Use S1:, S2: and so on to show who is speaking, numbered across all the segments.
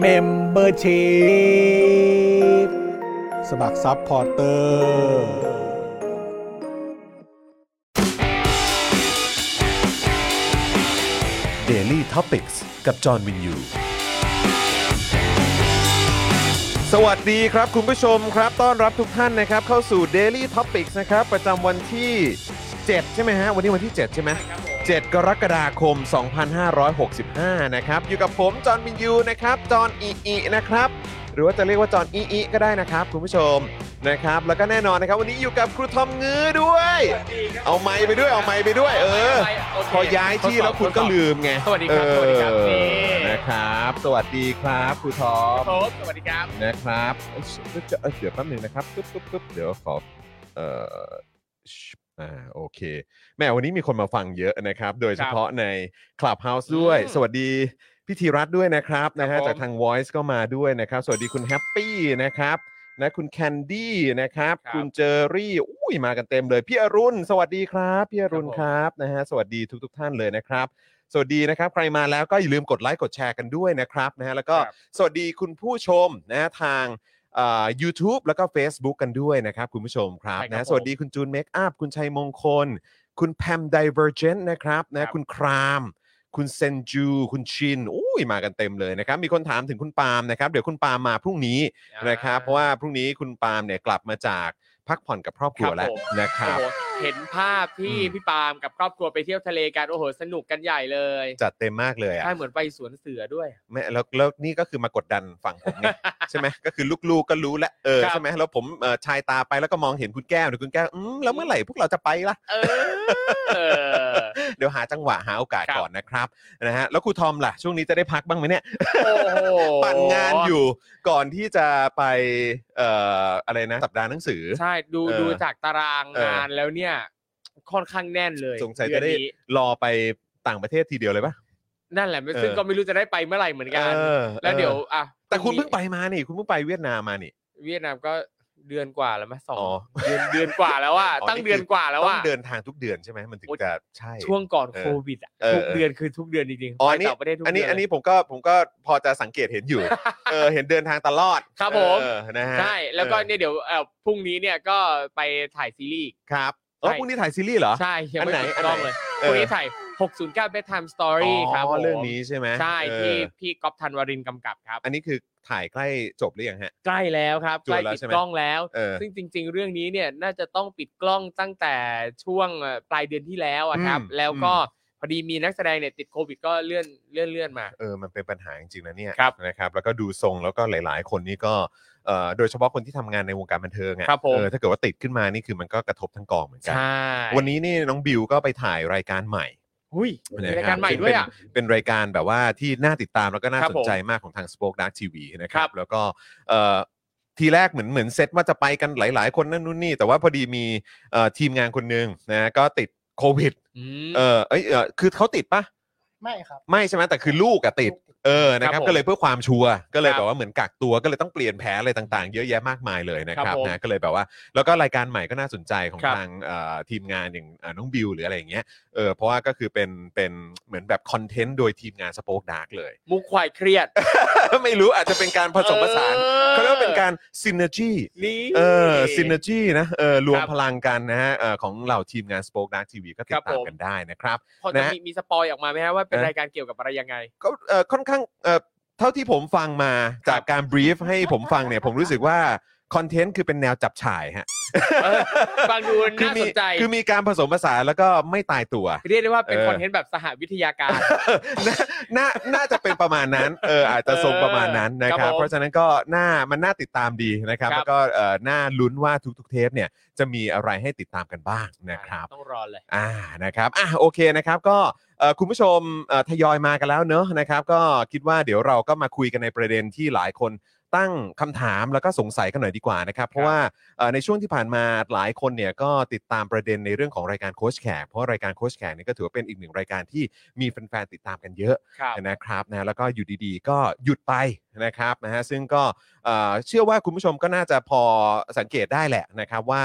S1: เมมเบอร์ชีพสมัครซัพพอร์เตอร์
S2: Daily t o p i c กกับจอห์นวินยู
S3: สวัสดีครับคุณผู้ชมครับ ต้อนรับทุกท่านนะครับ เข้าสู่ Daily Topics นะครับ ประจำวันที่ 7 ใช่ไหมฮะ วันนี้วันที่ 7 ใช่ไหม7 กรกฎาคม 2565 นะครับ อยู่กับผมจอห์นวินยูนะครับ จอห์นอีอีนะครับ หรือว่าจะเรียกว่าจอห์นอีอีก็ได้นะครับ คุณผู้ชมนะครับ แล้วก็แน่นอนนะครับ วันนี้อยู่กับครูทอมงื้อด้วย เอาไม้ไปด้วยเอาไม้ไปด้วย เออ
S4: โเค
S3: พอย้ายที่แล้วคุณก็ลืมไง
S4: สวัสดีครับ สวัสดีครับ
S3: เออ
S4: นี่
S3: นะครับ สวัสดีครับครูทอม
S4: ผมสวัสดีครับ
S3: นะครับเอ้ยเดี๋ยวจะเอ้ยเดี๋ยวแป๊บหนึงนะครับปึ๊บปึ๊บปึ๊บเดี๋ยวขอเอ่อชิบอ่าโอเคแหม่วันนี้มีคนมาฟังเยอะนะครับ โดยเฉพาะใน Clubhouse ด้วย
S4: อืม
S3: สวัสดีพี่ธีรัตน์ด้วยนะครับนะฮะ
S4: ผม
S3: จากทาง Voice ก็มาด้วยนะครับ สวัสดีคุณแฮปปี้นะครับนะคุณแคนดี้นะครับ คุณเจอรี่อุ้ยมากันเต็มเลย พี่อรุณ สวัสดีครับพี่อรุณครับนะฮะสวัสดีทุก ๆ ท่านเลยนะครับ สวัสดีนะครับ ใครมาแล้วก็อย่าลืมกดไลค์กดแชร์กันด้วยนะครับนะฮะแล้วก็
S4: ครับ
S3: สวัสดีคุณผู้ชมนะฮะทางยูทูบแล้วก็ Facebook กันด้วยนะครับ คุณผู้ชมครับ
S4: ใช่ครับ
S3: นะฮะ
S4: ผม
S3: สวัสดีคุณจูนเมคอัพคุณชัยมงคล คุณแพมดิเวอร์เจนนะครับนะ
S4: ครั
S3: ฮะ
S4: บ
S3: คุณคราม คุณเซนจู คุณชินอุ้ยมากันเต็มเลยนะครับ มีคนถามถึงคุณปาล์มนะครับ เดี๋ยวคุณปาล์มมาพรุ่งนี้นะครับเพราะว่าพรุ่งนี้คุณปาล์มเนี่ยกลับมาจากพักผ่อนกับครอบครัวแล้วนะครับ
S4: โอ้โหเห็นภาพที่
S3: อืม
S4: พี่ปาล์มกับครอบครัวไปเที่ยวทะเลกัน โอ้โห สนุกกันใหญ่เลย
S3: จัดเต็มมากเลยอะ
S4: ใช่เหมือนไปสวนเสือด้วย
S3: ไม่แล้วแล้วนี่ก็คือมากดดันฝั่งผม ไง ใช่ไหมก็คือลูกๆก็รู้แล้วเออ
S4: ครับ
S3: ใช่ไหมแล้วผมเอ่อชายตาไปแล้วก็มองเห็นคุณแก้วเดี๋ยวคุณแก้วอืมแล้วเมื่อไหร่พวกเราจะไปล่ะ
S4: เออ
S3: เดี๋ยวหาจังหวะหาโอกาส
S4: ครับ
S3: ก่อนนะครับนะฮะแล้วครูทอมล่ะ ช่วงนี้จะได้พักบ้างไหมเนี่ย
S4: โอ้โห
S3: ปั่นงานอยู่ก่อนที่จะไปเอ่ออะไรนะ สัปดาห์หนังสือ
S4: ใช่ดู
S3: เออ
S4: ดูจากตาราง
S3: เออ
S4: งานแล้วเนี่ย ค่อนข้างแน่นเลย
S3: สงสัยจะได้
S4: เอนนี้
S3: รอไปต่างประเทศทีเดียวเลยปะ
S4: นั่นแหละไม่
S3: เออ
S4: ซึ่งก็ไม่รู้จะได้ไปเมื่อไหร่เหมือนกัน
S3: เออ
S4: แล้วเดี๋ยว
S3: ออ
S4: อ่ะ
S3: แต่คุณเพิ่งไปมานี่คุณเพิ่งไปเวียดนามมานี่
S4: เวียดนามก็เดือนกว่าแล้วมั้ยสอง
S3: อ๋อ
S4: เดือนเดือนกว่าแล้วอ่ะ
S3: อ๋อ
S4: ตั้ง
S3: นี่คือ
S4: เดือนกว่าแล้ว
S3: ต้อ
S4: อ่ะ
S3: งเดินทางทุกเดือนใช่ไหมมันถึง
S4: โอ๊ย
S3: จะใช่
S4: ช่วงก่อน
S3: เออ
S4: โควิดอ่ะ
S3: เออ
S4: ทุก
S3: เออ
S4: เดือนคือทุกเดือนจริงๆ
S3: อ๋ออั
S4: ไป
S3: นนี้
S4: ต่างประเทศทุก
S3: อัน
S4: เดื
S3: นี้
S4: อน
S3: อันนี้ผมก็ผมก็พอจะสังเกตเห็น อยู่ เออเห็นเดินทางตลอด
S4: ครับผม
S3: เออนะฮะ
S4: ใช่แล้วก็
S3: ออ
S4: เนี่ยเดี๋ยวเอ่อพรุ่งนี้เนี่ยก็ไปถ่ายซีรีส์
S3: ครับเอ้อ
S4: ใช่
S3: พรุ่งนี้ถ่ายซีรีส์เหรอ
S4: ใช่ยังไม่
S3: อันไหน
S4: ปิดกล้องเลย
S3: อันไหน
S4: พรุ่งนี้
S3: เออ
S4: ถ่าย 609 bedtime story ครับ
S3: อ๋อ
S4: ผม
S3: เรื่องนี้ใช่ไหม
S4: ใช่
S3: เอ
S4: ที่
S3: อ
S4: พี่ก๊อฟธันวรินทร์กำกับครับ
S3: อันนี้คือถ่ายใกล้จบหรือยังฮะ
S4: ใกล้แล้วครับ
S3: จ
S4: ใก
S3: ว
S4: ล้
S3: นแล้ว
S4: ปิด
S3: ใช่ไหม
S4: กล้องแล้ว
S3: เออ
S4: ซึ่งจริง ๆ เรื่องนี้เนี่ยน่าจะต้องปิดกล้องตั้งแต่ช่วงเอ่อปลายเดือนที่แล้วอะครับ
S3: อืม
S4: แล้วก็พอดีมีนักแสดงเนี่ยติดโควิดก็เลื่อนเลื่อนเลื่อนมา
S3: เออมันเป็นปัญหาจริงๆนะเนี่ย
S4: ครับ
S3: นะครับ แล้วก็ดูทรงแล้วก็หลายๆ คนนี่ก็เอ่อโดยเฉพาะคนที่ทำงานในวงการบันเทิงอะ
S4: ครับผม
S3: เออถ้าเกิดว่าติดขึ้นมานี่คือมันก็กระทบทั้งกองเหมือนกั
S4: ใช่
S3: วันนี้นี่น้องบิวก็ไปถ่ายรายการใหม่
S4: หุ้ยมีรายการใหม่
S3: ซึ่ง
S4: ด้วยอ่ะ
S3: เป็นเป็นรายการแบบว่าที่น่าติดตามแล้วก็น่า
S4: ครับ
S3: ส
S4: ผ
S3: น
S4: ม
S3: ใจมากของทาง Spoke Dark TV นะครั
S4: ครับ บ
S3: แล้วก็เอ่อทีแรกเหมือนเหมือนเซตว่าจะไปกันหลาย ๆ คนนั่นนู่นนี่ แต่ว่าพอดีมีเอ่อทีมงานคนหนึ่งนะก็ติดโควิดเออเอยเออคือเขาติดปะ
S5: ไม่ครับ
S3: ไม่ใช่ไหมแต่คือลูกอะติด เออนะค
S4: ค
S3: รั
S4: รั
S3: บบ
S4: ผม
S3: ก็เลยเพื่อความชัวร์ก็เลย
S4: ครับ
S3: แบบว่าเหมือนกักตัวก็เลยต้องเปลี่ยนแผนอะไรต่างๆ เยอะแยะมากมายเลยนะค
S4: ครั
S3: รับบ
S4: ผม
S3: นะก็เลยแบบว่า แล้วก็รายการใหม่ก็น่าสนใจของ
S4: ครับ
S3: ทางเอ่อทีมงานอย่างเอ่อน้องบิวหรืออะไรอย่างเงี้ยเออเพราะว่าก็คือเป็นเป็นเหมือนแบบคอนเทนต์โดยทีมงานสป o อ e ดาร์กเลย
S4: มุกควายเครียด
S3: ไม่รู้อาจจะเป็นการผสมผสานเขาเรียกว่าเป็นการซินเนจี
S4: นี่
S3: เออซินเนจีนะเออรวม
S4: ครับ
S3: พลังกันนะฮะเอ่อของเหล่าทีมงานสป o อ e ดาร์กทีวีก็ติ
S4: ครั
S3: ด
S4: บ
S3: ตาม
S4: ผม
S3: กันได้นะครับ
S4: พอจะ
S3: นะฮะ
S4: มีมีสปอยออกมาไหมฮะว่าเป็น
S3: เออ
S4: รายการเกี่ยวกับอะไรยังไง
S3: ก็เอ่อค่อนข้างเอ่อ เท่าที่ผมฟังมาจากการบรีฟให้ผมฟังเนี่ย ผมรู้สึกว่า คอนเทนต์คือเป็นแนวจับฉายฮะ
S4: เออฟังดูน่า
S3: มี
S4: สนใจ
S3: คือมีการผสมผสานแล้วก็ไม่ตายตัว
S4: เรียกได้ว่าเป็น
S3: เออ
S4: คอนเทนต์แบบสหวิทยาการ
S3: น่าน่าน่าจะเป็นประมาณนั้น เอออาจจะทรงประมาณนั้นนะค
S4: ครั
S3: รับ
S4: บผม
S3: เพราะฉะนั้นก็น่ามันน่าติดตามดีนะครับ
S4: ครับ
S3: แล้วก็เอ่อน่าลุ้นว่าทุกๆเทปเนี่ยจะมีอะไรให้ติดตามกันบ้างนะครับ
S4: ต้องรอเลย
S3: อ่านะครับอ่ะโอเคนะครับก็เอ่อคุณผู้ชมเอ่อทยอยมากันแล้วเนอะนะครับ ก็คิดว่าเดี๋ยวเราก็มาคุยกันในประเด็นที่หลายคนตั้งคำถามแล้วก็สงสัยกันหน่อยดีกว่านะครับ เพราะว่าเอ่อในช่วงที่ผ่านมาหลายคนเนี่ยก็ติดตามประเด็นในเรื่องของรายการโค้ชแขกเพราะรายการโค้ชแขกเนี่ยก็ถือว่าเป็นอีกหนึ่งรายการที่มีแฟนๆติดตามกันเยอะ
S4: ครับ
S3: นะครับนะแล้วก็อยู่ดีๆ ก็หยุดไปนะครับนะฮะซึ่งก็เอ่อเชื่อว่าคุณผู้ชมก็น่าจะพอสังเกตได้แหละนะครับว่า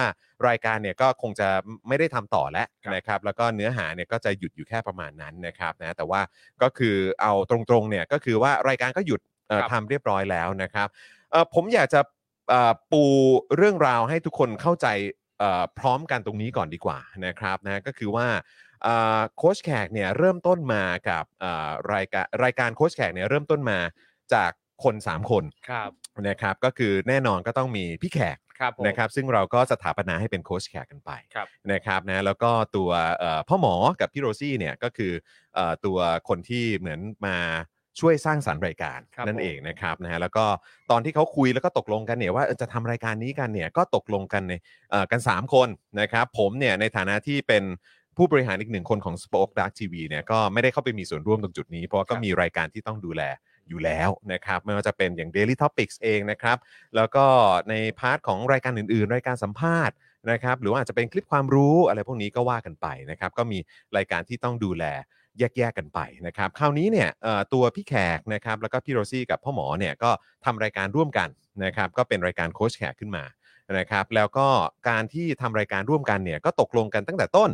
S3: รายการเนี่ยก็คงจะไม่ได้ทำต่อแล้วนะครับแล้วก็เนื้อหาเนี่ยก็จะหยุดอยู่แค่ประมาณนั้นนะครับนะแต่ว่าก็คือเอาตรงๆเนี่ยก็คือว่ารายการก็หยุดเอ่อ
S4: ครับ
S3: ทำเรียบร้อยแล้วนะครับเอ่อผมอยากจะเอ่อปูเรื่องราวให้ทุกคนเข้าใจเอ่อพร้อมกันตรงนี้ก่อนดีกว่านะครับนะก็คือว่า อ่าโค้ชแขกเนี่ยเริ่มต้นมากับอ่ารายการรายการโค้ชแขกเนี่ยเริ่มต้นมาจากคน 3 คน
S4: ครับ
S3: นะครับก็คือแน่นอนก็ต้องมีพี่แขก
S4: ครับผม
S3: นะครับซึ่งเราก็สถาปนาให้เป็นโค้ชแขกกันไป
S4: ครับ
S3: นะครับนะแล้วก็ตัวเอ่อพ่อหมอกับพี่โรซี่เนี่ยก็คือเอ่อตัวคนที่เหมือนมาช่วยสร้างสรรค์รายการ
S4: ครับ
S3: นั่น
S4: ผม
S3: เองนะครับนะฮะแล้วก็ตอนที่เขาคุยแล้วก็ตกลงกันเนี่ยว่าเออจะทำรายการนี้กันเนี่ยก็ตกลงกันใน เอ่อกัน 3 คนนะครับ ผมเนี่ยในฐานะที่เป็นผู้บริหารอีกหนึ่งคนของ Spoke Dark TV เนี่ยก็ไม่ได้เข้าไปมีส่วนร่วมตรงจุดนี้ เพราะว่าก็มีรายการที่ต้องดูแลอยู่แล้วนะครับ ไม่ว่าจะเป็นอย่าง Daily Topics เองนะครับ แล้วก็ในพาร์ทของรายการอื่นๆ รายการสัมภาษณ์นะครับ หรือว่าอาจจะเป็นคลิปความรู้อะไรพวกนี้ก็ว่ากันไปนะครับ ก็มีรายการที่ต้องดูแลแยกๆกันไปนะครับ คราวนี้เนี่ยเอ่อตัวพี่แขกนะครับแล้วก็พี่โรซี่กับพ่อหมอเนี่ยก็ทำรายการร่วมกันนะครับ ก็เป็นรายการโค้ชแขกขึ้นมา นะครับแล้วก็การที่ทำรายการร่วมกันเนี่ยก็ตกลงกันตั้งแต่ต้น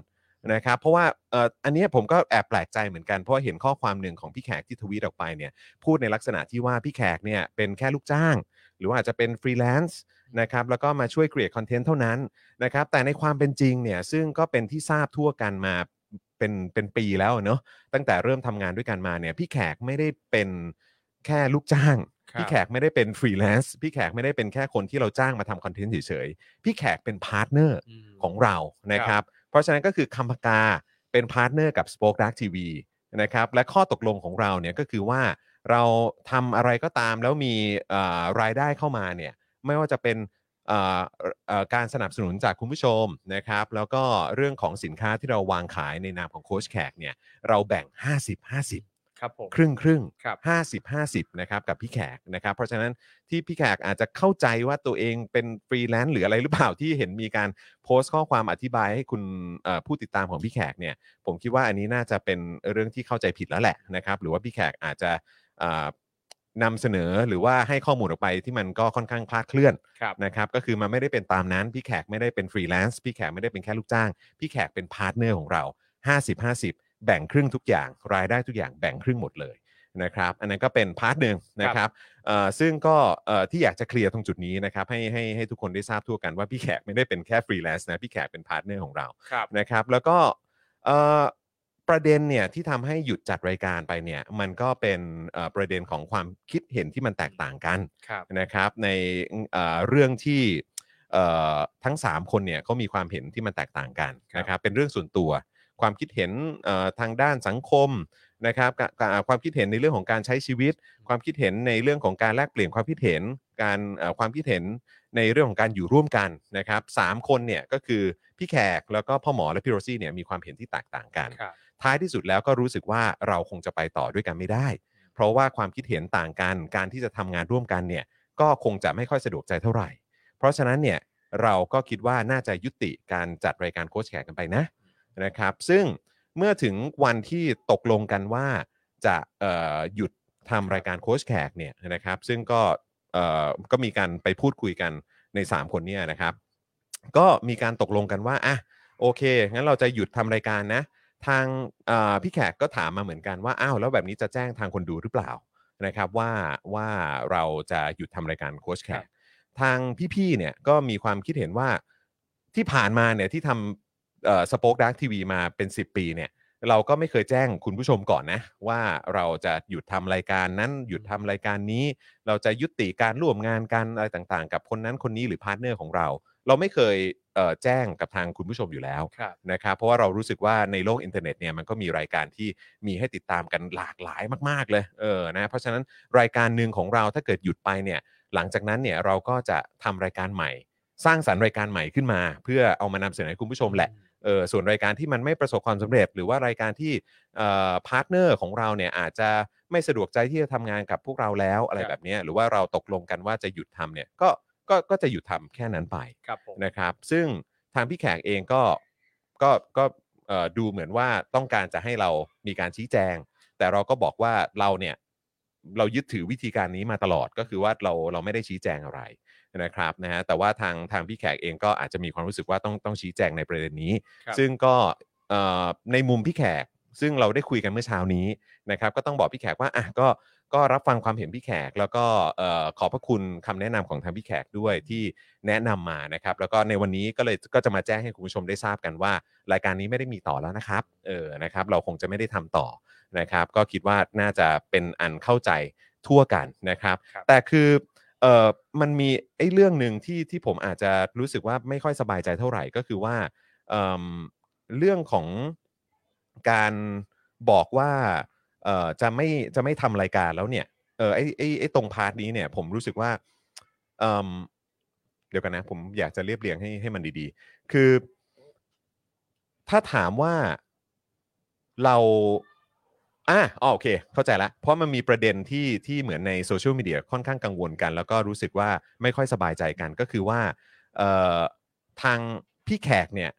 S3: นะครับเพราะว่าเอ่ออันเนี้ยผมก็แอบแปลกใจเหมือนกันเพราะว่าเห็นข้อความหนึ่งของพี่แขกที่ทวีตออกไปเนี่ยพูดในลักษณะที่ว่าพี่แขกเนี่ยเป็นแค่ลูกจ้าง หรือว่าอาจจะเป็นฟรีแลนซ์นะครับแล้วก็มาช่วยเกรียดคอนเทนต์เท่านั้นนะครับแต่ในความเป็นจริงเนี่ยซึ่งก็เป็นที่ทราบทั่วกันมาเป็นเป็นปีแล้วเนอะตั้งแต่เริ่มทำงานด้วยกันมาเนี่ยพี่แขกไม่ได้เป็นแค่ลูกจ้าง
S4: ครับ
S3: พี่แขกไม่ได้เป็นฟรีแลนซ์พี่แขกไม่ได้เป็นแค่คนที่เราจ้างมาทำคอนเทนต์เฉยๆ พี่แขกเป็นพาร์ทเนอร์
S4: ม
S3: ของเรานะครับ เพราะฉะนั้นก็คือคำพกาเป็นพาร์ทเนอร์กับ Spoke Dark TV นะครับและข้อตกลงของเราเนี่ยก็คือว่าเราทำอะไรก็ตามแล้วมีเอ่อรายได้เข้ามาเนี่ยไม่ว่าจะเป็นเอ่อเอ่อการสนับสนุนจากคุณผู้ชมนะครับ แล้วก็เรื่องของสินค้าที่เราวางขายในนามของโค้ชแขกเนี่ยเราแบ่ง 50-50
S4: ครับผม
S3: ครึ่งครึ่ง
S4: ครับ
S3: ห้าสิบห้าสิบนะครับกับพี่แขกนะครับ เพราะฉะนั้นที่พี่แขกอาจจะเข้าใจว่าตัวเองเป็นฟรีแลนซ์หรืออะไรหรือเปล่าที่เห็นมีการโพสต์ข้อความอธิบายให้คุณเอ่อผู้ติดตามของพี่แขกเนี่ย ผมคิดว่าอันนี้น่าจะเป็นเรื่องที่เข้าใจผิดแล้วแหละนะครับ หรือว่าพี่แขกอาจจะเอ่อนำเสนอหรือว่าให้ข้อมูลออกไปที่มันก็ค่อนข้างคลาดเคลื่อน
S4: ครับ
S3: นะครับก็คือมันไม่ได้เป็นตามนั้น พี่แขกไม่ได้เป็นฟรีแลนซ์พี่แขกไม่ได้เป็นแค่ลูกจ้าง พี่แขกเป็นพาร์ทเนอร์ของเรา 50 50 แบ่งครึ่งทุกอย่าง รายได้ทุกอย่างแบ่งครึ่งหมดเลยนะครับ อันนั้นก็เป็นพาร์ทหนึ่งนะครับเอ่อซึ่งก็เอ่อที่อยากจะเคลียร์ตรงจุดนี้นะครับให้ให้ให้ทุกคนได้ทราบทั่วกันว่าพี่แขกไม่ได้เป็นแค่ฟรีแลนซ์นะพี่แขกเป็นพาร์ทเนอร์ของเรา
S4: ครับ
S3: นะครับแล้วก็เอ่อประเด็นเนี่ยที่ทำให้หยุดจัดรายการไปเนี่ยมันก็เป็นเอ่อประเด็นของความคิดเห็นที่มันแตกต่างกัน
S4: ครับ
S3: นะครับในเอ่อเรื่องที่เอ่อทั้ง 3 คนเนี่ยเขามีความเห็นที่มันแตกต่างกัน
S4: ครับ
S3: นะครับเป็นเรื่องส่วนตัวความคิดเห็นเอ่อทางด้านสังคมนะครับกะกะความคิดเห็นในเรื่องของการใช้ชีวิต ความคิดเห็นในเรื่องของการแลกเปลี่ยนความคิดเห็นการเอ่อความคิดเห็น ในเรื่องของการอยู่ร่วมกันนะครับสามคนเนี่ยก็คือพี่แขกแล้วก็พ่อหมอและพี่โรซี่เนี่ยมีความเห็นที่แตกต่างกัน
S4: ครับ
S3: ท้ายที่สุดแล้วก็รู้สึกว่าเราคงจะไปต่อด้วยกันไม่ได้ เพราะว่าความคิดเห็นต่างกัน การที่จะทำงานร่วมกันเนี่ยก็คงจะไม่ค่อยสะดวกใจเท่าไหร่ เพราะฉะนั้นเนี่ยเราก็คิดว่าน่าจะยุติการจัดรายการโค้ชแขกกันไปนะนะครับ ซึ่งเมื่อถึงวันที่ตกลงกันว่าจะเอ่อหยุดทำรายการโค้ชแขกเนี่ยนะครับ ซึ่งก็เอ่อก็มีการไปพูดคุยกันใน 3 คนเนี่ยนะครับ ก็มีการตกลงกันว่าอ่ะโอเคงั้นเราจะหยุดทำรายการนะ ทางเอ่อพี่แขกก็ถามมาเหมือนกันว่าอ้าวแล้วแบบนี้จะแจ้งทางคนดูหรือเปล่านะครับว่าว่าเราจะหยุดทำรายการโค้ชแข
S4: ครั
S3: ก
S4: บ
S3: ทางพี่ๆเนี่ยก็มีความคิดเห็นว่าที่ผ่านมาเนี่ยที่ทำสป็อคดักทีวีมาเป็น 10 ปีเนี่ย เราก็ไม่เคยแจ้งคุณผู้ชมก่อนนะ ว่าเราจะหยุดทำรายการนั้นหยุดทำรายการนี้ เราจะยุติการร่วมงานกันอะไรต่างๆ กับคนนั้นคนนี้หรือพาร์ทเนอร์ของเรา เราไม่เคยเอ่อแจ้งกับทางคุณผู้ชมอยู่แล้ว
S4: ครับ
S3: นะครับเพราะว่าเรารู้สึกว่าในโลกอินเทอร์เน็ตเนี่ยมันก็มีรายการที่มีให้ติดตามกันหลากหลายมาก ๆ เลยเออนะเพราะฉะนั้นรายการหนึ่งของเราถ้าเกิดหยุดไปเนี่ยหลังจากนั้นเนี่ยเราก็จะทำรายการใหม่ สร้างสรรค์รายการใหม่ขึ้นมา เพื่อเอามานำเสนอให้คุณผู้ชมแหละเออส่วนรายการที่มันไม่ประสบความสำเร็จ หรือว่ารายการที่เอ่อพาร์ทเนอร์ของเราเนี่ยอาจจะไม่สะดวกใจที่จะทำงานกับพวกเราแล้วอะไร
S4: ครับ
S3: แบบเนี้ยหรือว่าเราตกลงกันว่าจะหยุดทำเนี่ยก็ก็ก็จะหยุดทำแค่นั้นไป
S4: ครับผม
S3: นะครับซึ่งทางพี่แขกเองก็ก็ก็เอ่อดูเหมือนว่าต้องการจะให้เรามีการชี้แจง แต่เราก็บอกว่าเราเนี่ยเรายึดถือวิธีการนี้มาตลอดก็คือว่าเราเราไม่ได้ชี้แจงอะไรนะครับนะฮะแต่ว่าทางทางพี่แขกเองก็อาจจะมีความรู้สึกว่าต้องต้องชี้แจงในประเด็นนี้
S4: ครับ
S3: ซึ่งก็เอ่อในมุมพี่แขก ซึ่งเราได้คุยกันเมื่อเช้านี้นะครับ ก็ต้องบอกพี่แขกว่าอ่ะก็ก็รับฟังความเห็นพี่แขก แล้วก็เอ่อขอบพระคุณคำแนะนำของทางพี่แขกด้วยที่แนะนำมานะครับ แล้วก็ในวันนี้ก็เลยก็จะมาแจ้งให้คุณผู้ชมได้ทราบกันว่า รายการนี้ไม่ได้มีต่อแล้วนะครับเออนะครับ เราคงจะไม่ได้ทำต่อนะครับ ก็คิดว่าน่าจะเป็นอันเข้าใจทั่วกันนะครับ
S4: ครับ
S3: แต่คือ เออมันมีไอ้เรื่องหนึ่งที่ที่ผมอาจจะรู้สึกว่าไม่ค่อยสบายใจเท่าไหร่ก็คือว่าเอิ่มเรื่องของการบอกว่าเอ่อจะไม่จะไม่ทำรายการแล้วเนี่ยเออไอ้ไอ้ไอ้ตรงพาร์ทนี้เนี่ยผมรู้สึกว่าเอิ่มเดี๋ยวกันนะ ผมอยากจะเรียบเรียงให้ให้มันดีๆ คือ ถ้าถามว่าเราอ่ะอ๋อโอเค เข้าใจละเพราะมันมีประเด็นที่ที่เหมือนในโซเชียลมีเดียค่อนข้างกังวลกัน แล้วก็รู้สึกว่าไม่ค่อยสบายใจกันก็คือว่าเอ่อทางพี่แขกเนี่ย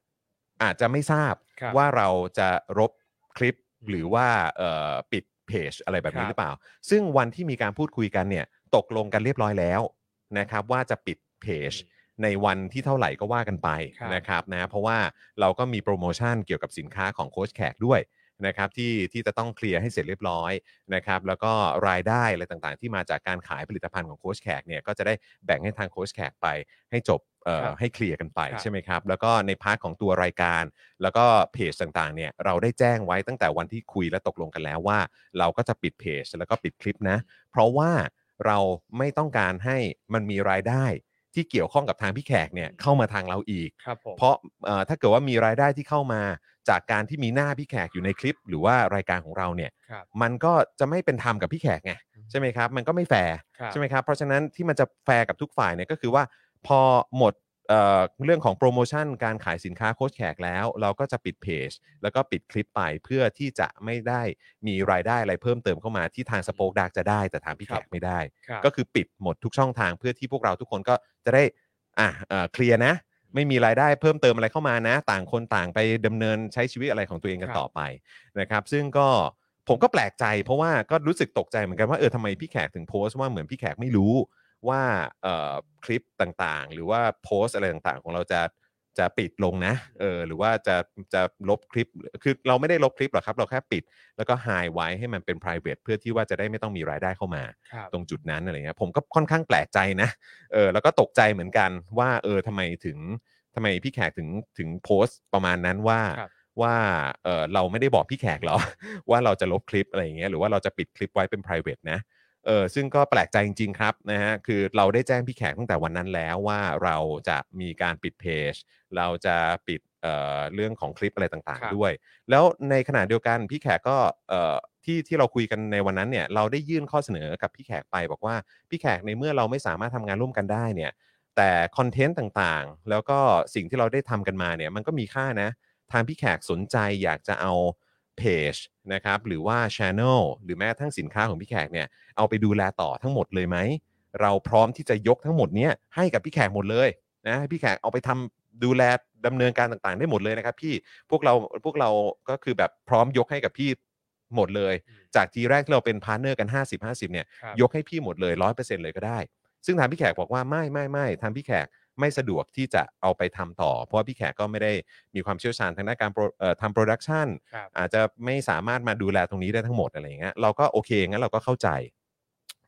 S3: อาจจะไม่ทราบ
S4: ครับ
S3: ว่าเราจะรบคลิปหรือว่าเอ่อปิดเพจอะไรแบบนี้หรือเปล่า ซึ่งวันที่มีการพูดคุยกันเนี่ยตกลงกันเรียบร้อยแล้วนะครับ ว่าจะปิดเพจ ในวันที่เท่าไหร่ก็ว่ากันไป
S4: ครับ
S3: นะครับนะเพราะว่าเราก็มีโปรโมชั่นเกี่ยวกับสินค้าของโค้ชแขกด้วยนะครับที่ที่จะต้องเคลียร์ให้เสร็จเรียบร้อยนะครับแล้วก็รายได้อะไรต่างๆ ที่มาจากการขายผลิตภัณฑ์ของโค้ชแขกเนี่ยก็จะได้แบ่งให้ทางโค้ชแขกไป ให้จบเอ่อ
S4: ครับ
S3: ให้เคลียร์กันไป
S4: ครับ
S3: ใช่ไหมครับแล้วก็ในพาร์ทของตัวรายการ แล้วก็เพจต่างๆเนี่ยเราได้แจ้งไว้ตั้งแต่วันที่คุยและตกลงกันแล้วว่า เราก็จะปิดเพจแล้วก็ปิดคลิปนะ เพราะว่าเราไม่ต้องการให้มันมีรายได้ที่เกี่ยวข้องกับทางพี่แขกเนี่ยเข้ามาทางเราอีก
S4: ครับผม
S3: เพราะเอ่อถ้าเกิดว่ามีรายได้ที่เข้ามาจากการที่มีหน้าพี่แขกอยู่ในคลิป หรือว่ารายการของเราเนี่ย
S4: ครับ
S3: มันก็จะไม่เป็นธรรมกับพี่แขกไงใช่ไหมครับมันก็ไม่แฟร์
S4: ครับ
S3: ใช่ไหมครับเพราะฉะนั้นที่มันจะแฟร์กับทุกฝ่ายเนี่ยก็คือว่าพอหมดเอ่อเรื่องของโปรโมชั่นการขายสินค้าโค้ชแขกแล้ว เราก็จะปิดเพจแล้วก็ปิดคลิปไปเพื่อที่จะไม่ได้มีรายได้อะไรเพิ่มเติมเข้ามาที่ทางสโปกดักจะได้แต่ทางพี่แขกไม่ได้
S4: ครับ
S3: ก็คือปิดหมดทุกช่องทางเพื่อที่พวกเราทุกคนก็จะได้อ่ะเอ่อเคลียร์นะ ไม่มีรายได้เพิ่มเติมอะไรเข้ามานะ ต่างคนต่างไปดำเนินใช้ชีวิตอะไรของตัวเองกัน
S4: ครับ
S3: ต่อไปนะครับ ซึ่งก็ผมก็แปลกใจ เพราะว่าก็รู้สึกตกใจเหมือนกันว่าเออทำไมพี่แขกถึงโพสต์ว่าเหมือนพี่แขกไม่รู้ว่าเอ่อคลิปต่างๆ หรือว่าโพสต์อะไรต่างๆ ของเราจะจะปิดลงนะเออหรือว่าจะจะลบคลิปคือเราไม่ได้ลบคลิปหรอกครับ เราแค่ปิดแล้วก็หายไว้ให้มันเป็น p r i v a t e เพื่อที่ว่าจะได้ไม่ต้องมีรายได้เข้ามา
S4: ครับ
S3: ตรงจุดนั้นอะไรเงี้ยผมก็ค่อนข้างแปลกใจนะเออแล้วก็ตกใจเหมือนกันว่าเออทำไมถึงทำไมพี่แขกถึงถึงโพสต์ประมาณนั้นว่า
S4: ครับ
S3: ว่าเออเราไม่ได้บอกพี่แขกหรอ ว่าเราจะลบคลิปอะไรอย่างเงี้ยหรือว่าเราจะปิดคลิปไว้เป็น p r i v a t e นะเออซึ่งก็แปลกใจจริง ๆ ครับนะฮะคือเราได้แจ้งพี่แขกตั้งแต่วันนั้นแล้วว่าเราจะมีการปิดเพจเราจะปิดเอ่อเรื่องของคลิปอะไรต่าง
S4: ครับ
S3: ๆด้วย แล้วในขณะเดียวกันพี่แขกก็เอ่อที่ที่เราคุยกันในวันนั้นเนี่ยเราได้ยื่นข้อเสนอกับพี่แขกไปบอกว่าพี่แขกในเมื่อเราไม่สามารถทำงานร่วมกันได้เนี่ยแต่คอนเทนต์ต่างๆ แล้วก็สิ่งที่เราได้ทำกันมาเนี่ยมันก็มีค่านะทางพี่แขกสนใจอยากจะเอาเพจนะครับหรือว่า Channel หรือแม้กระทั้งสินค้าของพี่แขกเนี่ยเอาไปดูแลต่อทั้งหมดเลยไหม เราพร้อมที่จะยกทั้งหมดเนี้ยให้กับพี่แขกหมดเลยนะให้พี่แขกเอาไปทำดูแลดำเนินการต่างๆ ได้หมดเลยนะครับพี่ พวกเราพวกเราก็คือแบบพร้อมยกให้กับพี่หมดเลย
S4: อืม
S3: จากทีแรกที่เราเป็นพาร์ทเนอร์กัน 50 50เนี่ย
S4: ครับ
S3: ยกให้พี่หมดเลย 100%เลยก็ได้ ซึ่งทางพี่แขกบอกว่าไม่ไม่ไม่ทางพี่แขกไม่สะดวกที่จะเอาไปทำต่อ เพราะว่าพี่แขกก็ไม่ได้มีความเชี่ยวชาญทางด้านการ pro- เอ่อทำโปรดักชัน
S4: ครับ
S3: อาจจะไม่สามารถมาดูแลตรงนี้ได้ทั้งหมดอะไรอย่างเงี้ยเราก็โอเคงั้นเราก็เข้าใจ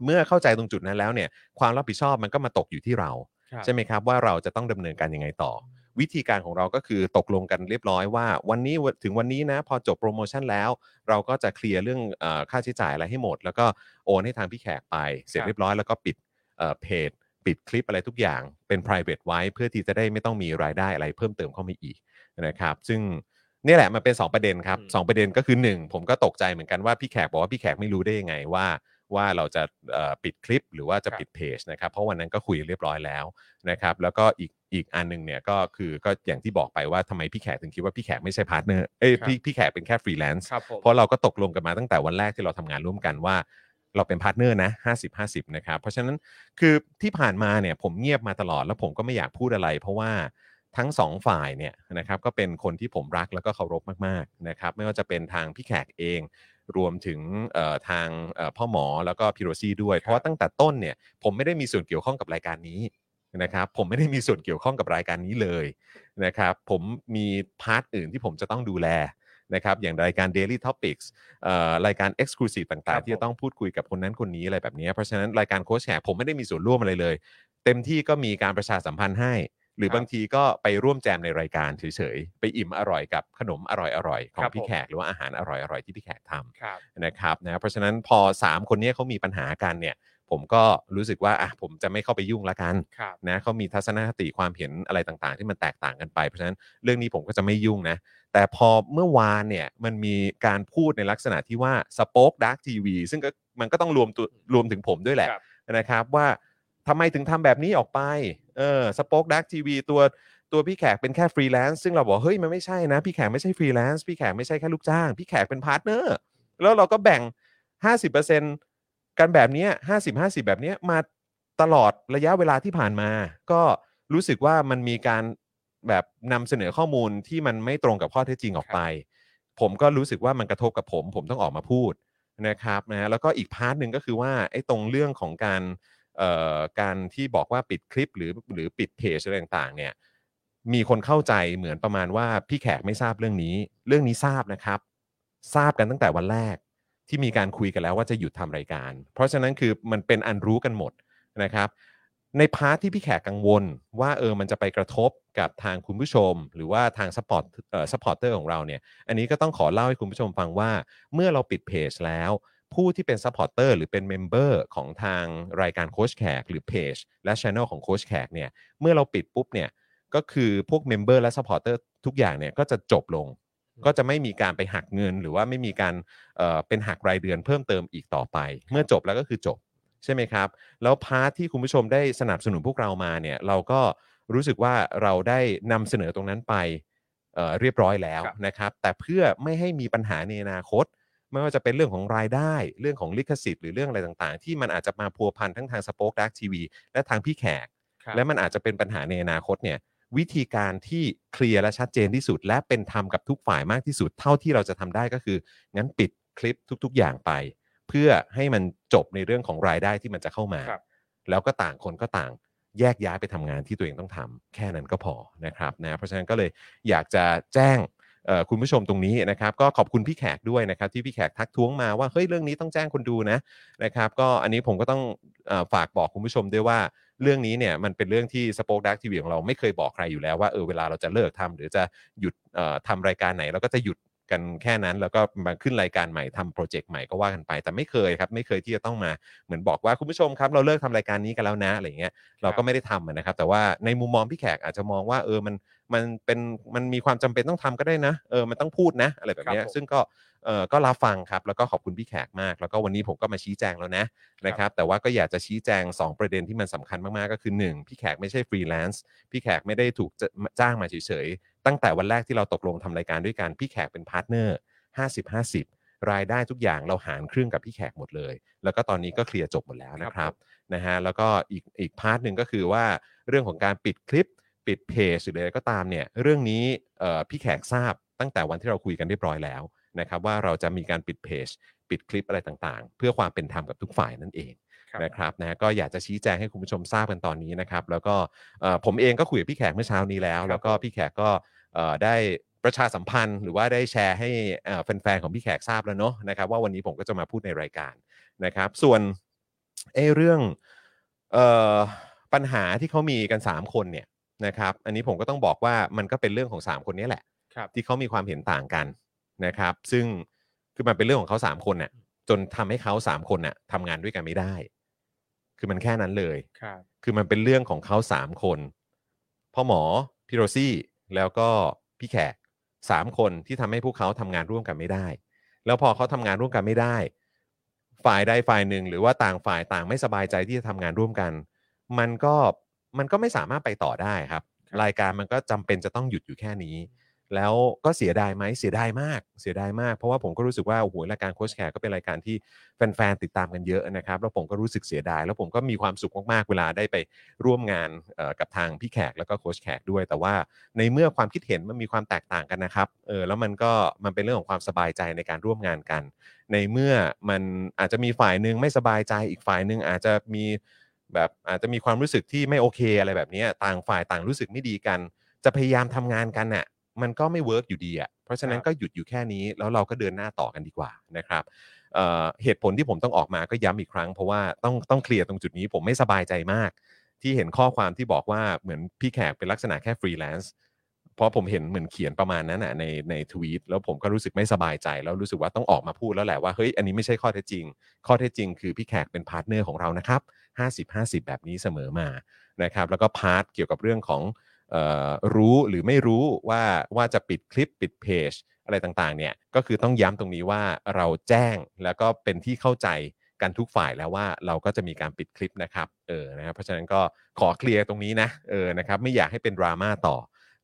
S3: เมื่อเข้าใจตรงจุดนั้นแล้วเนี่ยความรับผิดชอบมันก็มาตกอยู่ที่เรา
S4: ครับ
S3: ใช่ไหมครับว่าเราจะต้องดำเนินการยังไงต่อ วิธีการของเราก็คือตกลงกันเรียบร้อยว่า วันนี้ถึงวันนี้นะ พอจบโปรโมชั่นแล้ว เราก็จะเคลียร์เรื่องเออค่าใช้จ่ายอะไรให้หมด แล้วก็โอนให้ทางพี่แขกไป เสร็จ
S4: ครับ
S3: เรียบร้อยแล้วก็ปิดเอ่อเพจ ปิดคลิปอะไรทุกอย่างเป็น private ไว้เพื่อที่จะได้ไม่ต้องมีรายได้อะไรเพิ่มเติมเข้ามาอีกนะครับ ซึ่งเนี่ยแหละมันเป็น 2 ประเด็นครับ
S4: อืม
S3: สองประเด็นก็คือ 1 ผมก็ตกใจเหมือนกันว่าพี่แขกบอกว่าพี่แขกไม่รู้ได้ยังไงว่า ว่าเราจะเอ่อปิดคลิปหรือว่าจะปิดเพจนะครับเพราะวันนั้นก็คุยเรียบร้อยแล้วนะครับ แล้วก็อีกอีกอันหนึงเนี่ยก็คือก็อย่างที่บอกไปว่าทำไมพี่แขกถึงคิดว่าพี่แขกไม่ใช่พาร์ทเนอร์เอ้ยพี่พี่แขกเป็นแค่ฟรีแลนซ์
S4: ครับผม
S3: เพราะเราก็ตกลงกันมาตั้งแต่วันแรกที่เราทำงานร่วมกันว่า เราเป็นพาร์ทเนอร์นะ50 50 นะครับ เพราะฉะนั้นคือที่ผ่านมาเนี่ยผมเงียบมาตลอดแล้วผมก็ไม่อยากพูดอะไร เพราะว่าทั้งสองฝ่ายเนี่ยนะครับก็เป็นคนที่ผมรักแล้วก็เคารพมากๆนะครับไม่ว่าจะเป็นทางพี่แขกเอง รวมถึงเอ่อทางเอ่อพ่อหมอแล้วก็พี่โรซี่ด้วย เพราะว่าตั้งแต่ต้นเนี่ยผมไม่ได้มีส่วนเกี่ยวข้องกับรายการนี้นะครับผมไม่ได้มีส่วนเกี่ยวข้องกับรายการนี้เลยนะครับผมมีพาร์ทอื่นที่ผมจะต้องดูแล นะครับอย่างรายการ Daily Topics เอ่อรายการ Exclusive ต่างๆ ที่จะต้องพูดคุยกับคนนั้นคนนี้อะไรแบบนี้ เพราะฉะนั้นรายการโค้ชแขกผมไม่ได้มีส่วนร่วมอะไรเลย เต็มที่ก็มีการประชาสัมพันธ์ให้ หรือบางทีก็ไปร่วมแจมในรายการเฉยๆ ไปอิ่มอร่อยกับขนมอร่อยๆ ของพี่แขกหรือว่าอาหารอร่อยๆ ที่พี่แขกทำ
S4: ครับ
S3: นะครับนะเพราะฉะนั้นพอ 3 คนเนี้ยเขามีปัญหากันเนี่ย ผมก็รู้สึกว่าอ่ะผมจะไม่เข้าไปยุ่งละกัน
S4: ครับ
S3: นะเขามีทัศนคติความเห็นอะไรต่างๆ ที่มันแตกต่างกันไป เพราะฉะนั้นเรื่องนี้ผมก็จะไม่ยุ่งนะ แต่พอเมื่อวานเนี่ยมันมีการพูดในลักษณะที่ว่าสป็อคดักทีวีซึ่งก็มันก็ต้องรวมตัวรวมถึงผมด้วยแหละ
S4: ครับ
S3: นะครับว่าทำไมถึงทำแบบนี้ออกไป เออสป็อคดักทีวีตัวตัวพี่แขกเป็นแค่ฟรีแลนซ์ซึ่งเราบอกเฮ้ยมันไม่ใช่นะ พี่แขกไม่ใช่ฟรีแลนซ์พี่แขกไม่ใช่แค่ลูกจ้าง พี่แขกเป็นพาร์ทเนอร์แล้วเราก็แบ่ง 50%กันแบบเนี้ห้าสิบห้าสิบแบบเนี้ยมาตลอดระยะเวลาที่ผ่านมา ก็รู้สึกว่ามันมีการแบบนำเสนอข้อมูลที่มันไม่ตรงกับข้อเท็จจริงออกไป ผมก็รู้สึกว่ามันกระทบกับผม ผมต้องออกมาพูดนะครับนะแล้วก็อีกพาร์ทหนึ่งก็คือว่าไอ้ตรงเรื่องของการ เอ่อการที่บอกว่าปิดคลิปหรือหรือปิดเพจอะไรต่างๆเนี่ยมีคนเข้าใจเหมือนประมาณว่าพี่แขกไม่ทราบเรื่องนี้ เรื่องนี้ทราบนะครับ ทราบกันตั้งแต่วันแรกที่มีการคุยกันแล้วว่าจะหยุดทำรายการ เพราะฉะนั้นคือมันเป็นอันรู้กันหมดนะครับ ในพาร์ทที่พี่แขกกังวลว่าเออมันจะไปกระทบกับทางคุณผู้ชม หรือว่าทางสปอร์ตเอ่อสปอร์เตอร์ของเราเนี่ยอันนี้ก็ต้องขอเล่าให้คุณผู้ชมฟังว่าเมื่อเราปิดเพจแล้ว ผู้ที่เป็นซัพพอร์เตอร์หรือเป็นเมมเบอร์ของทางรายการโค้ชแขกหรือเพจและช anel ของโค้ชแขกเนี่ยเมื่อเราปิดปุ๊บเนี่ยก็คือพวกเมมเบอร์และซัพพอร์เตอร์ทุกอย่างเนี่ยก็จะจบลง ก็จะไม่มีการไปหักเงิน หรือว่าไม่มีการเอ่อเป็นหักรายเดือนเพิ่มเติมอีกต่อไป เมื่อจบแล้วก็คือจบ ใช่ไหมครับ แล้วพาร์ทที่คุณผู้ชมได้สนับสนุนพวกเรามาเนี่ยเราก็รู้สึกว่าเราได้นำเสนอตรงนั้นไปเอ่อเรียบร้อยแล้ว
S4: ครับ
S3: นะครับ แต่เพื่อไม่ให้มีปัญหาในอนาคต ไม่ว่าจะเป็นเรื่องของรายได้เรื่องของลิขสิทธิ์หรือเรื่องอะไรต่างๆ ที่มันอาจจะมาพัวพันทั้งทางสป็อคดักทีวีและทางพี่แขก
S4: ครับ
S3: และมันอาจจะเป็นปัญหาในอนาคตเนี่ยวิธีการที่เคลียร์และชัดเจนที่สุด และเป็นธรรมกับทุกฝ่ายมากที่สุด เท่าที่เราจะทำได้ก็คือ งั้นปิดคลิปทุก ๆ อย่างไป เพื่อให้มันจบในเรื่องของรายได้ที่มันจะเข้ามา
S4: ครับ
S3: แล้วก็ต่างคนก็ต่างแยกย้ายไปทำงานที่ตัวเองต้องทำแค่นั้นก็พอนะครับนะเพราะฉะนั้นก็เลยอยากจะแจ้ง เอ่อคุณผู้ชมตรงนี้นะครับก็ขอบคุณพี่แขกด้วยนะครับที่พี่แขกทักท้วงมาว่าเฮ้ยเรื่องนี้ต้องแจ้งคนดูนะนะครับก็อันนี้ผมก็ต้องเออฝากบอกคุณผู้ชมด้วยว่าเรื่องนี้เนี่ยมันเป็นเรื่องที่สป็อคดักทีวีของเราไม่เคยบอกใครอยู่แล้วว่าเออเวลาเราจะเลิกทำหรือจะหยุดเอ่อทำรายการไหนเราก็จะหยุดกันแค่นั้น แล้วก็มาขึ้นรายการใหม่ทำโปรเจกต์ใหม่ก็ว่ากันไป แต่ไม่เคยครับไม่เคยที่จะต้องมาเหมือนบอกว่าคุณผู้ชมครับเราเลิกทำรายการนี้กันแล้วนะอะไรอย่างเงี้ย เราก็ไม่ได้ทำอะนะครับ แต่ว่าในมุมมองพี่แขกอาจจะมองว่าเออมันมันเป็นมันมีความจำเป็นต้องทำก็ได้นะเออมันต้องพูดนะ อะไรแบบเนี้ย
S4: ครับผม
S3: ซึ่งก็เออก็รับฟังครับ แล้วก็ขอบคุณพี่แขกมาก แล้วก็วันนี้ผมก็มาชี้แจงแล้วนะนะค
S4: ครั
S3: รับ
S4: บ
S3: แต่ว่าก็อยากจะชี้แจง 2 ประเด็นที่มันสำคัญมากๆก็คือ 1 พี่แขกไม่ใช่ฟรีแลนซ์พี่แขกไม่ได้ถูกจะจ้างมาเฉยๆ ตั้งแต่วันแรกที่เราตกลงทำรายการด้วยกันพี่แขกเป็นพาร์ทเนอร์50 50 รายได้ทุกอย่างเราหารครึ่งกับพี่แขกหมดเลย แล้วก็ตอนนี้ก็เคลียร์จบหมดแล้วนะครับ นะฮะแล้วก็อีกอีกพาร์ทหนึ่งก็คือว่าเรื่องของการปิดคลิป ปิดเพจหรืออะไรก็ตามเนี่ยเรื่องนี้เอ่อพี่แขกทราบตั้งแต่วันที่เราคุยกันเรียบร้อยแล้วนะครับว่าเราจะมีการปิดเพจ ปิดคลิปอะไรต่างๆ เพื่อความเป็นธรรมกับทุกฝ่ายนั่นเอง
S4: ครับ
S3: นะครับนะก็อยากจะชี้แจงให้คุณผู้ชมทราบกันตอนนี้นะครับแล้วก็เอ่อผมเองก็คุยกับพี่แขกเมื่อเช้านี้แล้ว แล้วก็พี่แขกก็เอ่อได้ประชาสัมพันธ์ หรือว่าได้แชร์ให้เอ่อแฟนๆของพี่แขกทราบแล้วเนาะนะครับว่าวันนี้ผมก็จะมาพูดในรายการ นะครับส่วนเอเรื่องเอ่อปัญหาที่เขามีกัน 3 คนเนี่ย นะครับอันนี้ผมก็ต้องบอกว่ามันก็เป็นเรื่องของ 3 คนนี้แหละ
S4: ครับ
S3: ที่เขามีความเห็นต่างกันนะครับ ซึ่งคือมันเป็นเรื่องของเขา 3 คนน่ะจนทำให้เขา 3 คนน่ะทำงานด้วยกันไม่ได้ คือมันแค่นั้นเลย
S4: ครับ
S3: คือมันเป็นเรื่องของเขาสามคนพ่อหมอพี่โรซี่แล้วก็พี่แขกสามคนที่ทำให้พวกเขาทำงานร่วมกันไม่ได้ แล้วพอเขาทำงานร่วมกันไม่ได้ ฝ่ายใดฝ่ายหนึ่ง หรือว่าต่างฝ่ายต่างไม่สบายใจที่จะทำงานร่วมกัน มันก็มันก็ไม่สามารถไปต่อได้ครับ
S4: ครับ
S3: รายการมันก็จำเป็นจะต้องหยุดอยู่แค่นี้ แล้วก็เสียดายไหมเสียดายมากเสียดายมาก เพราะว่าผมก็รู้สึกว่าโอ้โหรายการโค้ชแขกก็เป็นรายการที่แฟนๆติดตามกันเยอะนะครับ แล้วผมก็รู้สึกเสียดาย แล้วผมก็มีความสุขมากๆเวลาได้ไปร่วมงานเอ่อกับทางพี่แขกแล้วก็โค้ชแขกด้วย แต่ว่าในเมื่อความคิดเห็นมันมีความแตกต่างกันนะครับเออแล้วมันก็มันเป็นเรื่องของความสบายใจในการร่วมงานกัน ในเมื่อมันอาจจะมีฝ่ายหนึ่งไม่สบายใจอีกฝ่ายหนึ่งอาจจะมีแบบอาจจะมีความรู้สึกที่ไม่โอเคอะไรแบบเนี้ยต่างฝ่ายต่างรู้สึกไม่ดีกัน จะพยายามทำงานกันน่ะมันก็ไม่เวิร์กอยู่ดีอ่ะเพราะฉะนั้น
S4: ครับ
S3: ก็หยุดอยู่แค่นี้แล้วเราก็เดินหน้าต่อกันดีกว่านะครับเอ่อเหตุผลที่ผมต้องออกมาก็ย้ำอีกครั้ง เพราะว่าต้องต้องเคลียร์ตรงจุดนี้ผมไม่สบายใจมาก ที่เห็นข้อความที่บอกว่าเหมือนพี่แขกเป็นลักษณะแค่ฟรีแลนซ์เพราะผมเห็นเหมือนเขียนประมาณนั้นน่ะในในทวีตแล้วผมก็รู้สึกไม่สบายใจ แล้วรู้สึกว่าต้องออกมาพูดแล้วแหละว่าเฮ้ยอันนี้ไม่ใช่ข้อเท็จจริง ข้อเท็จจริงคือพี่แขกเป็นพาร์ทเนอร์ของเรานะครับ50-50 แบบนี้เสมอมานะครับแล้วก็พาร์ทเกี่ยวกับเรื่องของ เอ่อรู้หรือไม่รู้ว่าว่าจะปิดคลิปปิดเพจอะไรต่างๆเนี่ยก็คือต้องย้ำตรงนี้ว่าเราแจ้งแล้วก็เป็นที่เข้าใจกันทุกฝ่ายแล้วว่าเราก็จะมีการปิดคลิปนะครับเออนะครับเพราะฉะนั้นก็ขอเคลียร์ตรงนี้นะเออนะครับไม่อยากให้เป็นดราม่าต่อ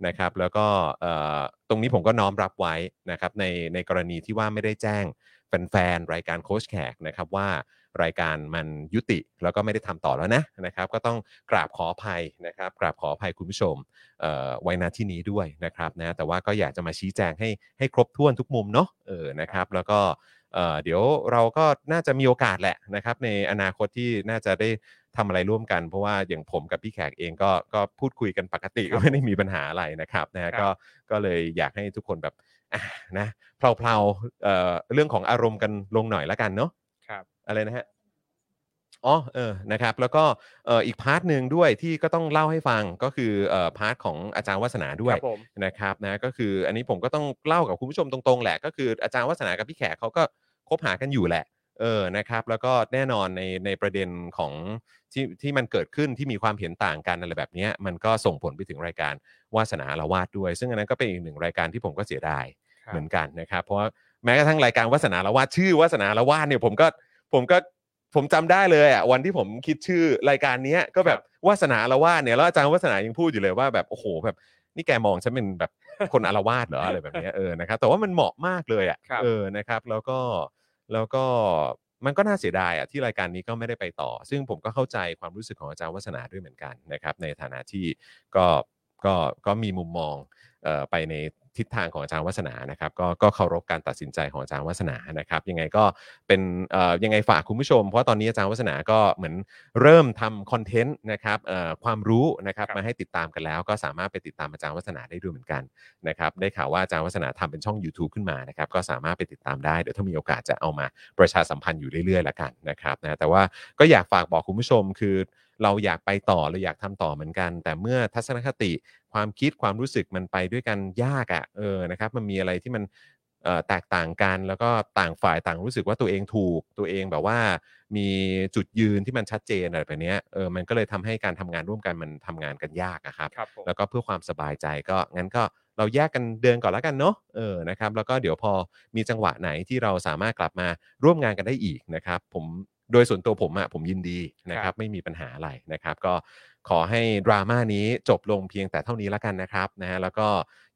S3: นะครับแล้วก็เอ่อตรงนี้ผมก็น้อมรับไว้นะครับในในกรณีที่ว่าไม่ได้แจ้งแฟนๆรายการโค้ชแขกนะครับว่า รายการมันยุติแล้วก็ไม่ได้ทำต่อแล้วนะนะครับก็ต้องกราบขออภัยนะครับกราบขออภัยคุณผู้ชม เอ่อไว้ณที่นี้ด้วยนะครับนะแต่ว่าก็อยากจะมาชี้แจงให้ให้ครบถ้วนทุกมุมเนาะเออนะครับแล้วก็เอ่อเดี๋ยวเราก็น่าจะมีโอกาสแหละนะครับในอนาคตที่น่าจะได้ทำอะไรร่วมกัน เพราะว่าอย่างผมกับพี่แขกเองก็ก็พูดคุยกันปกติก็ไม่ได้มีปัญหาอะไรนะครับนะฮะ
S4: ครับ
S3: ก็ก็เลยอยากให้ทุกคนแบบอ่ะนะเพลาๆเอ่อเรื่องของอารมณ์กันลงหน่อยละกันเนาะ
S4: ครับ
S3: อะไรนะฮะ อ๋อ เออ นะครับ แล้วก็เอ่ออีกพาร์ทหนึ่งด้วยที่ก็ต้องเล่าให้ฟังก็คือเอ่อพาร์ทของอาจารย์วัฒนาด้
S4: ค
S3: วย
S4: รับผม
S3: นะครับนะก็คืออันนี้ผมก็ต้องเล่ากับคุณผู้ชมตรงๆ แหละ ก็คืออาจารย์วัฒนากับพี่แขกเขาก็คบหากันอยู่แหละ เออ นะครับ แล้วก็แน่นอนในในประเด็นของที่ที่มันเกิดขึ้นที่มีความเห็นต่างกันอะไรแบบเนี้ยมันก็ส่งผลไปถึงรายการวาสนาละวาดด้วย ซึ่งอันนั้นก็เป็นอีกหนึ่งรายการที่ผมก็เสียดาย
S4: ครับ
S3: เหมือนกันนะครับ เพราะว่าแม้กระทั่งรายการวาสนาละวาดชื่อวาสนาละวาดเนี่ยผมก็ผมก็ผมจำได้เลยอ่ะวันที่ผมคิดชื่อรายการเนี้ยก็แบบวาสนาละวาดเนี่ยแล้วอาจารย์วาสนายังพูดอยู่เลยว่าแบบโอ้โหแบบนี่แกมองฉันเป็นแบบคนอารวาสเหรออะไรแบบเนี้ยเออนะครับแต่ว่ามันเหมาะมากเลยอ่ะ
S4: ครับ
S3: เออนะครับ แล้วก็แล้วก็มันก็น่าเสียดายอ่ะที่รายการนี้ก็ไม่ได้ไปต่อ ซึ่งผมก็เข้าใจความรู้สึกของอาจารย์วัฒนาด้วยเหมือนกันนะครับ ในฐานะที่ก็ก็ก็มีมุมมอง เอ่อไปในทิศทางของอาจารย์วัฒนานะครับก็ก็เคารพการตัดสินใจของอาจารย์วัฒนานะครับ ยังไงก็เป็นเอ่อยังไงฝากคุณผู้ชม เพราะตอนนี้อาจารย์วัฒนาก็เหมือนเริ่มทำคอนเทนต์นะครับเอ่อความรู้นะครับ
S4: ครับ
S3: มาให้ติดตามกันแล้ว ก็สามารถไปติดตามอาจารย์วัฒนาได้ด้วยเหมือนกันนะครับได้ข่าวว่าอาจารย์วัฒนาทำเป็นช่อง YouTube ขึ้นมานะครับก็สามารถไปติดตามได้เดี๋ยวถ้ามีโอกาสจะเอามาประชาสัมพันธ์อยู่เรื่อยๆละกันนะครับนะแต่ว่าก็อยากฝากบอกคุณผู้ชมคือ เราอยากไปต่อเราอยากทำต่อเหมือนกัน แต่เมื่อทัศนคติ ความคิดความรู้สึกมันไปด้วยกันยากอะ่ะเออนะครับมันมีอะไรที่มันเอ่อแตกต่างกัน แล้วก็ต่างฝ่ายต่างรู้สึกว่าตัวเองถูก ตัวเองแบบว่ามีจุดยืนที่มันชัดเจนอะไรแบบเนี้ยเออมันก็เลยทำให้การทำงานร่วมกันมันทำงานกันยากอะครับ
S4: ครับผม
S3: แล้วก็เพื่อความสบายใจก็งั้นก็เราแยกกันเดินก่อนแล้วกันเนาะเออนะครับแล้วก็เดี๋ยวพอมีจังหวะไหนที่เราสามารถกลับมาร่วมงานกันได้อีกนะครับผมโดยส่วนตัวผมอะผมยินดีนะครับไม่มีปัญหาอะไรนะครับ ก็ขอให้ดราม่านี้จบลงเพียงแต่เท่านี้แล้วกันนะครับนะฮะแล้วก็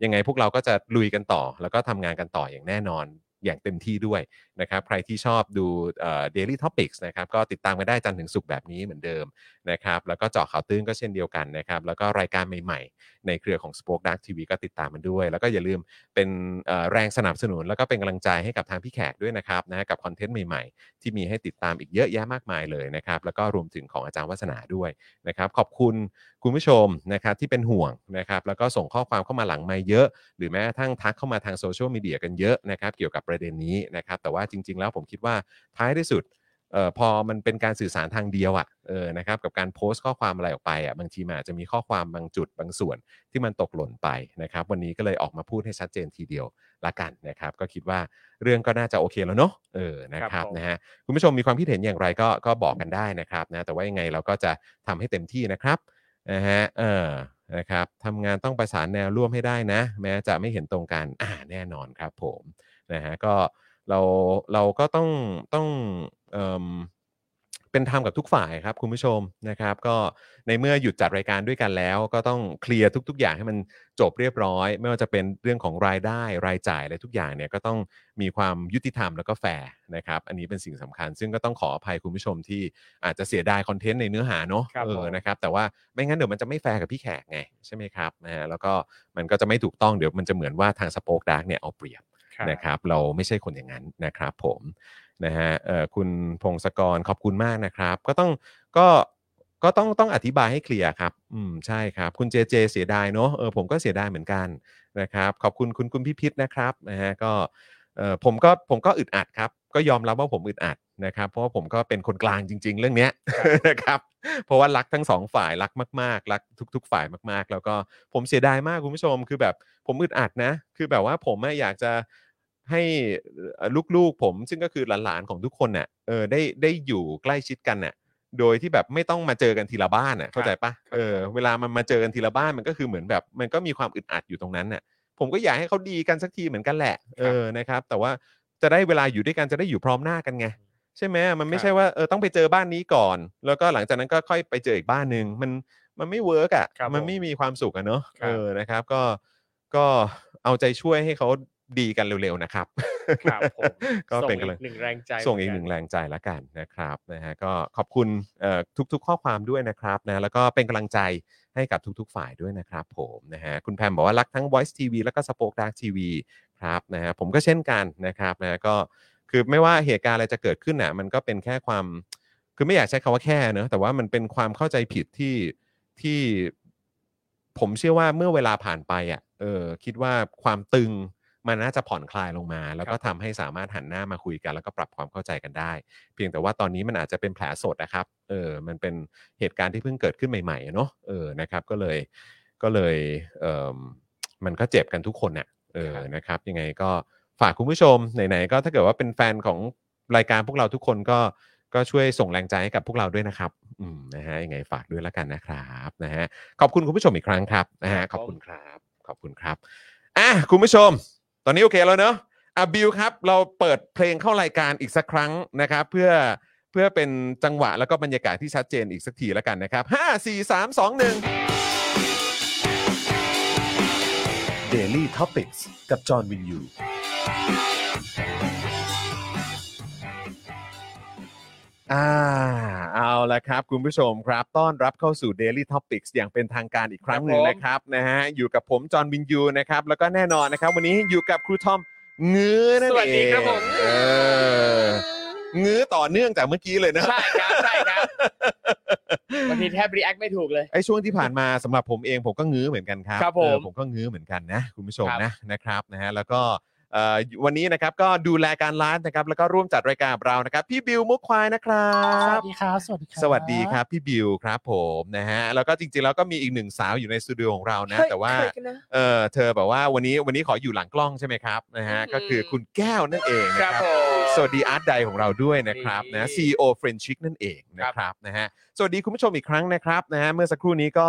S3: ยังไงพวกเราก็จะลุยกันต่อ แล้วก็ทำงานกันต่ออย่างแน่นอนอย่างเต็มที่ด้วย นะครับใครที่ชอบดูเอ่อ daily topics นะครับก็ติดตามกันได้จันทร์ถึงศุกร์แบบนี้เหมือนเดิมนะครับแล้วก็เจาะข่าวตื้นก็เช่นเดียวกันนะครับแล้วก็รายการใหม่ๆ ในเครือของ Spoke Dark TV ก็ติดตามมันด้วย แล้วก็อย่าลืมเป็นเอ่อแรงสนับสนุน แล้วก็เป็นกำลังใจให้กับทางพี่แขกด้วยนะครับนะกับคอนเทนต์ใหม่ๆ ที่มีให้ติดตามอีกเยอะแยะมากมายเลยนะครับแล้วก็รวมถึงของอาจารย์วัฒนาด้วยนะครับขอบคุณคุณผู้ชมนะครับที่เป็นห่วงนะครับแล้วก็ส่งข้อความเข้ามาหลังไม่เยอะ หรือแม้กระทั่งทักเข้ามาทางโซเชียลมีเดียกันเยอะนะครับเกี่ยวกับประเด็นนี้นะครับแต่ว่าจริง ๆ แล้วผมคิดว่าท้ายที่สุด เอ่อพอมันเป็นการสื่อสารทางเดียวอะ่ะเออนะครับกับการโพสต์ข้อความอะไรออกไปอะ่ะบางทีมันอาจจะมีข้อความบางจุดบางส่วนที่มันตกหล่นไปนะครับ วันนี้ก็เลยออกมาพูดให้ชัดเจนทีเดียวละกันนะครับ ก็คิดว่าเรื่องก็น่าจะโอเคแล้วเนาะเออนะค
S4: ครั
S3: รับบ
S4: ผม
S3: นะฮะคุณผู้ชมมีความคิดเห็นอย่างไรก็ก็บอกกันได้นะครับนะแต่ว่ายังไงเราก็จะทำให้เต็มที่นะครับนะฮะเออนะครับทำงานต้องประสานแนวร่วมให้ได้นะ แม้จะไม่เห็นตรงกันอ่าแน่นอนครับผม นะฮะก็เราเราก็ต้องต้องเอิ่มเป็นธรรมกับทุกฝ่ายครับคุณผู้ชมนะครับ ก็ในเมื่อหยุดจัดรายการด้วยกันแล้ว ก็ต้องเคลียร์ทุก ๆ อย่างให้มันจบเรียบร้อย ไม่ว่าจะเป็นเรื่องของรายได้รายจ่ายอะไรทุกอย่างเนี่ยก็ต้องมีความยุติธรรมแล้วก็แฟร์นะครับอันนี้เป็นสิ่งสำคัญ ซึ่งก็ต้องขออภัยคุณผู้ชมที่อาจจะเสียดายคอนเทนต์ในเนื้อหาเนอะ
S4: ครับ
S3: เออ
S4: ผม
S3: นะครับแต่ว่าไม่งั้นเดี๋ยวมันจะไม่แฟร์กับพี่แขกไงใช่ไหมครับนะฮะแล้วก็มันก็จะไม่ถูกต้องเดี๋ยวมันจะเหมือนว่าทางสปอคดักเนี่ยเอาเปรียบ นะครับเราไม่ใช่คนอย่างนั้นนะครับผมนะฮะเอ่อคุณพงศกรขอบคุณมากนะครับ ก็ต้องก็ก็ต้องต้องอธิบายให้เคลียร์ครับอืมใช่ครับ คุณเจเจเสียดายเนอะเออผมก็เสียดายเหมือนกันนะครับขอบคุณคุณคุณพิพิธนะครับนะฮะก็เออผมก็ผมก็อึดอัดครับ ก็ยอมรับว่าผมอึดอัดนะครับ เพราะว่าผมก็เป็นคนกลางจริง ๆ เรื่องเนี้ย นะครับ เพราะว่ารักทั้งสองฝ่ายรักมาก ๆ รักทุก ๆ ฝ่ายมาก ๆ แล้วก็ผมเสียดายมากคุณผู้ชม คือแบบผมอึดอัดนะ คือแบบว่าผมอะอยากจะให้เอ่อลูกๆ ผมซึ่งก็คือหลาน ๆ ของทุกคนเนี่ยเออได้ได้อยู่ใกล้ชิดกันเนี่ยโดยที่แบบไม่ต้องมาเจอกันทีละบ้านน่ะเข้าใจปะเออเวลามันมาเจอกันทีละบ้านมันก็คือเหมือนแบบ มันก็มีความอึดอัดอยู่ตรงนั้นน่ะ ผมก็อยากให้เขาดีกันสักทีเหมือนกันแหละเออนะครับ แต่ว่าจะได้เวลาอยู่ด้วยกันจะได้อยู่พร้อมหน้ากันไง ใช่ไหมมันไม่ใช่ว่าเออต้องไปเจอบ้านนี้ก่อน แล้วก็หลังจากนั้นก็ค่อยไปเจออีกบ้านหนึ่งมันมันไม่เวิร์กอ่ะ
S4: ครับ
S3: มันไม่มีความสุขอ่ะเนอะ
S4: ครับ
S3: เออนะครับก็ก็เอาใจช่วยให้เขาดีกันเร็วๆนะครับ
S4: ครับผม
S3: ก็เป็น
S4: ส่
S3: กำลัง
S4: อีหนึ่งแรงใจ
S3: ส่งอีก
S4: เห
S3: ห
S4: มื
S3: นึ่ง
S4: กั
S3: แรงใจละกันนะครับนะฮะก็ขอบคุณเอ่อทุกๆ ข้อความด้วยนะครับนะแล้วก็เป็นกำลังใจให้กับทุกๆ ฝ่ายด้วยนะครับผมนะฮะคุณแพมบอกว่ารักทั้ง Voice TV แล้วก็ Spoke Dark TV ครับนะฮะผมก็เช่นกันนะครับนะฮะก็คือไม่ว่าเหตุการณ์อะไรจะเกิดขึ้นน่ะมันก็เป็นแค่ความ คือไม่อยากใช้คาว่าแค่เนอะแต่ว่ามันเป็นความเข้าใจผิดที่ที่ผมเชื่อว่าเมื่อเวลาผ่านไปอ่ะเออคิดว่าความตึงมันน่าจะผ่อนคลายลงมา แล้วก็ทำให้สามารถหันหน้ามาคุยกัน แล้วก็ปรับความเข้าใจกันได้ เพียงแต่ว่าตอนนี้มันอาจจะเป็นแผลสดนะครับเออมันเป็นเหตุการณ์ที่เพิ่งเกิดขึ้นใหม่ๆอะเนอะเออนะครับก็เลยก็เลยเอมมันก็เจ็บกันทุกคนน่ะเออ
S4: ครับ
S3: นะครับยังไงก็ฝากคุณผู้ชมไหนๆก็ถ้าเกิดว่าเป็นแฟนของรายการพวกเราทุกคนก็ ก็ช่วยส่งแรงใจให้กับพวกเราด้วยนะครับ อืมนะฮะยังไงฝากด้วยแล้วกันนะครับนะฮะขอบคุณคุณผู้ชมอีกครั้งครับนะฮะ
S4: ค
S3: ข
S4: รับผม
S3: อบคุณครับขอบคุณครับอ่ะคุณผู้ชม ตอนนี้โอเคแล้วเนอะอ่ะบิวครับ เราเปิดเพลงเข้ารายการอีกสักครั้งนะครับ เพื่อเพื่อเป็นจังหวะแล้วก็บรรยากาศที่ชัดเจนอีกสักทีแล้วกันนะครับ 5 4 3 2 1
S2: Daily Topics กับจอห์นวินยู
S3: อ่าเอาละครับคุณผู้ชมครับ ต้อนรับเข้าสู่ Daily Topics อย่างเป็นทางการอีกครั้งหนึ่งนะครับนะฮะอยู่กับผมจอห์นวินยูนะครับแล้วก็แน่นอนนะครับ วันนี้อยู่กับครูทอมเงื้อนั่นเอง
S4: สวัสดีครับผม
S3: เออเงื้อต่อเนื่องจากเมื่อกี้เลยนะ
S4: ใช่ครับใช่ครับบางทีแทบรีแอคไม่ถูกเลย
S3: ไอ้ช่วงที่ผ่านมาสำหรับผมเองผมก็งื้อเหมือนกันครับ
S4: ครับผม
S3: เออผมก็งื้อเหมือนกันนะคุณผู้ชม
S4: ครับ
S3: นะนะครับนะฮะแล้วก็เอ่อวันนี้นะครับก็ดูแลการร้านนะครับแล้วก็ร่วมจัดรายการกับเรานะครับ พี่บิวมุกควายนะครับ
S5: สวัสดีครับ สวัสดีครับ
S3: สวัสดีครับพี่บิวครับผมนะฮะแล้วก็จริงๆแล้วก็มีอีกหนึ่งสาวอยู่ในสตูดิโอของเรานะ แต่ว่าเออเธอแบบว่าวันนี้วันนี้ขออยู่หลังกล้องใช่ไหมครับนะฮะ
S4: อืม
S3: ก็คือคุณแก้วนั่นเองนะค
S4: ครั
S3: รั
S4: บบ ผม
S3: สวัสดีอาร์ตไดของเราด้วยนะครับ
S4: นี่
S3: นะ CEO f r e n c h i c นั่นเองนะครับนะฮะสวัสดีคุณผู้ชมอีกครั้งนะครับนะฮะเมื่อสักครู่นี้ก็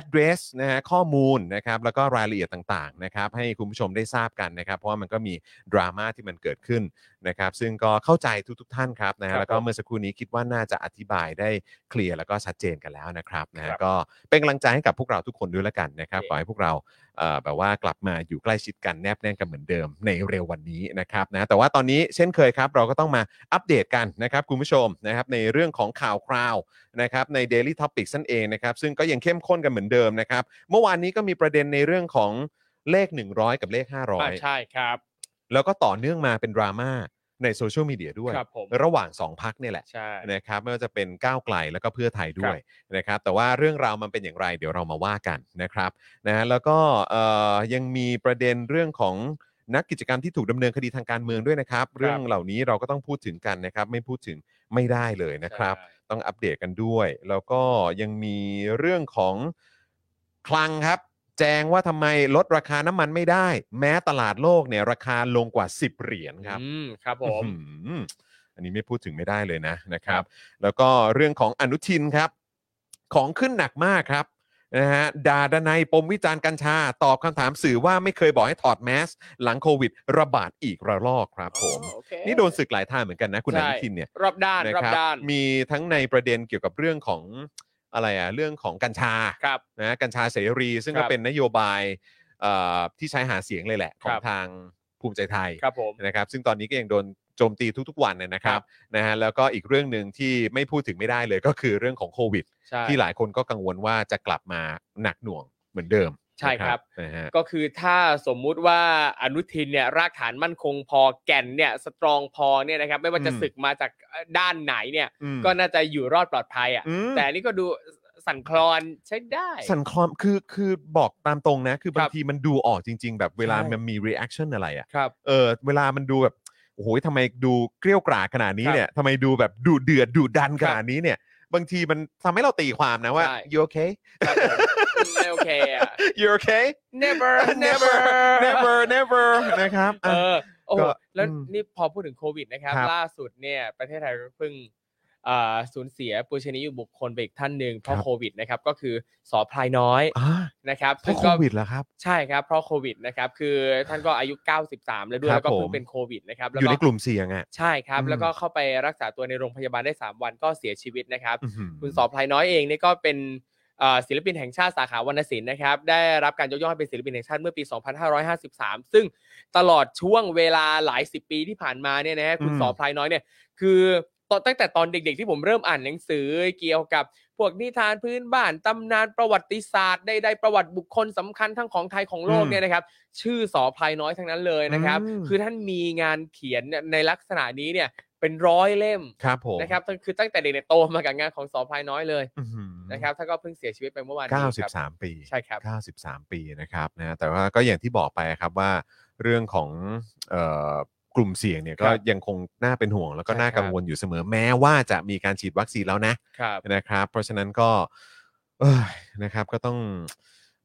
S3: address นะฮะข้อมูลนะครับแล้วก็รายละเอียดต่างๆนะครับให้คุณผู้ชมได้ทราบกันนะครับ เพราะว่ามันก็มีดราม่าที่มันเกิดขึ้นนะครับซึ่งก็เข้าใจทุกๆท่านครับนะฮะ
S4: ครับ
S3: แล้วก็
S4: ผม
S3: เมื่อสักครู่นี้คิดว่าน่าจะอธิบายได้เคลียร์แล้วก็ชัดเจนกันแล้วนะครับนะฮะ
S4: ครับ
S3: ก็เป็นกำลังใจให้กับพวกเราทุกคนด้วยละกันนะครับ
S4: นี่
S3: ขอให้พวกเรา เอ่อแบบว่ากลับมาอยู่ใกล้ชิดกันแนบแน่นกันเหมือนเดิมในเร็ววันนี้นะครับนะแต่ว่าตอนนี้เช่นเคยครับ เราก็ต้องมาอัปเดตกันนะครับคุณผู้ชมนะครับในเรื่องของข่าวคราวนะครับใน Daily Topics นั่นเองนะครับซึ่งก็ยังเข้มข้นกันเหมือนเดิมนะครับ เมื่อวานนี้ก็มีประเด็นในเรื่องของเลข 100 กับเลข
S4: อ่าใช่ครับ
S3: 500 แล้วก็ต่อเนื่องมาเป็นดราม่าในโซเชียลมีเดียด้วย
S4: ครับผม
S3: ระหว่าง 2 พักเนี่ยแหละ
S4: ใช่
S3: นะครับไม่ว่าจะเป็นก้าวไกลแล้วก็เพื่อไทยด้วยนะครับ แต่ว่าเรื่องราวมันเป็นอย่างไร เดี๋ยวเรามาว่ากันนะครับนะฮะแล้วก็เอ่อยังมีประเด็นเรื่องของนักกิจกรรมที่ถูกดำเนินคดีทางการเมืองด้วยนะครับ เรื่องเหล่านี้เราก็ต้องพูดถึงกันนะครับ ไม่พูดถึง ไม่ได้เลยนะครับ ต้องอัปเดตกันด้วย แล้วก็ยังมีเรื่องของคลังครับ แจ้งว่าทำไมลดราคาน้ำมันไม่ได้ แม้ตลาดโลกเนี่ยราคาลงกว่า 10 เหรียญครับ
S4: อืมครับผม
S3: อื้อหืออันนี้ไม่พูดถึงไม่ได้เลยนะนะครับ แล้วก็เรื่องของอนุทินครับ ของขึ้นหนักมากครับนะฮะดาดนายปมวิจารณ์กัญชา ตอบคำถามสื่อว่าไม่เคยบอกให้ถอดแมสหลังโควิด ระบาดอีกระลอกครับผม
S4: โอเค
S3: นี่โดนศึกหลายทางเหมือนกันนะคุณอ
S4: ใช่
S3: นุทินเนี่ย
S4: รอบด้าน
S3: นะค
S4: รอบ
S3: รับ
S4: ด้าน
S3: มีทั้งในประเด็นเกี่ยวกับเรื่องของอะไรอะเรื่องของกัญชา
S4: ครับ
S3: นะกัญชาเสรีซึ่ง
S4: ครั
S3: ก็
S4: บ
S3: เป็นนโยบายเอ่อที่ใช้หาเสียงเลยแหละ ของ
S4: ครับ
S3: ทางภูมิใจไทย
S4: ครับผม
S3: นะครับซึ่งตอนนี้ก็ยังโดนโจมตีทุกๆวันเนี่ยนะครับนะฮะแล้วก็อีกเรื่องหนึ่งที่ไม่พูดถึงไม่ได้เลยก็คือเรื่องของโควิด
S4: ใช่
S3: ที่หลายคนก็กังวลว่าจะกลับมาหนักหน่วงเหมือนเดิม
S4: ใช่ครับ
S3: นะฮะ
S4: ก็คือถ้าสมมุติว่าอนุทินเนี่ยรากฐานมั่นคงพอแก่นเนี่ยสตรองพอเนี่ยนะครับไม่ว่าจะศึกมาจากด้านไหนเนี่ย
S3: อืม
S4: ก็น่าจะอยู่รอดปลอดภัยอ่ะ
S3: อืม
S4: แต่อันนี่ก็ดูสั่นคลอนใช้ได้
S3: สันคลอมคือคือบอกตามตรงนะ คือบา
S4: ค
S3: ง
S4: รับ
S3: ทีมันดูออกจริง ๆ แบบเวลามันมี reaction อะไรอะ
S4: ครับ
S3: เออเวลามันดูแบบโอ้โหทำไมดูเกลี้ยวกล่าดขนาดนี้
S4: ครับ
S3: เนี่ยทำไมดูแบบดูเดือดดูดันขนาดนี้เนี่ย บางทีมันทำให้เราตีความนะว่า
S4: ใช่
S3: you okay
S4: ครับ ผมไม่โอเคอ่ะ
S3: you okay
S4: never
S3: never
S4: never
S3: never never นะครับ
S4: เอ
S3: อ่ะ
S4: อโอ้
S3: ก็
S4: แล้ว
S3: อืม
S4: นี่พอพูดถึงโควิดนะครับ
S3: ครับ
S4: ล่าสุดเนี่ยประเทศไทยก็เพิ่งอ่าสูญเสียปูชนียบุคคลไปอีกท่านหนึ่งเพราะ
S3: ครับ
S4: โควิดนะครับก็คือสอพลายน้อย
S3: อ่า
S4: นะครับ
S3: เพราะโค
S4: ก็
S3: วิดเหรอครับ
S4: ใช่ครับเพราะโควิดนะครับคือท่านก็อายุ 93 แล้วด้วย
S3: ครั
S4: แล้
S3: บ
S4: วก็
S3: ผ
S4: เพิ่ง
S3: ม
S4: เป็นโควิดนะครับ
S3: อ
S4: แว
S3: ยู่ในกลุ่มเสี่ยงอ่ะ
S4: ใช่ครับ
S3: อืม
S4: แล้วก็เข้าไปรักษาตัวในโรงพยาบาลได้ 3 วันก็เสียชีวิตนะครับ
S3: อื้อหื
S4: คุณสอบพลายน้อยเองเนี่ยก็เป็นเอ่อศิลปินแห่งชาติสาขาวรรณศิลป์นะครับได้รับการยกย่องให้เป็นศิลปินแห่งชาติเมื่อปี 2553 ซึ่งตลอดช่วงเวลาหลายสิบปีที่ผ่านมาเนี่ยนะฮะคุณสอบพลายน้อยเนี่ยคือตอนตั้งแต่ตอนเด็กๆที่ผมเริ่มอ่านหนังสือเกี่ยวกับพวกนิทานพื้นบ้านตำนานประวัติศาสตร์ใดๆประวัติบุคคลสำคัญทั้งของไทยของโลกเนี่ยนะครับชื่อสอพลายน้อยทั้งนั้นเลยนะครับ คือท่านมีงานเขียนเนี่ยในลักษณะนี้เนี่ยเป็นร้อยเล่ม
S3: ครับผม
S4: นะครับตั้งคือตั้งแต่เด็กเนี่ยโตมากับงานของสอพลายน้อยเลย
S3: อื้อหือ
S4: นะครับท่านก็เพิ่งเสียชีวิตไปเมื่อวานนี้ครับ
S3: 93 ปี
S4: ใช่ครับ
S3: 93 ปีนะครับนะแต่ว่าก็อย่างที่บอกไปครับว่าเรื่องของเอ่อกลุ่มเสี่ยงเนี่ยก็
S4: ครับ
S3: ยังคงน่าเป็นห่วงแล้วก็
S4: ใช่
S3: น่า
S4: ครับ
S3: กังวลอยู่เสมอแม้ว่าจะมีการฉีดวัคซีนแล้วนะ
S4: ครับ
S3: นะครับเพราะฉะนั้นก็เอ้ยนะครับก็ต้อง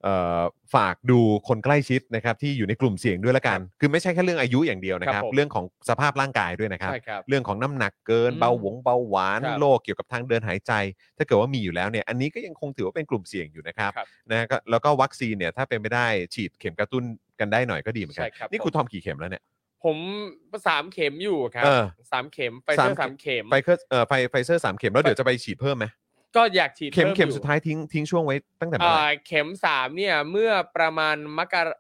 S3: เอ่อฝากดูคนใกล้ชิดนะครับที่อยู่ในกลุ่มเสี่ยงด้วยละกัน คือไม่ใช่แค่เรื่องอายุอย่างเดียวนะครั
S4: ครับ บผม
S3: เรื่องของสภาพร่างกายด้วยนะครับ
S4: ใช่ครับ
S3: เรื่องของน้ำหนักเกิน
S4: อืม
S3: เบาหวงเบาหวาน
S4: ครับ
S3: โรคเกี่ยวกับทางเดินหายใจ ถ้าเกิดว่ามีอยู่แล้วเนี่ยอันนี้ก็ยังคงถือว่าเป็นกลุ่มเสี่ยงอยู่นะครับ
S4: ครับ
S3: นะก็แล้วก็วัคซีนเนี่ยถ้าเป็นไม่ได้ฉีดเข็มกระตุ้นกันได้หน่อยก็ดีเหมือนกั
S4: ใช่
S3: น
S4: ครับ
S3: นี่ครูทอมกี่เข็มแล้วเนี่ย
S4: ผมสามเข็มอยู่ครับ
S3: เออ
S4: สามเข็มไป
S3: สาม
S4: เพิ่มสามเข็ม
S3: ไฟเซอร์เอ่อไฟไฟเซอร์สามเข็มแล้วเดี๋ยวจะไปฉีดเพิ่มไหม
S4: ก็อยากฉีด
S3: เข็ม
S4: พิ่
S3: เข็ม
S4: อ
S3: สุดท้ายทิ้งทิ้งช่วงไว้ตั้งแต่เมื่อไหร่
S4: อ่าเข็มสามเนี่ยเมื่อประมาณมกรา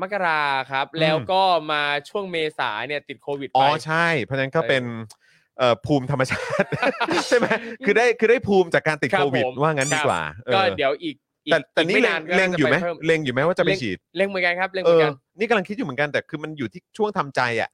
S4: มกราครับ
S3: อืม
S4: แล้วก็มาช่วงเมษาเนี่ยติดโควิดไป
S3: อ๋อใช่ เพราะฉะนั้นก็
S4: ใช่
S3: เป็นเอ่อภูมิธรรมชาติ ใช่ไหมคือได้คือได้ภูมิจากการติด
S4: ครับ
S3: โควิด
S4: ผม
S3: ว่างั้น
S4: ครั
S3: ดี
S4: บ
S3: กว่าเออ
S4: ก็เดี๋ยวอีกอีก
S3: แต่แต่
S4: อีก
S3: นี่
S4: ไม่
S3: เล็ง
S4: นานก็
S3: เล็งอยู่ไหม
S4: น่าจะปพิ่
S3: เล็งอยู่ไหมว่าจะไปฉีด
S4: เล็งเหมือนกันครับเล็งเห
S3: เอ
S4: มือ
S3: อน
S4: กัน
S3: นี่กำลังคิดอยู่เหมือนกันแต่คือมันอยู่ที่ช่วงทำใจอ่ะ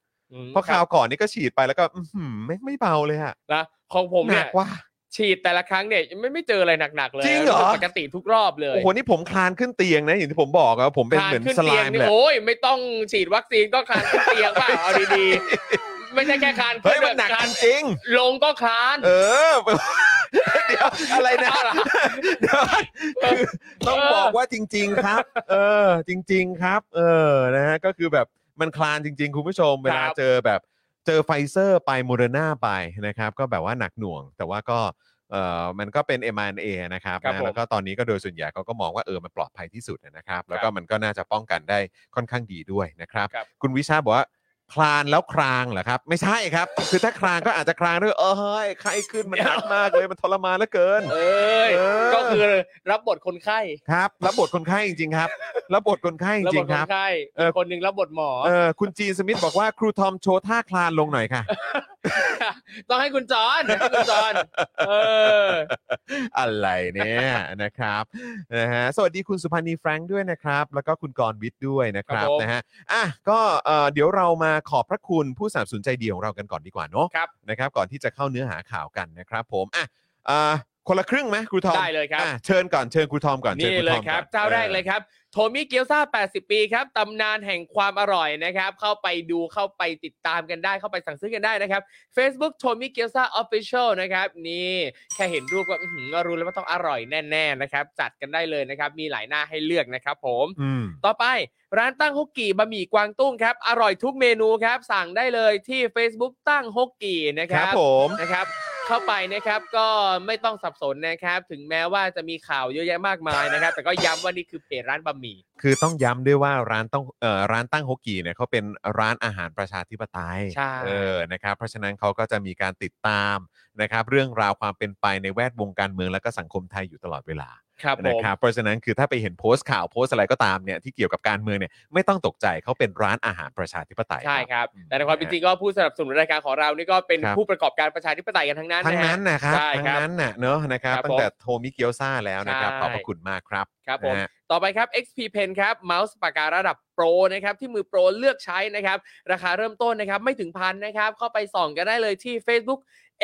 S4: ม
S3: เพราะคราวก่อนนี่ก็ฉีดไปแล้วก็อื้อหือไม่ไม่เบาเลยอ่ะ
S4: นะของผม
S3: ห
S4: เนี่
S3: นั
S4: ย
S3: กว่า
S4: ฉีดแต่ละครั้งเนี่ยไม่ไม่เจออะไรหนักๆเลย
S3: จริงเหรอ
S4: ปกติทุกรอบเลย
S3: โอ้โหนี่ผมคลานขึ้นเตียงนะอย่างที่ผมบอกอะผมเป็น
S4: คล
S3: เหมือน
S4: ขึ้
S3: สไล
S4: ตียง
S3: ม์
S4: นี่
S3: แหละ
S4: โอ้ยไม่ต้องฉีดวัคซีนก็คลานขึ้นเตียงเปล่าเอาดีๆไม่ใช่แค่คลาน
S3: เฮ้ย
S4: ขึ้
S3: มันหนัก
S4: คลา
S3: จริง
S4: ลงก็คลาน
S3: ๆเออ เดี๋ยวอะไรนะ
S4: เอาล่
S3: เดี๋ยวก่อน
S4: เออ
S3: คือต้อง
S4: เออ
S3: บอกว่าจริง ๆ ครับ เออ จริง ๆ ครับ เออนะฮะก็คือแบบมันคลานจริง ๆ คุณผู้ชม เวลาเจอแบบเจอไฟเซอร์ไปโมเดอร์นาไปนะครับ ก็แบบว่าหนักหน่วง แต่ว่าก็เออมันก็เป็น m r n a นะครับ
S4: ครับ
S3: นะ
S4: ผม
S3: แล้วก็ตอนนี้ก็โดยส่วนใหญ่เขาก็มองว่าเออมันปลอดภัยที่สุดนะครับ แล้วก็
S4: ครับ
S3: มันก็น่าจะป้องกันได้ค่อนข้างดีด้วยนะครับ
S4: ครับ
S3: คุณวิชาบอกว่าคลานแล้วคลางเหรอครับ ไม่ใช่ครับ คือถ้าคลางก็อาจจะคลางด้วยเออเฮ้ยไข้ขึ้นมันหนักมากเลยมันทรมานเหลือเกิน
S4: เอ้ย
S3: เออ
S4: ก็คือรับบทคนไข้
S3: ครับรับบทคนไข้จริง ๆ ครับรับบทคนไข้จ
S4: รับบ
S3: ริ
S4: ท
S3: ง
S4: ค
S3: ๆ ครับ
S4: นไข้
S3: เออ
S4: คนหนึ่งรับบทหมอ
S3: เออคุณจีนสมิธบอกว่าครูทอมโชว์ท่าคลานลงหน่อยค่ะ
S4: ต้องให้คุณจอนให้คุณจอนเออ
S3: อะไรเนี่ยนะครับนะฮะสวัสดีคุณสุพันธ์นีแฟรงค์ด้วยนะครับ แล้วก็คุณกรณ์วิทย์ด้วยนะครับ
S4: ครับผม
S3: นะฮะอ่ะก็เอ่อเดี๋ยวเรามาขอบพระคุณผู้สนับสนุนใจดีของเรากันก่อนดีกว่าเนาะ
S4: ครับ
S3: นะครับ ก่อนที่จะเข้าเนื้อหาข่าวกันนะครับ ผมอ่ะอ่า คนละครึ่งไหมครูทอม
S4: ได้เลยครับ
S3: อ่ะเชิญก่อนเชิญครูทอมก่อนชิญ
S4: นี่
S3: ทอม
S4: เล
S3: ก่
S4: ย
S3: อน
S4: ครับเจ้าแรกเลยครับโทมิเกียวซา80 ปีครับตำนานแห่งความอร่อยนะครับ เข้าไปดูเข้าไปติดตามกันได้ เข้าไปสั่งซื้อกันได้นะครับ Facebook โทมิเกียวซา Official นะครับ นี่แค่เห็นรูปก็อื้อหือรู้เลยว่าต้องอร่อยแน่ๆนะครับ จัดกันได้เลยนะครับ มีหลายหน้าให้เลือกนะครับผม
S3: อืม
S4: ต่อไปร้านตั้งฮกกี่บะหมี่กวางตุ้งครับ อร่อยทุกเมนูครับ สั่งได้เลยที่ Facebook ตั้งฮกกี่นะค
S3: ค
S4: รั
S3: รับ บผม
S4: นะครับเข้าไปนะครับก็ไม่ต้องสับสนนะครับ ถึงแม้ว่าจะมีข่าวเยอะแยะมากมายนะครับ แต่ก็ย้ำว่านี่คือเพจร้านบะหมี่
S3: คือต้องย้ำด้วยว่าร้านต้องเอ่อร้านตั้งฮกกี่เนี่ยเขาเป็นร้านอาหารประชาธิปไตย
S4: ใช่
S3: เออนะครับเพราะฉะนั้นเขาก็จะมีการติดตามนะครับ เรื่องราวความเป็นไปในแวดวงการเมืองและก็สังคมไทยอยู่ตลอดเวลา
S4: ครับผ
S3: นะ
S4: ม
S3: ครับเพราะฉะนั้นคือถ้าไปเห็นโพสต์ข่าวโพสต์อะไรก็ตามเนี่ยที่เกี่ยวกับการเมืองเนี่ยไม่ต้องตกใจเขาเป็นร้านอาหารประชาธิปไตย
S4: ใช่ครับแต่ในความเป็นจริงก็ผู้สนับสนุนรายการของเรานี่ก็เป็น
S3: ครับ
S4: ผู้ประกอบการประชาธิปไตยกันทั้งนั้น
S3: ทั้งนั้น
S4: นะ
S3: นะค
S4: ฮะ
S3: รับ
S4: ใช่
S3: ทั้
S4: ค
S3: ง
S4: รับ
S3: นั้นน่ะเนอะนะครับ
S4: ครับ
S3: ตั้งแต่โทมิเกียวซาแล้วนะครับ
S4: ใช่
S3: ขอบพระคุณมากครับ
S4: ครับผม
S3: นะฮะ
S4: ต่อไปครับ XP Pen ครับเมาส์ปากการะดับโปรนะครับที่มือโปรเลือกใช้นะครับ ราคาเริ่มต้นนะครับไม่ถึงพันนะครับเข้าไปส่องกันได้เลยที่ Facebook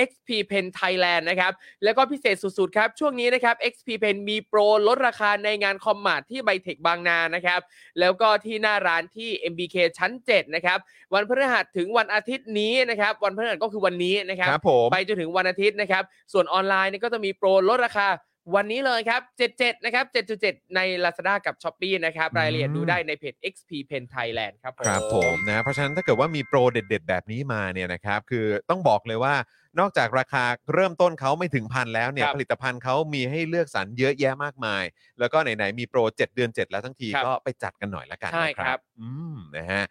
S4: XP Pen Thailand นะครับ แล้วก็พิเศษสุดๆครับ ช่วงนี้นะครับ XP Pen มีโปรลดราคาในงานคอมมาร์ทที่ไบเทคบางนานะครับ แล้วก็ที่หน้าร้านที่ MBK ชั้น 7 นะครับ วันพฤหัสถึงวันอาทิตย์นี้นะครับ วันพฤหัสก็คือวันนี้นะครับ
S3: ครับผม
S4: ไปจนถึงวันอาทิตย์นะครับ ส่วนออนไลน์เนี่ยก็จะมีโปรลดราคาวันนี้เลยครับ 77 นะครับ 7.7 ใน Lazada กับ s h อ p e e นะครับ
S3: อืม
S4: รายละเอียดดูได้ในเพจ XP Pen Thailand ครับ
S3: ครับผมนะเพราะฉะนั้นถ้าเกิดว่ามีโปรเด็ด ๆ แบบนี้มาเนี่ยนะครับคือต้องบอกเลยว่านอกจากราคาเริ่มต้นเขาไม่ถึงพันแล้วเนี่ย
S4: ครับ
S3: ผลิตภัณฑ์เขามีให้เลือกสรรเยอะแยะมากมาย แล้วก็ไหนๆมีโปร 7 เดือน 7 แล้วทั้งที
S4: ครับ
S3: ก็ไปจัดกันหน่อยละกัน
S4: ใช่
S3: นะค
S4: ครั
S3: รับบ อืมนะฮะ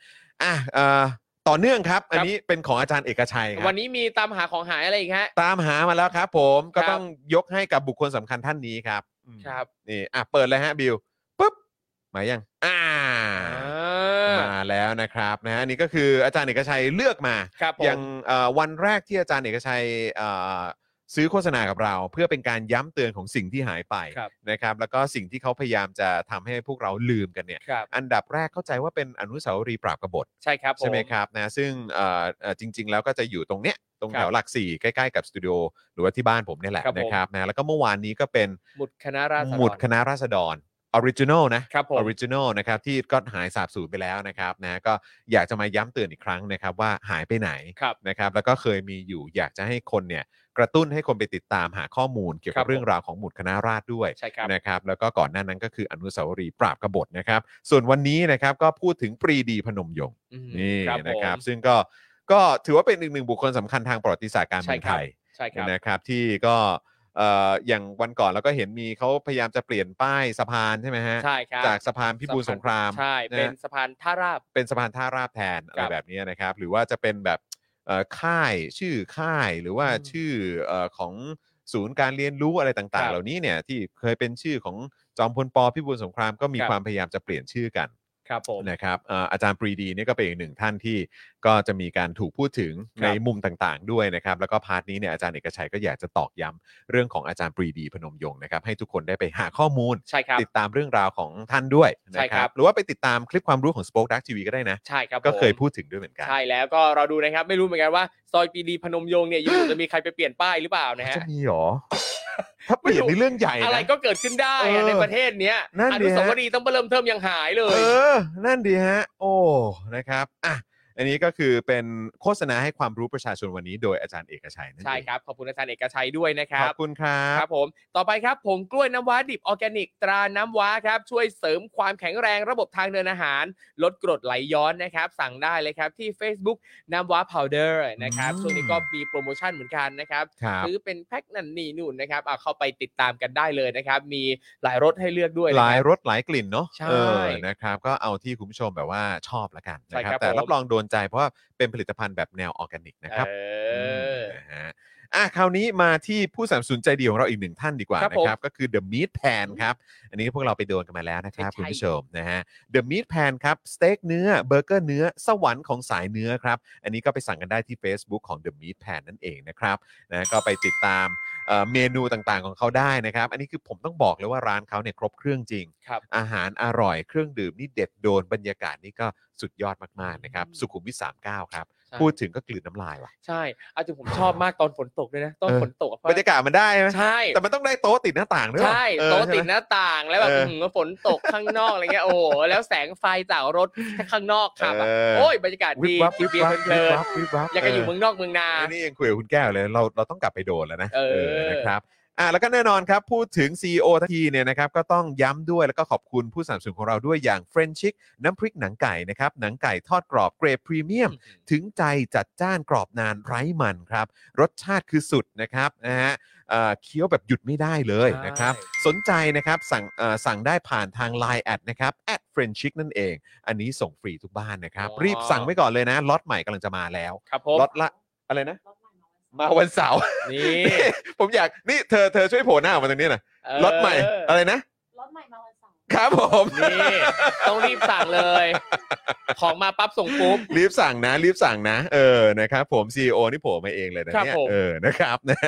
S3: อ่ะเอ่อต่อเนื่องครับ อันนี้เป็นของอาจารย์เอกชัยครั
S4: วัน
S3: บ
S4: นี้มีตามหาของหายอะไรอีกฮะ
S3: ตามหามาแล้วครับ ผมก็
S4: ครับ
S3: ต้องยกให้กับบุคคลสำคัญท่านนี้ครับอืม
S4: ครับ
S3: นี่อ่ะเปิดเลยฮะบิวปุ๊บมายังอ่า
S4: อ่า
S3: มาแล้วนะครับนะฮะอันนี่ก็คืออาจารย์เอกชัยเลือกมา
S4: ครับผ
S3: อย่าม งเอ่อวันแรกที่อาจารย์เอกชัยเอ่อซื้อโฆษณากับเรา เพื่อเป็นการย้ำเตือนของสิ่งที่หายไป
S4: ครับ
S3: นะครับแล้วก็สิ่งที่เขาพยายามจะทำให้พวกเราลืมกันเนี่ย
S4: ครับ
S3: อันดับแรกเข้าใจว่าเป็นอนุสาวรีย์ปราบกบฏ
S4: ใช่ครับผ
S3: ใช่ไหมครับนะซึ่งเอ่อเอ่อจริง ๆ แล้วก็จะอยู่ตรงเนี้ยตรง
S4: ครับ
S3: แถวหลักสี่ใกล้ๆกับสตูดิโอหรือว่าที่บ้านผมเนี่ยแหละ
S4: ครับผม
S3: นะครับนะแล้วก็เมื่อวานนี้ก็เป็น
S4: หมุดคณะราษฎร
S3: หมุดคณะราษฎรออริจินอลนะ
S4: ครับผ
S3: อ
S4: ม
S3: อริจินอลนะครับที่ก็หายสาบสูญไปแล้วนะครับนะก็อยากจะมาย้ำเตือนอีกครั้งนะครับว่าหายไปไหน
S4: ครับ
S3: นะครับแล้วก็เคยมีอยู่อยากจะให้คนเนี่ยกระตุ้นให้คนไปติดตามหาข้อมูลเกี่ยว
S4: ครั
S3: กับบ เรื่องราวของหมุดคณะราษฎรด้วย
S4: ใช่ครับ
S3: นะครับแล้วก็ก่อนหน้านั้นก็คืออนุสาวรีย์ปราบกบฏนะครับ ส่วนวันนี้นะครับก็พูดถึงปรีดีพนมยงค์
S4: อืม
S3: นี่
S4: ผม
S3: นะครับซึ่งก็ก็ถือว่าเป็นอีกหนึ่งบุคคลสำคัญทางประวัติศาสตร์การเมืองไทย
S4: ใช่ครับ
S3: นะครับที่ก็เอ่ออย่างวันก่อนเราก็เห็นมีเขาพยายามจะเปลี่ยนป้ายสะพานใช่ไหมฮะ
S4: ใช่ครับ
S3: จากสะพานพิบูลสงคราม
S4: ใช่
S3: นะ
S4: เป็น
S3: ฮะ
S4: สะพานท่าราบ
S3: เป็นสะพานท่าราบแทนอะไร
S4: ครับ
S3: แบบนี้นะครับ หรือว่าจะเป็นแบบเอ่อค่ายชื่อค่ายหรือว่า
S4: อืม
S3: ชื่อเอ่อของศูนย์การเรียนรู้อะไรต่าง
S4: ครั
S3: ๆ
S4: บ
S3: เหล่านี้เนี่ยที่เคยเป็นชื่อของจอมพลปพิบูลสงครามก็มี
S4: ครับ
S3: ความพยายามจะเปลี่ยนชื่อกัน
S4: ครับผม
S3: นะครับเอ่ออาจารย์ปรีดีเนี่ยก็เป็นอีกหนึ่งท่านที่ก็จะมีการถูกพูดถึง
S4: ครับ
S3: ในมุมต่างๆ ด้วยนะครับ แล้วก็พาร์ทนี้เนี่ยอาจารย์เอกชัยก็อยากจะตอกย้ำเรื่องของอาจารย์ปรีดีพนมยงค์นะครับให้ทุกคนได้ไปหาข้อมูล
S4: ใช่ครับ
S3: ติดตามเรื่องราวของท่านด้วย
S4: ใช่
S3: นะค
S4: ครั
S3: รับ
S4: บ
S3: หรือว่าไปติดตามคลิปความรู้ของ Spoke Dark TV ก็ได้นะ
S4: ใช่ครับ
S3: ก็เคย
S4: ผม
S3: พูดถึงด้วยเหมือนกัน
S4: ใช่แล้วก็เราดูนะครับ ไม่รู้เหมือนกันว่า ซอยปรีดีพนมยงค์เนี่ยอยู่ๆจะมีใครไปเปลี่ยนป้ายหรือเปล่านะฮะ
S3: จะมีเหรอ ถ้าเปลี่ยน
S4: ไม่รู้
S3: นี่เรื่องใหญ่น
S4: อะไรก็เกิดขึ้นได้อะ
S3: เออ
S4: ในประเทศเนี้ย
S3: นั่นดิ
S4: อ
S3: ฮะ
S4: นุสาวรีย์ต้องเริ่มเทิมยังหายเล
S3: เอย อ นั่นดีฮะ โอ้ นะครับอ่ะอันนี้ก็คือเป็นโฆษณาให้ความรู้ประชาชนวันนี้โดยอาจารย์เอกชัยนั่นเอง
S4: ใช่ครับ ขอบคุณอาจารย์เอกชัยด้วยนะค
S3: ข
S4: รั
S3: อ
S4: บบ
S3: คุณครั
S4: ค
S3: บ
S4: รับผม ต่อไปครับผงกล้วยน้ำว้าดิบออร์แกนิก ตราน้ำว้าครับ ช่วยเสริมความแข็งแรงระบบทางเดินอาหาร ลดกรดไหลย้อนนะครับ สั่งได้เลยครับที่ Facebook น้ำว้าพาวเดอร์นะครับ
S3: อืม
S4: ช่วงนี้ก็มีโปรโมชั่นเหมือนกันนะครับ
S3: ครับ
S4: ซื้อเป็นแพ็คนั่นนี่นู่นนะครับอ่ะเข้าไปติดตามกันได้เลยนะครับ มีหลายรสให้เลือกด้วย
S3: ห
S4: นะ
S3: ลาย
S4: ครับ
S3: รสหลายกลิ่นเนาะ
S4: ใช่
S3: เออนะครับก็เอาที่คุณผู้ชมแบบว่าชอบละกันนะค
S4: ใช่
S3: รับ
S4: ครับ
S3: แต่
S4: ผม
S3: รับรองโดนใจเพราะว่าเป็นผลิตภัณฑ์แบบแนวออร์แกนิกนะครับ
S4: เออ
S3: นะฮะอ่ะคราวนี้มาที่ผู้สนับสนุนใจดีของเราอีกหนึ่งท่านดีกว่า
S4: ครับ
S3: นะ
S4: ผม
S3: ครับ ก็คือ The Meat Pan ครับ อันนี้พวกเราไปโดนกันมาแล้วนะครับ
S4: ใช่
S3: คุณผู้ชมนะฮะ The Meat Pan ครับสเต็กเนื้อเบอร์เกอร์เนื้อสวรรค์ของสายเนื้อครับ อันนี้ก็ไปสั่งกันได้ที่ Facebook ของ The Meat Pan นั่นเองนะครับนะก็ไปติดตามเอ่อเมนูต่างๆของเขาได้นะครับ อันนี้คือผมต้องบอกเลยว่าร้านเขาเนี่ยครบเครื่องจริง
S4: ครับ
S3: อาหารอร่อยเครื่องดื่มนี่เด็ดโดนบรรยากาศนี่ก็สุดยอดมาก ๆ นะครับ สุขุมวิท39 ครับ
S4: ใช่
S3: พูดถึงก็กลืนน้ำลายว่ะ
S4: ใช่เอาจริงผมชอบมากตอนฝนตกด้วยนะ ตอน
S3: เออ
S4: ฝนตกอะเพ
S3: บรรยากาศมันได้ไหม
S4: ใช่
S3: แต่มันต้องได้โต๊ะติดหน้าต่างด้วย
S4: ใช่
S3: เออ
S4: โต๊ะ
S3: ใช่ไหม
S4: ติดหน้าต่างแล้วแบบ
S3: เอออื
S4: มฝนตกข้างนอกอะไรเงี้ยโอ้โหแล้วแสงไฟจากรถข้างนอกขับอะ
S3: เออ
S4: โอ้ยบรรยากาศ
S3: วิ
S4: ดี
S3: บวับ
S4: กิ
S3: วิ
S4: น
S3: บ
S4: เบียร์
S3: วับ
S4: เพ
S3: วิบวับวิ
S4: ลิน
S3: บวับ
S4: ๆอยากจะอยู่เมืองนอกเมืองนา
S3: นี่ยังคุยกับคุณแก้วเลยเราเราต้องกลับไปโดนแล้วนะ
S4: เออ
S3: นะครับอ่ะแล้วก็แน่นอนครับ พูดถึง CEO ทันทีเนี่ยนะครับก็ต้องย้ำด้วยแล้วก็ขอบคุณผู้สนับสนุนของเราด้วยอย่างเฟรนชิกน้ำพริกหนังไก่นะครับหนังไก่ทอดกรอบเกรดพรีเมียม ถึงใจจัดจ้านกรอบนานไร้มันครับ รสชาติคือสุดนะครับนะฮะเอ่อเคี้ยวแบบหยุดไม่ได้เลย
S4: ใช่
S3: นะครับ สนใจนะครับสั่งเอ่อสั่งได้ผ่านทาง Line แอดนะครับแอดเฟรนชิกนั่นเอง อันนี้ส่งฟรีทุกบ้านนะครับ รีบสั่งไว้ก่อนเลยนะล็อตใหม่กำลังจะมาแล้ว
S4: ครับผม
S3: ล็อตละอะไรนะ มาวันเสาร์
S4: นี่
S3: ผมอยากนี่เธอเธอช่วยโผล่หน้าออกมาตรงนี้หน่อย
S4: เออ
S3: ล็อตใหม่อะไรนะ
S5: รถใหม่มาวันเสาร์
S3: ครับผม
S4: นี่ต้องรีบสั่งเลย ของมาปั๊บส่งปุ๊บ
S3: รีบสั่งนะ รีบสั่งนะเออนะครับผม CEO นี่โผล่มาเองเลยนะครับ เนี่ย
S4: ผม
S3: เออนะครับ นะ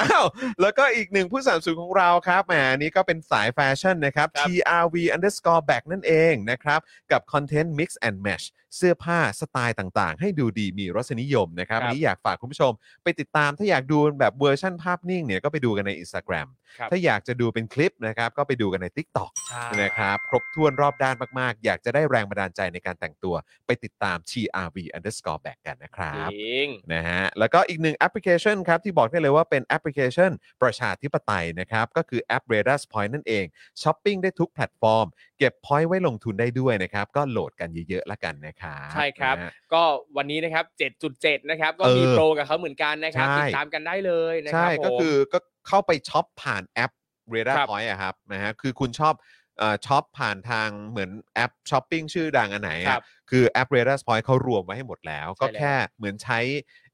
S3: อ้าว แล้วก็อีกหนึ่งผู้สนับสนุนของเราครับแหมอันนี้ก็เป็นสายแฟชั่นนะครับ
S4: ครับ
S3: TRV underscore back นั่นเองนะครับ กับคอนเทนต์ mix and match เสื้อผ้าสไตล์ต่างๆ ให้ดูดีมีรสนิยมนะครับ
S4: ครับ
S3: อันนี้อยากฝากคุณผู้ชม ไปติดตามถ้าอยากดูแบบเวอร์ชั่นภาพนิ่งเนี่ยก็ไปดูกันใน Instagram
S4: ครับ
S3: ถ้าอยากจะดูเป็นคลิปนะครับ ก็ไปดูกันใน TikTok
S4: ใช่
S3: นะครับครบถ้วนรอบด้านมากๆ อยากจะได้แรงบันดาลใจในการแต่งตัว ไปติดตาม TRV underscore back กันนะครับ
S4: จริง
S3: นะฮะแล้วก็อีกหนึ่งแอปพลิเคชันครับ ที่บอกได้เลยว่าเป็นแอปพลิเคชัน ประชาธิปไตยนะครับ ก็คือแอป r a d a r Point นั่นเองช้อปปิ้งได้ทุกแพลตฟอร์ม เก็บ point ไว้ลงทุนได้ด้วยนะครับ ก็โหลดกันเยอะๆละกันนะครับ
S4: ใช่ครับ
S3: นะฮะ
S4: ก็วันนี้นะครับ 7.7 นะครับ ก็มี
S3: เออ
S4: โปรกับเขาเหมือนกันนะครับ
S3: ใช่
S4: ติดตามกันได้เลยนะค
S3: ใช่
S4: รับผม
S3: ก็คือก็เข้าไปช็อปผ่านแอป r a d a r
S4: ครับ
S3: Point อะครับนะฮะคือคุณชอบเอ่อช็อปผ่านทางเหมือนแอปช้อปปิ้งชื่อดังอันไหน
S4: ค
S3: อะ
S4: รับ
S3: คือแอป r a d a r Point เขารวมไว้ให้หมดแล้ว
S4: ใช่
S3: ก็
S4: แล้ว
S3: แค่เหมือนใช้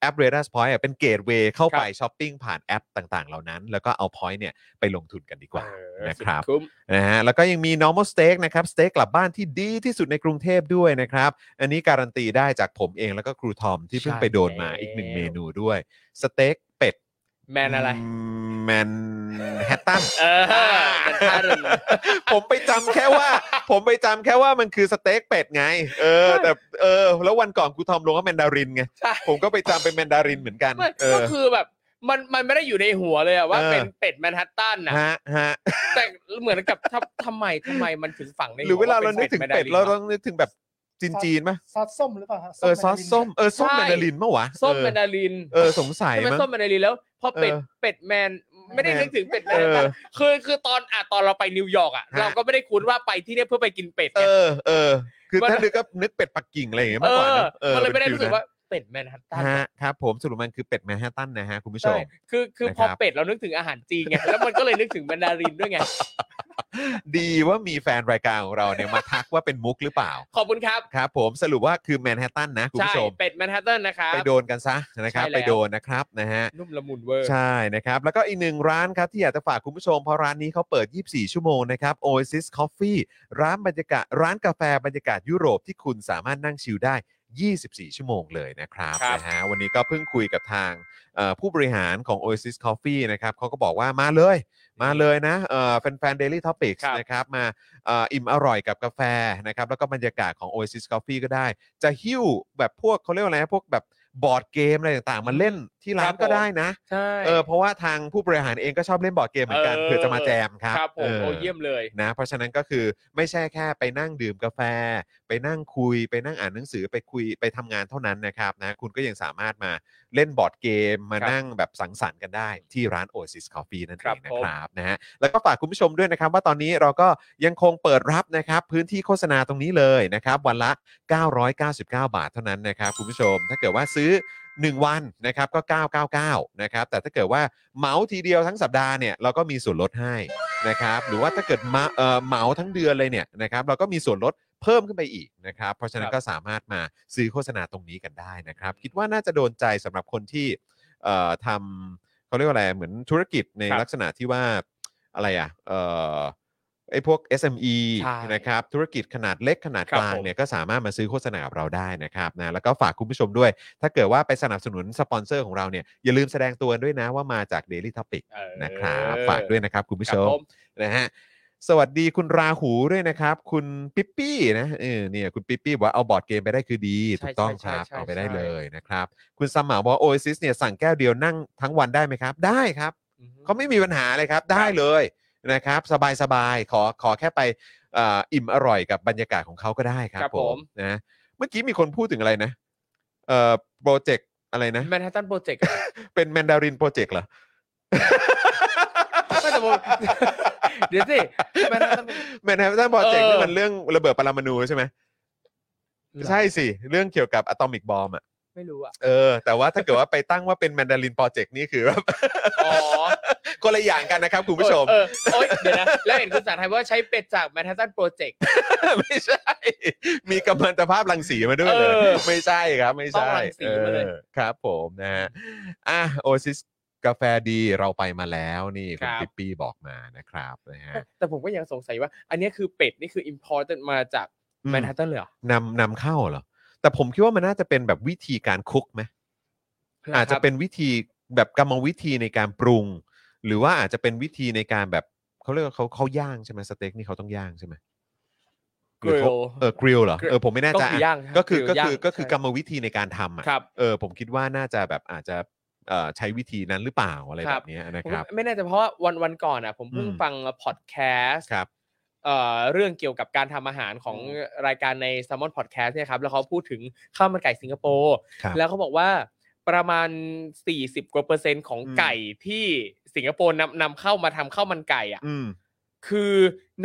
S3: แอป r a d a r Point อะเป็นเกตเวย์เข้าไป
S4: ครับ
S3: ช้อปปิ้งผ่านแอปต่างๆ เหล่านั้น แล้วก็เอา point เนี่ยไปลงทุนกันดีกว่า
S4: เออ
S3: นะครับ
S4: สุดคุ้ม
S3: นะฮะแล้วก็ยังมี normal steak นะครับสเต็กกลับบ้านที่ดีที่สุดในกรุงเทพด้วยนะครับ อันนี้การันตีได้จากผมเองแล้วก็ครูทอมที่เพิ่ง
S4: ใช่
S3: ไปโดนมาอีกหนึ่ง
S4: แล้ว
S3: เมนูด้วยสเต็กเป็ด
S4: แมนอะไร
S3: แมนแฮตตัน
S4: เออเป็นท่าเรือ
S3: ผมไปจำแค่ว่า ผมไปจำแค่ว่ามันคือสเต็กเป็ดไง เอ อ แต่เออ แล้ววันก่อนครูทอมลงว่าแมนดารินไง
S4: ใช่
S3: ผมก็ไปจำเป็นแมนดารินเหมือนกัน
S4: ไม่
S3: เอ
S4: ก็
S3: อ
S4: คือแบบมันมันไม่ได้อยู่ในหัวเลยอะว่า
S3: เออ
S4: เป็นเป็ดแมนฮัตตันนะ
S3: ฮะฮะ
S4: แต่เหมือนกับ ทำทำไมทำไมมันถึงฝังใน
S3: หรือเวลาเรานึกถึงเป็ดเรา
S4: แมนดารินวะ
S3: ต้องนึกถึงแบบจีนจีนๆไหม
S1: ซอสส้มหรือเปล่าฮะ
S3: เออซอสส้มเออส้ม
S4: ใช่
S3: แมนดารินมั้วะ
S4: ส้ม
S3: เออ
S4: แมนดาริน
S3: เออสงสัย
S4: ทำไม
S3: มั้ง
S4: ส้มแมนดารินแล้วพอเป็ด
S3: เออ
S4: เป็ดแมนไม่ได้นึกถึงเป็ดแมน
S3: เออ
S4: คือคือตอนอ่ะตอนเราไปนิวยอร์กอ่ะ
S3: ฮะ
S4: เราก็ไม่ได้คุ้นว่าไปที่เนี่ยเพื่อไปกินเป็ด
S3: เอ
S4: ไง
S3: อเออ คือ
S4: มัน
S3: ถ้านึกก็นึกเป็ดปักกิ่งอะไรอย่างเงี้ย
S4: เอ
S3: มากกว่า
S4: อ
S3: นะเออ
S4: มันเลยไม่ได้
S3: ป็
S4: รู้สึก
S3: ฟิล
S4: ว่าเป็ดแมนฮัตตัน
S3: ฮะครับผมสรุปมันคือเป็ดแมนฮัตตันนะฮะคุณผู้ช
S4: ใช่
S3: ม
S4: คือคือ
S3: นะครับ
S4: พอเป็ดเรานึกถึงอาหารจีนไง แล้วมันก็เลยนึกถึงแมนดารินด้วยไง
S3: ดีว่ามีแฟนรายการของเราเนี่ยมาทักว่าเป็นมุกหรือเปล่า
S4: ขอบคุณครับ
S3: ครับผมสรุปว่าคือแมนฮัตตันนะคุณ
S4: ใช่
S3: ผู้ชม
S4: เป็ดแมนฮัตตันนะครับ
S3: ไปโดนกันซะนะครับ
S4: ใช่แล้ว
S3: ไปโดนนะครับนะฮะ
S4: นุ่มละมุนเวอร์
S3: ใช่นะครับ แล้วก็อีกหนึ่งร้านครับที่อยากจะฝากคุณผู้ชม เพราะร้านนี้เขาเปิด 24 ชั่วโมงนะครับ Oasis Coffee ร้านบรรยากาศร้านกาแฟบรรยากาศยุโรปที่คุณสามารถนั่งชิลได้ 24 ชั่วโมงเลยนะครับ
S4: ครับ
S3: นะฮะวันนี้ก็เพิ่งคุยกับทางเอ่อผู้บริหารของ Oasis Coffee นะครับเขาก็บอกว่ามาเลย มาเลยนะเอ่อแฟนๆ Daily Topics
S4: ครับ
S3: นะครับมาเอ่ออิ่มอร่อยกับกาแฟนะครับแล้วก็บรรยากาศของ Oasis Coffee ก็ได้ จะหิ้วแบบพวกเขาเรียกว่าอะไรนะพวกแบบบอร์ดเกมอะไรต่างๆ มาเล่นที่ร้านก็ได้นะ
S4: ใช่
S3: เออเพราะว่าทางผู้บริหารเองก็ชอบเล่นบอร์ดเกมเหมือนกัน
S4: เออ
S3: เผื่อจะมาแจมครับ
S4: ครับผมโอเยี่ยมเลย
S3: นะเพราะฉะนั้นก็คือไม่ใช่แค่ไปนั่งดื่มกาแฟ ไปนั่งคุย ไปนั่งอ่านหนังสือไปคุยไปทำงานเท่านั้นนะครับนะคุณก็ยังสามารถมาเล่นบอร์ดเกม มา
S4: ครับ
S3: นั่งแบบสังสรรค์กันได้ที่ร้าน Oasis Coffee นั่นเอ
S4: ครับ
S3: ง
S4: ผม
S3: นะครับนะฮะแล้วก็ฝากคุณผู้ชมด้วยนะครับ ว่าตอนนี้เราก็ยังคงเปิดรับนะครับพื้นที่โฆษณาตรงนี้เลยนะครับวันละ 999 บาทเท่านั้นนะครับคุณผู้ชม ถ้าเกิดว่าซื้อ 1 วันนะครับก็ 999 นะครับ แต่ถ้าเกิดว่าเหมาทีเดียวทั้งสัปดาห์เนี่ยเราก็มีส่วนลดให้นะครับหรือว่าถ้าเกิดมาเอ่อเหมาทั้งเดือนเลยเนี่ยนะครับเราก็มีส่วนลดเพิ่มขึ้นไปอีกนะครับ เพราะฉะนั้น
S4: ครับ
S3: ก็สามารถมาซื้อโฆษณาตรงนี้กันได้นะครับ คิดว่าน่าจะโดนใจสำหรับคนที่เอ่อทำเขาเรียกว่าอะไรเหมือนธุรกิจใน
S4: ครับ
S3: ลักษณะที่ว่าอะไรอ่ะเอ่อไอ้พวก SME
S4: ใช่
S3: นะครับธุรกิจขนาดเล็กขนาด
S4: ครับ
S3: กลาง
S4: ผม
S3: เนี่ยก็สามารถมาซื้อโฆษณากับเราได้นะครับนะแล้วก็ฝากคุณผู้ชมด้วย ถ้าเกิดว่าไปสนับสนุนสปอนเซอร์ของเราเนี่ยอย่าลืมแสดงตัวด้วยนะว่ามาจาก Daily Topic
S4: เออ
S3: นะครับ ฝากด้วยนะครับคุณผู้ชม
S4: ครับผม
S3: นะฮะ สวัสดีคุณราหูด้วยนะครับ คุณปิ๊ปปี้นะเออเนี่ยคุณปิ๊ปปี้บอกว่าเอาบอร์ดเกมไปได้คือดีถู
S4: ใช่
S3: กต้อง
S4: ใช่
S3: ครับ
S4: ใช่
S3: เอาไปได้
S4: ใช่
S3: เลยนะครับ คุณสมหมาบอกโอเอซิสเนี่ยสั่งแก้วเดียวนั่งทั้งวันได้ไหมครับ ได้ครับ
S4: อืม
S3: เขาไม่มีปัญหาเลยครับ ได้เลยนะครับ สบายสบายๆขอขอแค่ไปเอ่ออิ่มอร่อยกับบรรยากาศของเขาก็ได้ครับ
S4: ครับ
S3: ผ
S4: ผม ม
S3: นะเมื่อกี้มีคนพูดถึงอะไรนะเอ่อโปรเจกต์อะไรนะ
S4: แมนฮัตตันโปรเจกต์
S3: เป็นแมนดารินโปรเจกต์เหรอ
S4: ไม่แต่ผมเดี๋ยวสิแมนฮัตตัน
S3: แมนฮัตตั นโปรเจกต์
S4: เออ
S3: นี่มันเรื่องระเบิดปรมาณูใช่ไหมใช่สิ เรื่องเกี่ยวกับอะตอมิกบอมอ่ะ
S4: ไม่รู้อ่ะ
S3: เออแต่ว่าถ้าเกิดว่าไปตั้งว่าเป็นแมนดารินโปรเจกต์นี่คือแบบ
S4: อ๋อ
S3: คนละอย่างกันนะครับคุณผู้ชม
S4: เออเออโอ๊ยเดี๋ยวนะแล้วเห็นคุณสารไทยว่าใช้เป็ดจากแมนฮัตตันโปรเจกต์
S3: ไม่ใช่ มีกำมันตภาพรังสีมาด้วยเลย
S4: เออ
S3: ไม่ใช่ครับ ไม่
S4: ต้
S3: ใช่
S4: องรังสีมาเลย
S3: ออครับผมนะฮะอ่ะโอซิสกาแฟดีเราไปมาแล้วนี่ คุ
S4: ค
S3: ณ
S4: รับ
S3: ปิ๊ปปี้บอกมานะครับนะฮะ
S4: แต่ผมก็ยังสงสัยว่า อันเนี้ยคือเป็ดนี่คือ important มาจากแมนฮัตตันเลยเหรอ
S3: นำนำเข้าเหรอ แต่ผมคิดว่ามันน่าจะเป็นแบบวิธีการคุกไหมอาจจะเป็นวิธีแบบกรรมวิธีในการปรุง หรือว่าอาจจะเป็นวิธีในการแบบเขาเรียกว่าเขาเขาย่างใช่ไหมสเต็กนี่เขาต้องย่างใช่ไหมหรือเขา
S4: Grill
S3: เออกริลเหรอเออผมไม่แน่ใจ
S4: ก็คือย่าง
S3: ก็คือก็
S4: ย่าง
S3: คือก็คือ
S4: ใช่
S3: กรรมวิธีในการทำอ่ะ
S4: ครับ
S3: เออผมคิดว่าน่าจะแบบอาจจะเอ่อใช้วิธีนั้นหรือเปล่าอะไร
S4: ค
S3: แบ
S4: รับ
S3: บเนี้ยนะ
S4: ผม
S3: ครับ
S4: ไม่แน่ใจเพราะว่าวันวันก่อนอ่ะ ผมเพิ่ง
S3: อืม
S4: ฟังพอดแคสต์
S3: ครับ
S4: เอ่อเรื่องเกี่ยวกับการทำอาหารของรายการใน s ซ m o n Podcast เนี่ยครับแล้วเขาพูดถึงข้าวมันไก่สิงคโปร์
S3: ครับ
S4: แล้วเขาบอกว่าประมาณ 40 กว่าเปอร์เซ็นต์ของ
S3: อืม
S4: ไก่ที่สิงคโปร์นำนำเข้ามาทำข้าวมันไก่อ่ะ
S3: อืม
S4: คือ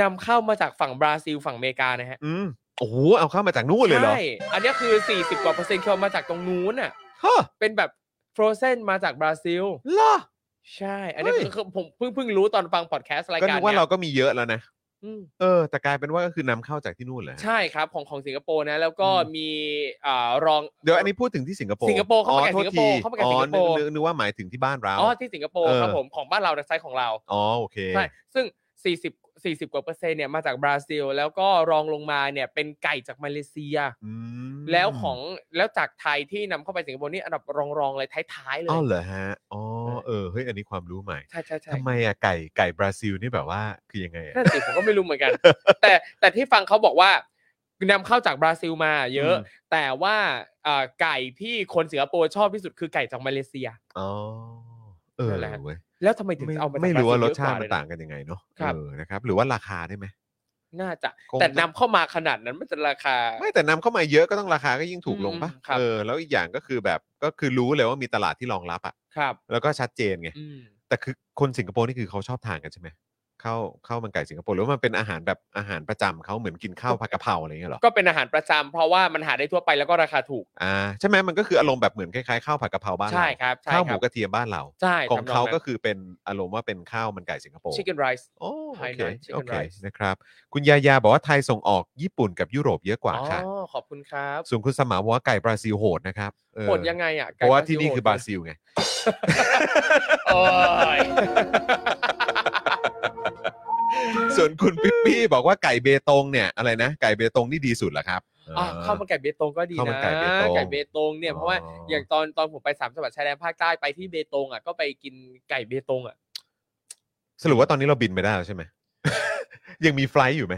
S4: นำเข้ามาจากฝั่งบราซิลฝั่งอเมริกานะฮะ
S3: อืมโอ้โหเอาเข้ามาจากนู่นเลยเหรอ
S4: ใช่อันเนี้ยคือ 40 กว่าเปอร์เซ็นต์เขามาจากตรงนู้นอ่ะ
S3: ฮะ
S4: เป็นแบบฟรเซนมาจากบราซิล
S3: เหรอ
S4: ใช่ อันเนี้ย
S3: เฮ้ย
S4: คือผมเพิ่งเพิ่งรู้ตอนฟังพอดแคสต์ราย
S3: ก็
S4: การ
S3: นึกว่า
S4: เนี่
S3: เรา
S4: ย
S3: ก็มีเยอะแล้วนะ
S4: อืม
S3: เออ แต่กลายเป็นว่าก็คือนำเข้าจากที่นู่นเลย
S4: ใช่ครับ ของของสิงคโปร์นะแล้วก็มีอ่ารอง
S3: เดี๋ยวอันนี้พูดถึงที่สิงคโปร์
S4: สิงคโปร์เข้ามาแก่
S3: อ๋อ
S4: สิงคโปร์
S3: โทษที
S4: เข้ามาแก่สิงคโปร์
S3: อ๋อนึกนึกนึกว่าหมายถึงที่บ้านเรา
S4: อ๋อที่สิงคโปร์
S3: เออ
S4: ครับผมของบ้านเราในไซต์ของเรา
S3: อ๋อโอเค
S4: ใช่ซึ่ง 40 40 กว่าเปอร์เซ็นต์เนี่ยมาจากบราซิล แล้วก็รองลงมาเนี่ยเป็นไก่จากมาเลเซีย
S3: อืม
S4: แล้วของแล้วจากไทยที่นำเข้าไปสิงคโปร์นี่อันดับรองๆเลยท้ายๆเล
S3: อ๋อย เหรอฮะอ๋อ
S4: ใช่
S3: เออเฮ้ยอันนี้ความรู้ใหม่
S4: ใช่ใช่ใช่
S3: ทำไมอะไก่ไก่บราซิลนี่แบบว่าคือยังไงอะ
S4: นั่นสิผมก็ไม่รู้เหมือน กัน แต่แต่ที่ฟังเขาบอกว่านำเข้าจากบราซิลมาเยอะ
S3: อืม
S4: แต่ว่าอ่าไก่ที่คนสิงคโปร์ชอบที่สุดคือไก่จากมาเลเซีย
S3: อ๋อเออ
S4: นั่นแหละฮะ
S3: เว้ย
S4: แล้วทำไมถึงเอามาจาก
S3: ไม่รู้
S4: บ
S3: ว่า
S4: ซิล
S3: รส
S4: เยอะก
S3: ชาติมั
S4: เลย
S3: น
S4: นะ
S3: ต่างกันยังไงเนาะ
S4: ครับ
S3: เออนะครับ หรือว่าราคาได้ไหม
S4: น่าจะ
S3: คง
S4: แต่
S3: จะ
S4: นำเข้ามาขนาดนั้นมันจะราคา
S3: ไม่แต่นำเข้ามาเยอะก็ต้องราคาก็ยิ่งถูกลงปะ
S4: อืมครับ
S3: เออแล้วอีกอย่างก็คือแบบก็คือรู้เลยว่ามีตลาดที่รองรับอะ
S4: ครับ
S3: แล้วก็ชัดเจนไง
S4: อืม
S3: แต่คือคนสิงคโปร์นี่คือเขาชอบทานกันใช่ไหมข้าวข้าวมันไก่สิงคโปร์หรือว่ามันเป็นอาหารแบบอาหารประจำเขาเหมือนกินข้าวผัดกะเพราอะไรอย่างเงี้ยเหรอ
S4: ก็เป็นอาหารประจำเพราะว่ามันหาได้ทั่วไปแล้วก็ราคาถูก
S3: อ่าใช่ไหมมันก็คืออารมณ์แบบเหมือนคล้ายๆข้าวผัดกะเพราบ้าน
S4: ใช่
S3: เรา
S4: ครับใช่
S3: ข้าวห
S4: ค
S3: มู
S4: รับ
S3: กระเทียมบ้านเรา
S4: ใช่
S3: ของเขาก็
S4: ทำน
S3: คือเป็นอารมณ์ว่าเป็นข้าวมันไก่สิงคโป
S4: นั้น
S3: ร์
S4: chicken rice
S3: โอ้
S4: ไท
S3: โอย เค
S4: หน่อย chicken
S3: โอเค
S4: rice
S3: นะครับคุณยายาบอกว่าไทยส่งออกญี่ปุ่นกับยุโรปเยอะกว่า
S4: อ๋อ
S3: ค่ะ
S4: ขอบคุณครับ
S3: ส่วนคุณสมาบอกว่าไก่บราซิลโหดนะครับเออ
S4: หดยังไงอ่ะ
S3: เพราะว่าที่นี่คือบราซิลไง
S4: โอ้ย
S3: ส่วนคุณปิ๊ปปี้บอกว่าไก่เบตงเนี่ยอะไรนะ ไก่เบตงนี่ดีสุดเหรอครับ
S4: อ่ะ
S3: เออ
S4: ข้าวมันไก่เบตงก็ดี
S3: ข้าวมัน
S4: นะ
S3: ไก่เบตง
S4: ไก่เบตงเนี่ยเพราะว่า
S3: อ๋ออ
S4: อย่างตอนตอนผมไปสามจังหวัดชายแดนภาคใต้ไปที่เบตงอ่ะก็ไปกินไก่เบตงอ่ะ
S3: สรุปว่าตอนนี้เราบินไปได้แล้วใช่ไหม ยังมีไฟลท์อยู่ไหม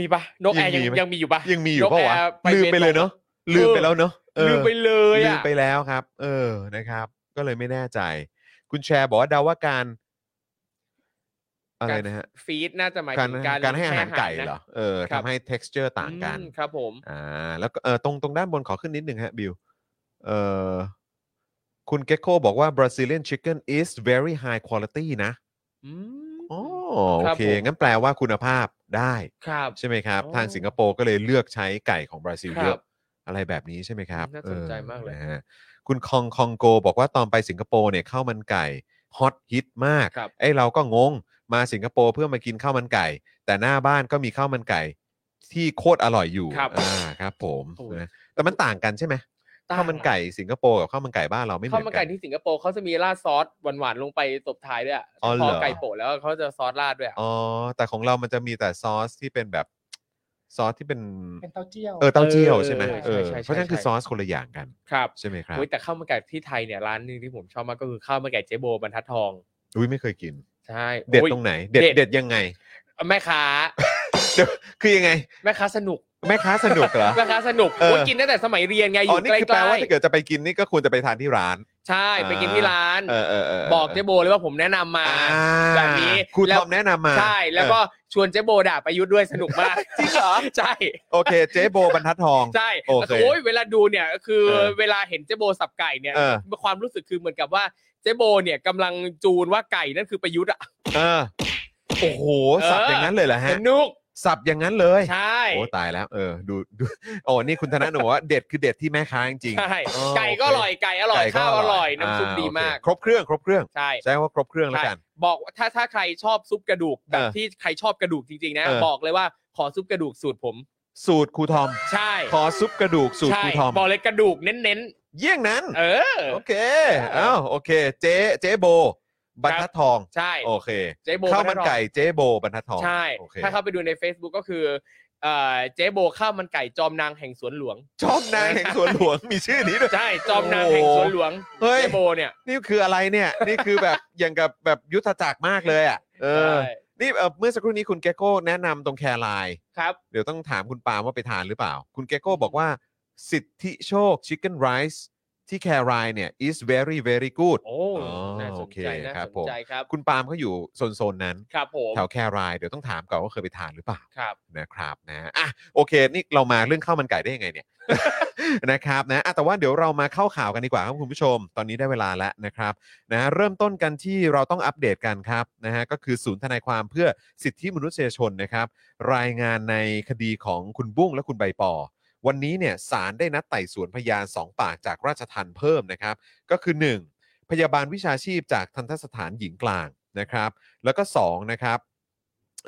S4: มีปะนกแอร์
S3: ยั
S4: ยัง ง
S3: มีไหม
S4: ยังมีอ
S3: ยังมีอยู่
S4: ยู่ปะ
S3: เปล่าวะ
S4: นกแอร์ไป
S3: ลืมไปเลยเนาะลืมไป
S4: เออ
S3: แล้วเนาะเออ
S4: ลืมไปเลย
S3: ลืม
S4: อ่ะ
S3: ไปแล้วครับ เออนะครับ ก็เลยไม่แน่ใจ คุณแชร์บอกว่าเดาว่าการอะไรนะฮะ
S4: ฟีดน่าจะหมาย
S3: การ
S4: ถึงการ
S3: การให้อาหารไก่
S4: นะ
S3: เหรอเออ
S4: ครับ
S3: ทำให้ texture ต่างกัน
S4: อืมครับผม
S3: อ่าแล้วก็เออตรงตรงด้านบนขอขึ้นนิดหนึ่งฮะบิวเออคุณเกคโคบอกว่า Brazilian chicken is very high quality นะ
S4: อืม
S3: อ๋อ
S4: ค
S3: โอ
S4: รับ
S3: เค
S4: ผม
S3: งั้นแปลว่าคุณภาพได้
S4: ครับ
S3: ใช่ไหมครับ
S4: อ๋อ
S3: ทางสิงคโปร์ก็เลยเลือกใช้ไก่ของบราซิล
S4: ครับ
S3: เยอะอะไรแบบนี้ใช่ไหมครับ
S4: น่าสนใจมากเลย
S3: ออนะฮะ คุณคองคองโกบอกว่าตอนไปสิงคโปร์เนี่ยข้าวมันไก่ฮอตฮิตมาก
S4: ครับ
S3: ไอ้เราก็งงมาสิงคโปร์เพื่อมากินข้าวมันไก่ แต่หน้าบ้านก็มีข้าวมันไก่ ที่โคตรอร่อยอยู่
S4: ครับ
S3: อ่าครับผม
S4: โอ้ย
S3: นะแต่มันต่างกันใช่ไหม
S4: ต่ง
S3: ข้าวมันไก่สิงคโปร์กับข้าวมันไก่บ้านเราไม่เหมื
S4: ข้าว
S3: อน
S4: มัน
S3: กั
S4: ไก่
S3: น
S4: ที่สิงคโปร์เขาจะมีราดซอสหวานๆลงไปตบท้ายด้วยอะ
S3: อ๋อเหร
S4: พ
S3: อ
S4: อไก่โปะแล้วเขาจะซอสราดด้วยอะ
S3: อ๋อแต่ของเรามันจะมีแต่ซอสที่เป็นแบบซอสที่เป็น
S1: เป็นเต้าเจี้ยว
S3: เออเต้าเจี้ยวใช่ไหมเออ
S4: ใช่ใช่ใช่
S3: เพราะฉะนั้นคือซอสคนละอย่างกัน
S4: ครับ
S3: ใช่ไหมครับ
S4: โอ้ยแต่ข้าวมันไก่ที่ไทยเนี่ยร้านหนึงที่ผมชอบมากก็คือข้าวมันไก่เจ๊โบบรรทัดทอง
S3: อุ้ยไม่เคยกิน
S4: ใช่
S3: เด็ด
S4: โอ้ย
S3: ตรงไหน เด็ด
S4: เด็ด
S3: เด็ดยังไง
S4: แม่ค้า
S3: เดี๋ยวคือยังไง
S4: แม่ค้าสนุก
S3: แม่ค้าสนุกเหรอ
S4: แม่ค้าสนุก
S3: เออ
S4: โอ้ยกินตั้งแต่สมัยเรียนไงอ
S3: อ๋อยู่ นี่
S4: ใก
S3: คือแปล
S4: ล้
S3: ว่าถ้าเกิดจะไปกินนี่ก็ควรจะไปทานที่ร้าน
S4: ๆใช่ไปกินที่ร้าน
S3: เออเออเออ
S4: บอกเจ๊โบเลยว่าผมแนะนำมา
S3: อ่า
S4: แบบนี้
S3: ครู
S4: แล้
S3: ท
S4: ว
S3: อมแนะนำมา
S4: ใช่แล้วก็ชวนเจ๊โบด่าประยุทธ์ด้วยสนุกมาก จริงเหรอ ใช่
S3: โอเค เจ๊โบบรรทัดทอง
S4: ใช่
S3: โอเค
S4: แล้วก็โอ้ยเวลาดูเนี่ยก็คือ
S3: เออ
S4: เวลาเห็นเจ๊โบสับไก่เนี่ย
S3: เออ
S4: ความรู้สึกคือเหมือนกับว่าเจ๊โบเนี่ยกำลังจูนว่าไก่นั่นคือประยุทธ์อะ
S3: เออโอ้โห
S4: เออ
S3: สับอย่างนั้นเลยเหรอฮะ
S4: สนุก
S3: สับอย่างนั้นเลย
S4: ใช่
S3: โอ้ตายแล้ว เออ ดูดูโอ้นี่คุณธนาหนูว่า เด็ดคือเด็ดที่แม่ค้าจริงๆ
S4: ใช่
S3: อ๋อ
S4: ไก่ก็อร่อยไก่อร่อย
S3: ไก่ก็
S4: ข้าวอร่อยน้ำซุป
S3: า
S4: ดี
S3: โอเค
S4: มาก
S3: ครบเครื่องครบเครื่อง
S4: ใช่
S3: ใช้ว่าครบเครื่องแล้ว
S4: ใช่
S3: กัน
S4: บอกว่าถ้าถ้าใครชอบซุปกระดูกแบบ
S3: เออ
S4: ที่ใครชอบกระดูกจริงๆนะ
S3: เออ
S4: บอกเลยว่าขอซุปกระดูกสูตรผม
S3: สูตรครูทอม
S4: ใช่
S3: ขอซุปกระดูกสูตร
S4: ใช่
S3: ครูทอม
S4: บอกเลยกระดูกเน้น
S3: เยี่ยงนั้น
S4: ๆ เออ
S3: โอเค เอ้า โอเค เจ๊เจ๊โบ บรรทัดทอง
S4: ใช่
S3: โอเค
S4: เจ๊โบ
S3: ข้าวมัน
S4: รับรอง
S3: ไก่เจ๊โบ บรรทัดทอง
S4: ใช่
S3: โอเค
S4: ถ้าเข้าไปดูใน Facebook ก็คือเอ่อเจ๊โบข้าวมันไก่จอมนางแห่งสวนหลวง
S3: ชอบนางแห่งสวนหลวง มีชื่อนี้ด้วย
S4: ใช่ จอมนางแห่งสวนหลวง
S3: เฮ้ย
S4: เจ๊โบเนี่ย
S3: นี่คืออะไรเนี่ย นี่คือแบบ อย่างกับแบบยุทธจักรมากเลยอ่ะ เออ
S4: ใช่
S3: นี่เอ่อเมื่อสักครู่นี้คุณเกโก้แนะนำตรงแคร์ไลน์
S4: ครับ
S3: เดี๋ยวต้องถามคุณปาล์มว่าไปทานหรือเปล่า คุณเกโก้บอกว่า สิทธิโชคชิคเก้นไรซ์ที่แคร์ไลน์เนี่ย is very very good
S4: โอ้
S3: อ๋อ
S4: น่าสนใจ
S3: โอเค
S4: น่า
S3: ครับ
S4: สน
S3: ผม
S4: ใจครับ
S3: คุณปาล์มเขาอยู่โซนๆนั้น
S4: ครับผม
S3: แถวแครายเดี๋ยวต้องถามก่อนว่าเคยไปทานหรือเปล่า
S4: ครับ
S3: นะครับนะอ่ะโอเค นี่เรามาเรื่องข้าวมันไก่ได้ยังไงเนี่ย นะครับนะอ่ะแต่ว่าเดี๋ยวเรามาเข้าข่าวกันดีกว่าครับคุณผู้ชม ตอนนี้ได้เวลาแล้วนะครับนะเริ่มต้นกันที่เราต้องอัปเดตกันครับนะฮะก็คือศูนย์ทนายความเพื่อสิทธิมนุษยชนนะครับ รายงานในคดีของคุณบุ้งและคุณใบปอ วันนี้เนี่ยศาลได้นัดไต่สวนพยาน 2 ปากจากราชทันเพิ่มนะครับ ก็คือ 1. พยาบาลวิชาชีพจากทันตสถานหญิงกลางนะครับ แล้วก็2นะครับ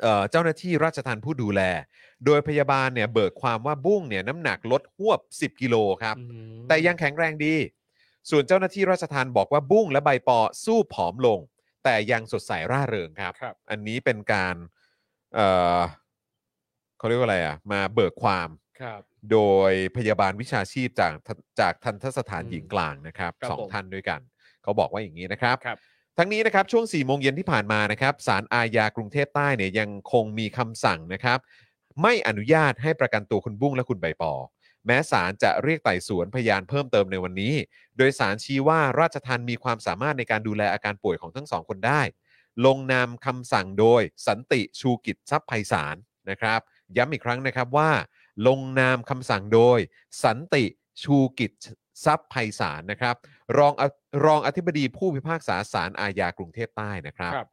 S3: เอ่อเจ้าหน้าที่ราชทันผู้ดูแล โดยพยาบาลเนี่ยเบิกความว่าบุ้งเนี่ยน้ำหนักลดหวบ 10 กิโลครับ
S4: อืม
S3: แต่ยังแข็งแรงดี ส่วนเจ้าหน้าที่ราชทานบอกว่าบุ้งและใบปอสู้ผอมลง แต่ยังสดใสร่าเริงครับ
S4: ครับ
S3: อันนี้เป็นการ เอ่อเขาเรียกว่าอะไรอ่ะ มาเบิกความ
S4: ครับ
S3: โดยพยาบาลวิชาชีพจากทันจากทันทสถาน
S4: อืม
S3: หญิงกลางนะครับ
S4: ครับ
S3: สอง
S4: ผม
S3: ท่านด้วยกัน เขาบอกว่าอย่างนี้นะครับ
S4: ครับ
S3: ทั้งนี้นะครับ ช่วง4ี่โมงเย็นที่ผ่านมานะครับศาลอาญากรุงเทพใต้เนี่ยยังคงมีคำสั่งนะครับ ไม่อนุญาตให้ประกันตัวคุณบุ้งและคุณใบปอ แม้ศาลจะเรียกไต่สวนพยานเพิ่มเติมในวันนี้ โดยศาลชี้ว่าราชทันมีความสามารถในการดูแลอาการป่วยของทั้งสองคนได้ ลงนามคำสั่งโดยสันติชูกิจทรัพย์ไพศาลนะครับ ย้ำอีกครั้งนะครับว่า ลงนามคำสั่งโดย สันติชูกิจทรัพย์ไพศาลนะครับ รองรองอธิบดีผู้พิพากษาศาลอาญากรุงเทพใต้นะครับ
S4: ครับ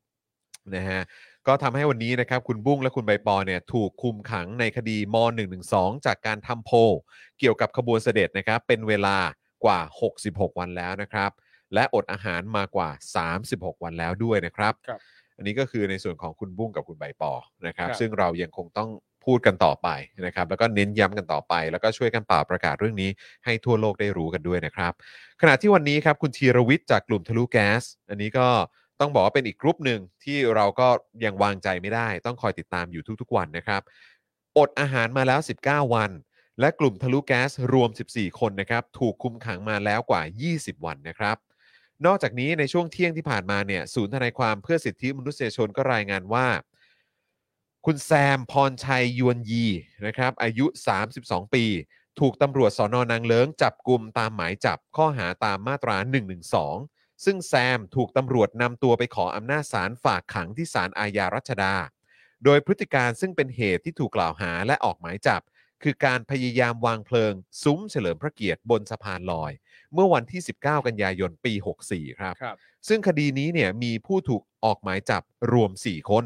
S3: นะฮะก็ทำให้วันนี้นะครับ คุณบุ้งและคุณใบปอเนี่ยถูกคุมขังในคดีม .112 จากการทำโพลเกี่ยวกับขบวนเสด็จนะครับ เป็นเวลากว่า 66 วันแล้วนะครับ และอดอาหารมากว่า 36 วันแล้วด้วยนะครับ
S4: ครับ
S3: อันนี้ก็คือในส่วนของคุณบุ้งกับคุณใบปอนะครับ
S4: ครับ
S3: ซึ่งเรายังคงต้องพูดกันต่อไปนะครับ แล้วก็เน้นย้ำกันต่อไป แล้วก็ช่วยกันเป่าประกาศเรื่องนี้ให้ทั่วโลกได้รู้กันด้วยนะครับ ขณะที่วันนี้ครับคุณธีรวิทย์จากกลุ่มทะลุแก๊ส อันนี้ก็ต้องบอกว่าเป็นอีกกลุ่มหนึ่งที่เราก็ยังวางใจไม่ได้ ต้องคอยติดตามอยู่ทุกๆวันนะครับ อดอาหารมาแล้ว 19 วัน และกลุ่มทะลุแก๊สรวม 14 คนนะครับถูกคุมขังมาแล้วกว่า 20 วันนะครับ นอกจากนี้ในช่วงเที่ยงที่ผ่านมาเนี่ยศูนย์ทนายความเพื่อสิทธิมนุษยชนก็รายงานว่า คุณแซมพรชัยยวนยีนะครับอายุ 32 ปี ถูกตำรวจสอนอนางเลิ้งจับกลุ่มตามหมายจับข้อหาตามมาตรา 112 ซึ่งแซมถูกตำรวจนำตัวไปขออำนาจศาลฝากขังที่ศาลอาญารัชดา โดยพฤติการซึ่งเป็นเหตุที่ถูกกล่าวหาและออกหมายจับ คือการพยายามวางเพลิง ซุ้มเฉลิมพระเกียรติบนสะพานลอย เมื่อวันที่ 19 กันยายนปี 64 ครับ
S4: ครับ
S3: ซึ่งคดีนี้เนี่ยมีผู้ถูกออกหมายจับรวม 4 คน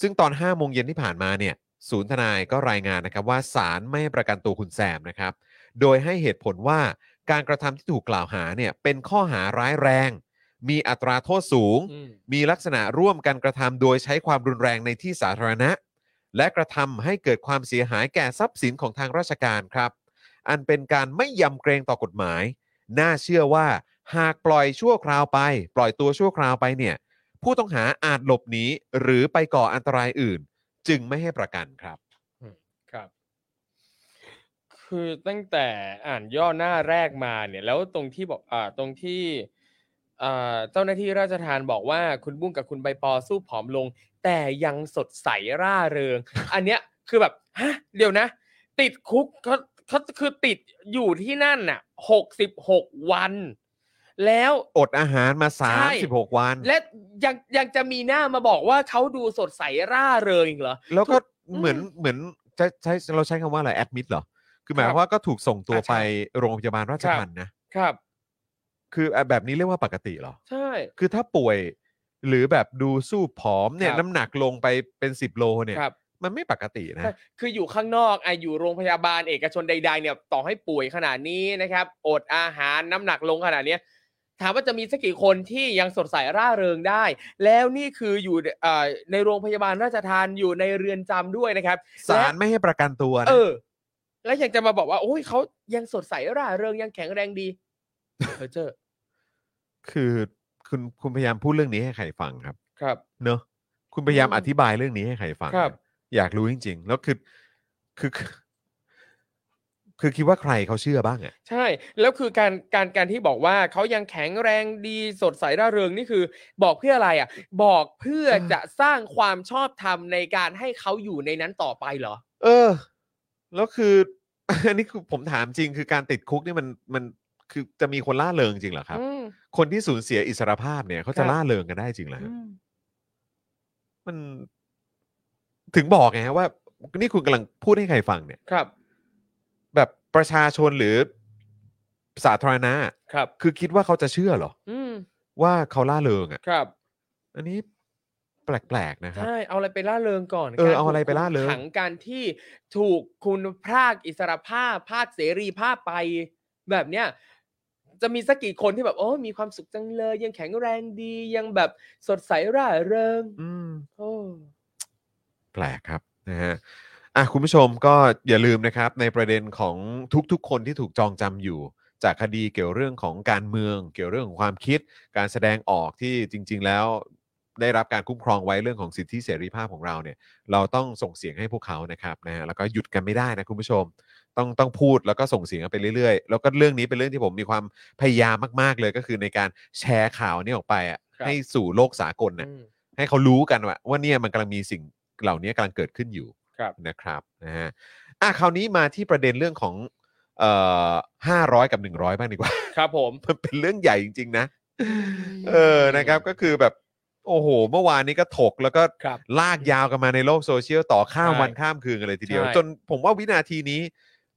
S3: ซึ่งตอน 5 โมงเย็นที่ผ่านมาเนี่ยศูนย์ทนายก็รายงานนะครับว่าศาลไม่ให้ประกันตัวคุณแซมนะครับ โดยให้เหตุผลว่าการกระทำที่ถูกกล่าวหาเนี่ยเป็นข้อหาร้ายแรง มีอัตราโทษสูง
S4: อืม
S3: มีลักษณะร่วมกันกระทำโดยใช้ความรุนแรงในที่สาธารณะ และกระทำให้เกิดความเสียหายแก่ทรัพย์สินของทางราชการครับ อันเป็นการไม่ยำเกรงต่อกฎหมาย น่าเชื่อว่าหากปล่อยชั่วคราวไป ปล่อยตัวชั่วคราวไปเนี่ย ผู้ต้องหาอาจหลบหนีหรือไปก่ออันตรายอื่น จึงไม่ให้ประกันครับ
S4: ครับ คือตั้งแต่อ่านย่อหน้าแรกมาเนี่ย แล้วตรงที่บอกอ่าตรงที่อ่าเจ้าหน้าที่ราชทานบอกว่าคุณบุ้งกับคุณใบปอสู้ผอมลง แต่ยังสดใสร่าเริง อันเนี้ยคือแบบฮะเดี๋ยวนะ ติดคุกเขาเขาคือติดอยู่ที่นั่นน่ะหกสิบหกวัน แล้ว
S3: อดอาหารมา
S4: ใช่
S3: 36 วัน
S4: และยังยังจะมีหน้ามาบอกว่าเขาดูสดใสร่าเริงอีกเหรอ
S3: แล้วก็
S4: อืม
S3: เหมือนเหมือนจะใช้เราใช้คำว่าอะไรแอดมิดเหรอ คือหมาย
S4: ค
S3: ค
S4: รั
S3: วา
S4: บ
S3: มว่าก็ถูกส่งตัว
S4: อ่ะใช่
S3: ไปโรงพยาบาลราช
S4: ครับ
S3: ทัณฑ์นะ
S4: ครับ
S3: คือแบบนี้เรียกว่าปกติเหรอ
S4: ใช่
S3: คือถ้าป่วยหรือแบบดูสู้ผอมเนี่ย
S4: ครับ
S3: น้ำหนักลงไปเป็น 10 โลเนี่ย
S4: ครับ
S3: มันไม่ปกตินะ
S4: ใช่คืออยู่ข้างนอกไอะอยู่โรงพยาบาลเอกชนใดๆเนี่ยต่อให้ป่วยขนาดนี้นะครับ อดอาหารน้ำหนักลงขนาดเนี้ยถามว่าจะมีสักกี่คนที่ยังสดใสร่าเริงได้ แล้วนี่คืออยู่เอ่อในโรงพยาบาลราชทานอยู่ในเรือนจำด้วยนะครับ
S3: ศาลไม่ให้ประกันตัวนะ
S4: เออ แล้วยังจะมาบอกว่า โอ้ยเขายังสดใสร่าเริงยังแข็งแรงดีเพอเจอ
S3: คือคุณคุณพยายามพูดเรื่องนี้ให้ใครฟังครับ
S4: ครับ
S3: เนอะคุณพยายาม
S4: อืม
S3: อธิบายเรื่องนี้ให้ใครฟัง
S4: ครับ
S3: นะอยากรู้จริง ๆ แล้วคือคือคือคือคิดว่าใครเขาเชื่อบ้างอะ
S4: ใช่ แล้วคือการการการที่บอกว่าเขายังแข็งแรงดีสดใสร่าเริงนี่คือ บอกเพื่ออะไรอ่ะ บอกเพื่อ
S3: เออ
S4: จะสร้างความชอบธรรมในการให้เขาอยู่ในนั้นต่อไปเหรอ
S3: เออ แล้วคือ อันนี้คือผมถามจริง คือการติดคุกนี่มันมันคือจะมีคนล่าเริงจริงเหรอครับ
S4: อืม
S3: คนที่สูญเสียอิสรภาพเนี่ยเขาจะ
S4: ครับ
S3: ล่าเริงกันได้จริงเหรอฮะมันถึงบอกไงฮะว่า นี่คุณกำลังพูดให้ใครฟังเนี่ย
S4: ครับ
S3: แบบประชาชนหรือสาธารณะ
S4: ครับ
S3: คือคิดว่าเขาจะเชื่อเหรอ
S4: อืม
S3: ว่าเขาล่าเริงอ่ะ
S4: ครับ
S3: อันนี้แปลกๆนะครับ
S4: ใช่เอาอะไรไปล่าเริงก่อน
S3: เออก เอาอะไร
S4: ถูก
S3: ไปล่าเริง
S4: คุมขังการที่ถูกคุณพรากอิสรภาพพรากเสรีภาพไปแบบเนี้ยจะมีสักกี่คนที่แบบโอ้ยมีความสุขจังเลย ยังแข็งแรงดียังแบบสดใสร่าเริง
S3: อืม
S4: โอ้
S3: แปลกครับนะฮะอ่ะคุณผู้ชมก็อย่าลืมนะครับ ในประเด็นของทุกๆ คนที่ถูกจองจำอยู่ จากคดีเกี่ยวเรื่องของการเมือง เกี่ยวเรื่องของความคิด การแสดงออกที่จริง ๆ แล้วได้รับการคุ้มครองไว้เรื่องของสิทธิเสรีภาพของเราเนี่ย เราต้องส่งเสียงให้พวกเขานะครับนะฮะแล้วก็หยุดกันไม่ได้นะคุณผู้ชม ต้องต้องพูดแล้วก็ส่งเสียงกันไปเรื่อยๆ แล้วก็เรื่องนี้เป็นเรื่องที่ผมมีความพยายามมากๆเลยก็คือในการแชร์ข่าวนี้ออกไปอะ
S4: ครับ
S3: ให้สู่โลกสากลนะ
S4: อืม
S3: ให้เขารู้กันว่าว่าเนี่ยมันกำลังมีสิ่งเหล่านี้กำลังเกิดขึ้นอยู่
S4: ครับ
S3: นะครับนะฮะอ่ะคราวนี้มาที่ประเด็นเรื่องของเอ่อห้าร้อยกับหนึ่งร้อยบ้างดี กว่า
S4: ครับผม
S3: มันเป็นเรื่องใหญ่จริง ๆ นะ เออนะครับก็คือแบบ โอ้โห เมื่อวานนี้ก็ถกแล้วก็
S4: ครับ
S3: ลากยาวกันมาในโลกโซเชียลต่อข้าม
S4: ใช่
S3: วันข้ามคืนกันเลยทีเดียว
S4: ใช่
S3: จนผมว่าวินาทีนี้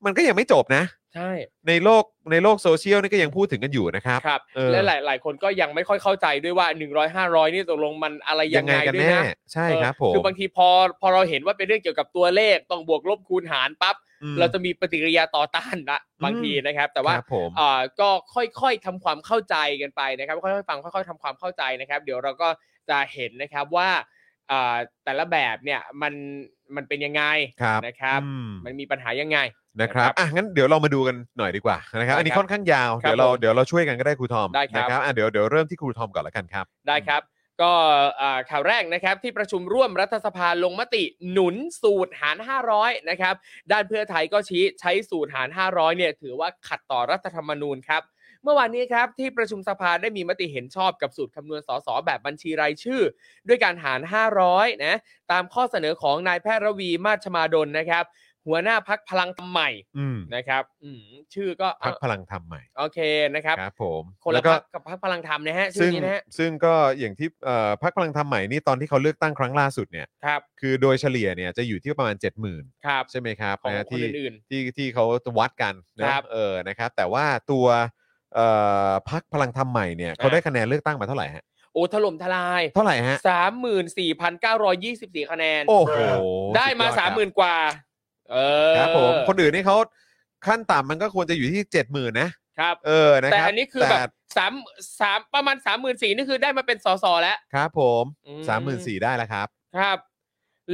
S3: มันก็ยังไม่จบนะ
S4: ใช่
S3: ในโลกในโลกโซเชียลนี่ก็ยังพูดถึงกันอยู่นะครับ
S4: ครับ
S3: เออ
S4: และหลายหลายคนก็ยังไม่ค่อยเข้าใจด้วยว่า 100 500 นี่ตกลงมันอะไรยังไง
S3: กัน
S4: ด้วย
S3: แน่
S4: นะ
S3: ใช่
S4: เออ
S3: ครับผม
S4: คือบางทีพอพอเราเห็นว่าเป็นเรื่องเกี่ยวกับตัวเลขต้องบวกลบคูณหารปั๊บ
S3: อืม
S4: เราจะมีปฏิกิริยาต่อต้านละบางทีนะครับ แต่ว่า
S3: ครับผม
S4: เอ่อก็ค่อยๆทำความเข้าใจกันไปนะครับ ค่อยๆฟังค่อยๆทำความเข้าใจนะครับ เดี๋ยวเราก็จะเห็นนะครับว่าเอ่อแต่ละแบบเนี่ยมันมันเป็นยังไง
S3: ครับ
S4: นะครับ
S3: อืม
S4: มันมีปัญหายังไง
S3: นะครับ อ่ะ งั้นเดี๋ยวเรามาดูกันหน่อยดีกว่านะครับ อันนี้
S4: ได้ครับ
S3: ค่อนข้างยาว
S4: ครับ
S3: เดี๋ยวเรา
S4: ผม
S3: เดี๋ยวเราช่วยกันก็ได้ครูทอม
S4: ได้ครับ
S3: นะครับ อ่ะ เดี๋ยว เดี๋ยวเริ่มที่ครูทอมก่อนละกันครับ
S4: ได้ครับ ก็อ่าข่าวแรกนะครับที่ประชุมร่วมรัฐสภาลงมติหนุนสูตรหาร 500 นะครับ ด้านเพื่อไทยก็ชี้ใช้สูตรหาร 500 เนี่ยถือว่าขัดต่อรัฐธรรมนูญครับ เมื่อวานนี้ครับที่ประชุมสภาได้มีมติเห็นชอบกับสูตรคำนวณสสแบบบัญชีรายชื่อ ด้วยการหาร 500 นะตามข้อเสนอของนายแพทย์ระวีมาชมาดลนะครับ หัวหน้าพักพลังธรรมใหม่
S3: อืม
S4: นะครับอืมชื่อก็
S3: พัก
S4: อ่ะ
S3: พลังธรรมใหม่
S4: โอเคนะครับ
S3: ครับผม
S4: คน
S3: แล้
S4: ละ
S3: วก็
S4: พักกับพักพลังธรรมนะฮะชื่
S3: ซึ่
S4: อง นี้นะฮะ
S3: ซึ่งก็อย่างที่เอ่อพักพลังธรรมใหม่นี่ตอนที่เขาเลือกตั้งครั้งล่าสุดเนี่ย
S4: ครับ
S3: คือโดยเฉลี่ยเนี่ยจะอยู่ที่ประมาณ 70,000
S4: ครับ
S3: ใช่ไหมครับ
S4: ของ
S3: นะฮะ
S4: คน
S3: ที่
S4: อื่น
S3: ที่ที่เขาวัดกันนะครับเออ นะครับ แต่ว่าตัวเอ่อพักพลังธรรมใหม่เนี่ยเขาได้คะแนนเลือกตั้งมาเท่าไหร่ฮะ
S4: ๆ โอ้ถล่มทลาย
S3: เท่าไหร่ฮะ
S4: สามหมื่นสี่พันเก้าร้อยยี่สิบสี่คะแนน
S3: โอ้โห
S4: ได้มา
S3: สุยอ
S4: สาม
S3: ครับ
S4: หมื่นกว่า เออ
S3: ครับผมคนอื่นนี่เขาขั้นต่ำมันก็ควรจะอยู่ที่เจ็ดหมื่นนะครับ เออนะ
S4: แต่
S3: ครับ
S4: อันนี้คือแบ
S3: ต่
S4: บสามสามประมาณสามหมื่นสี่นี่คือได้มาเป็นสสแล้ว
S3: ครับผม
S4: อืม
S3: สามหมื่นสี่ได้แล้วครับ
S4: ครับ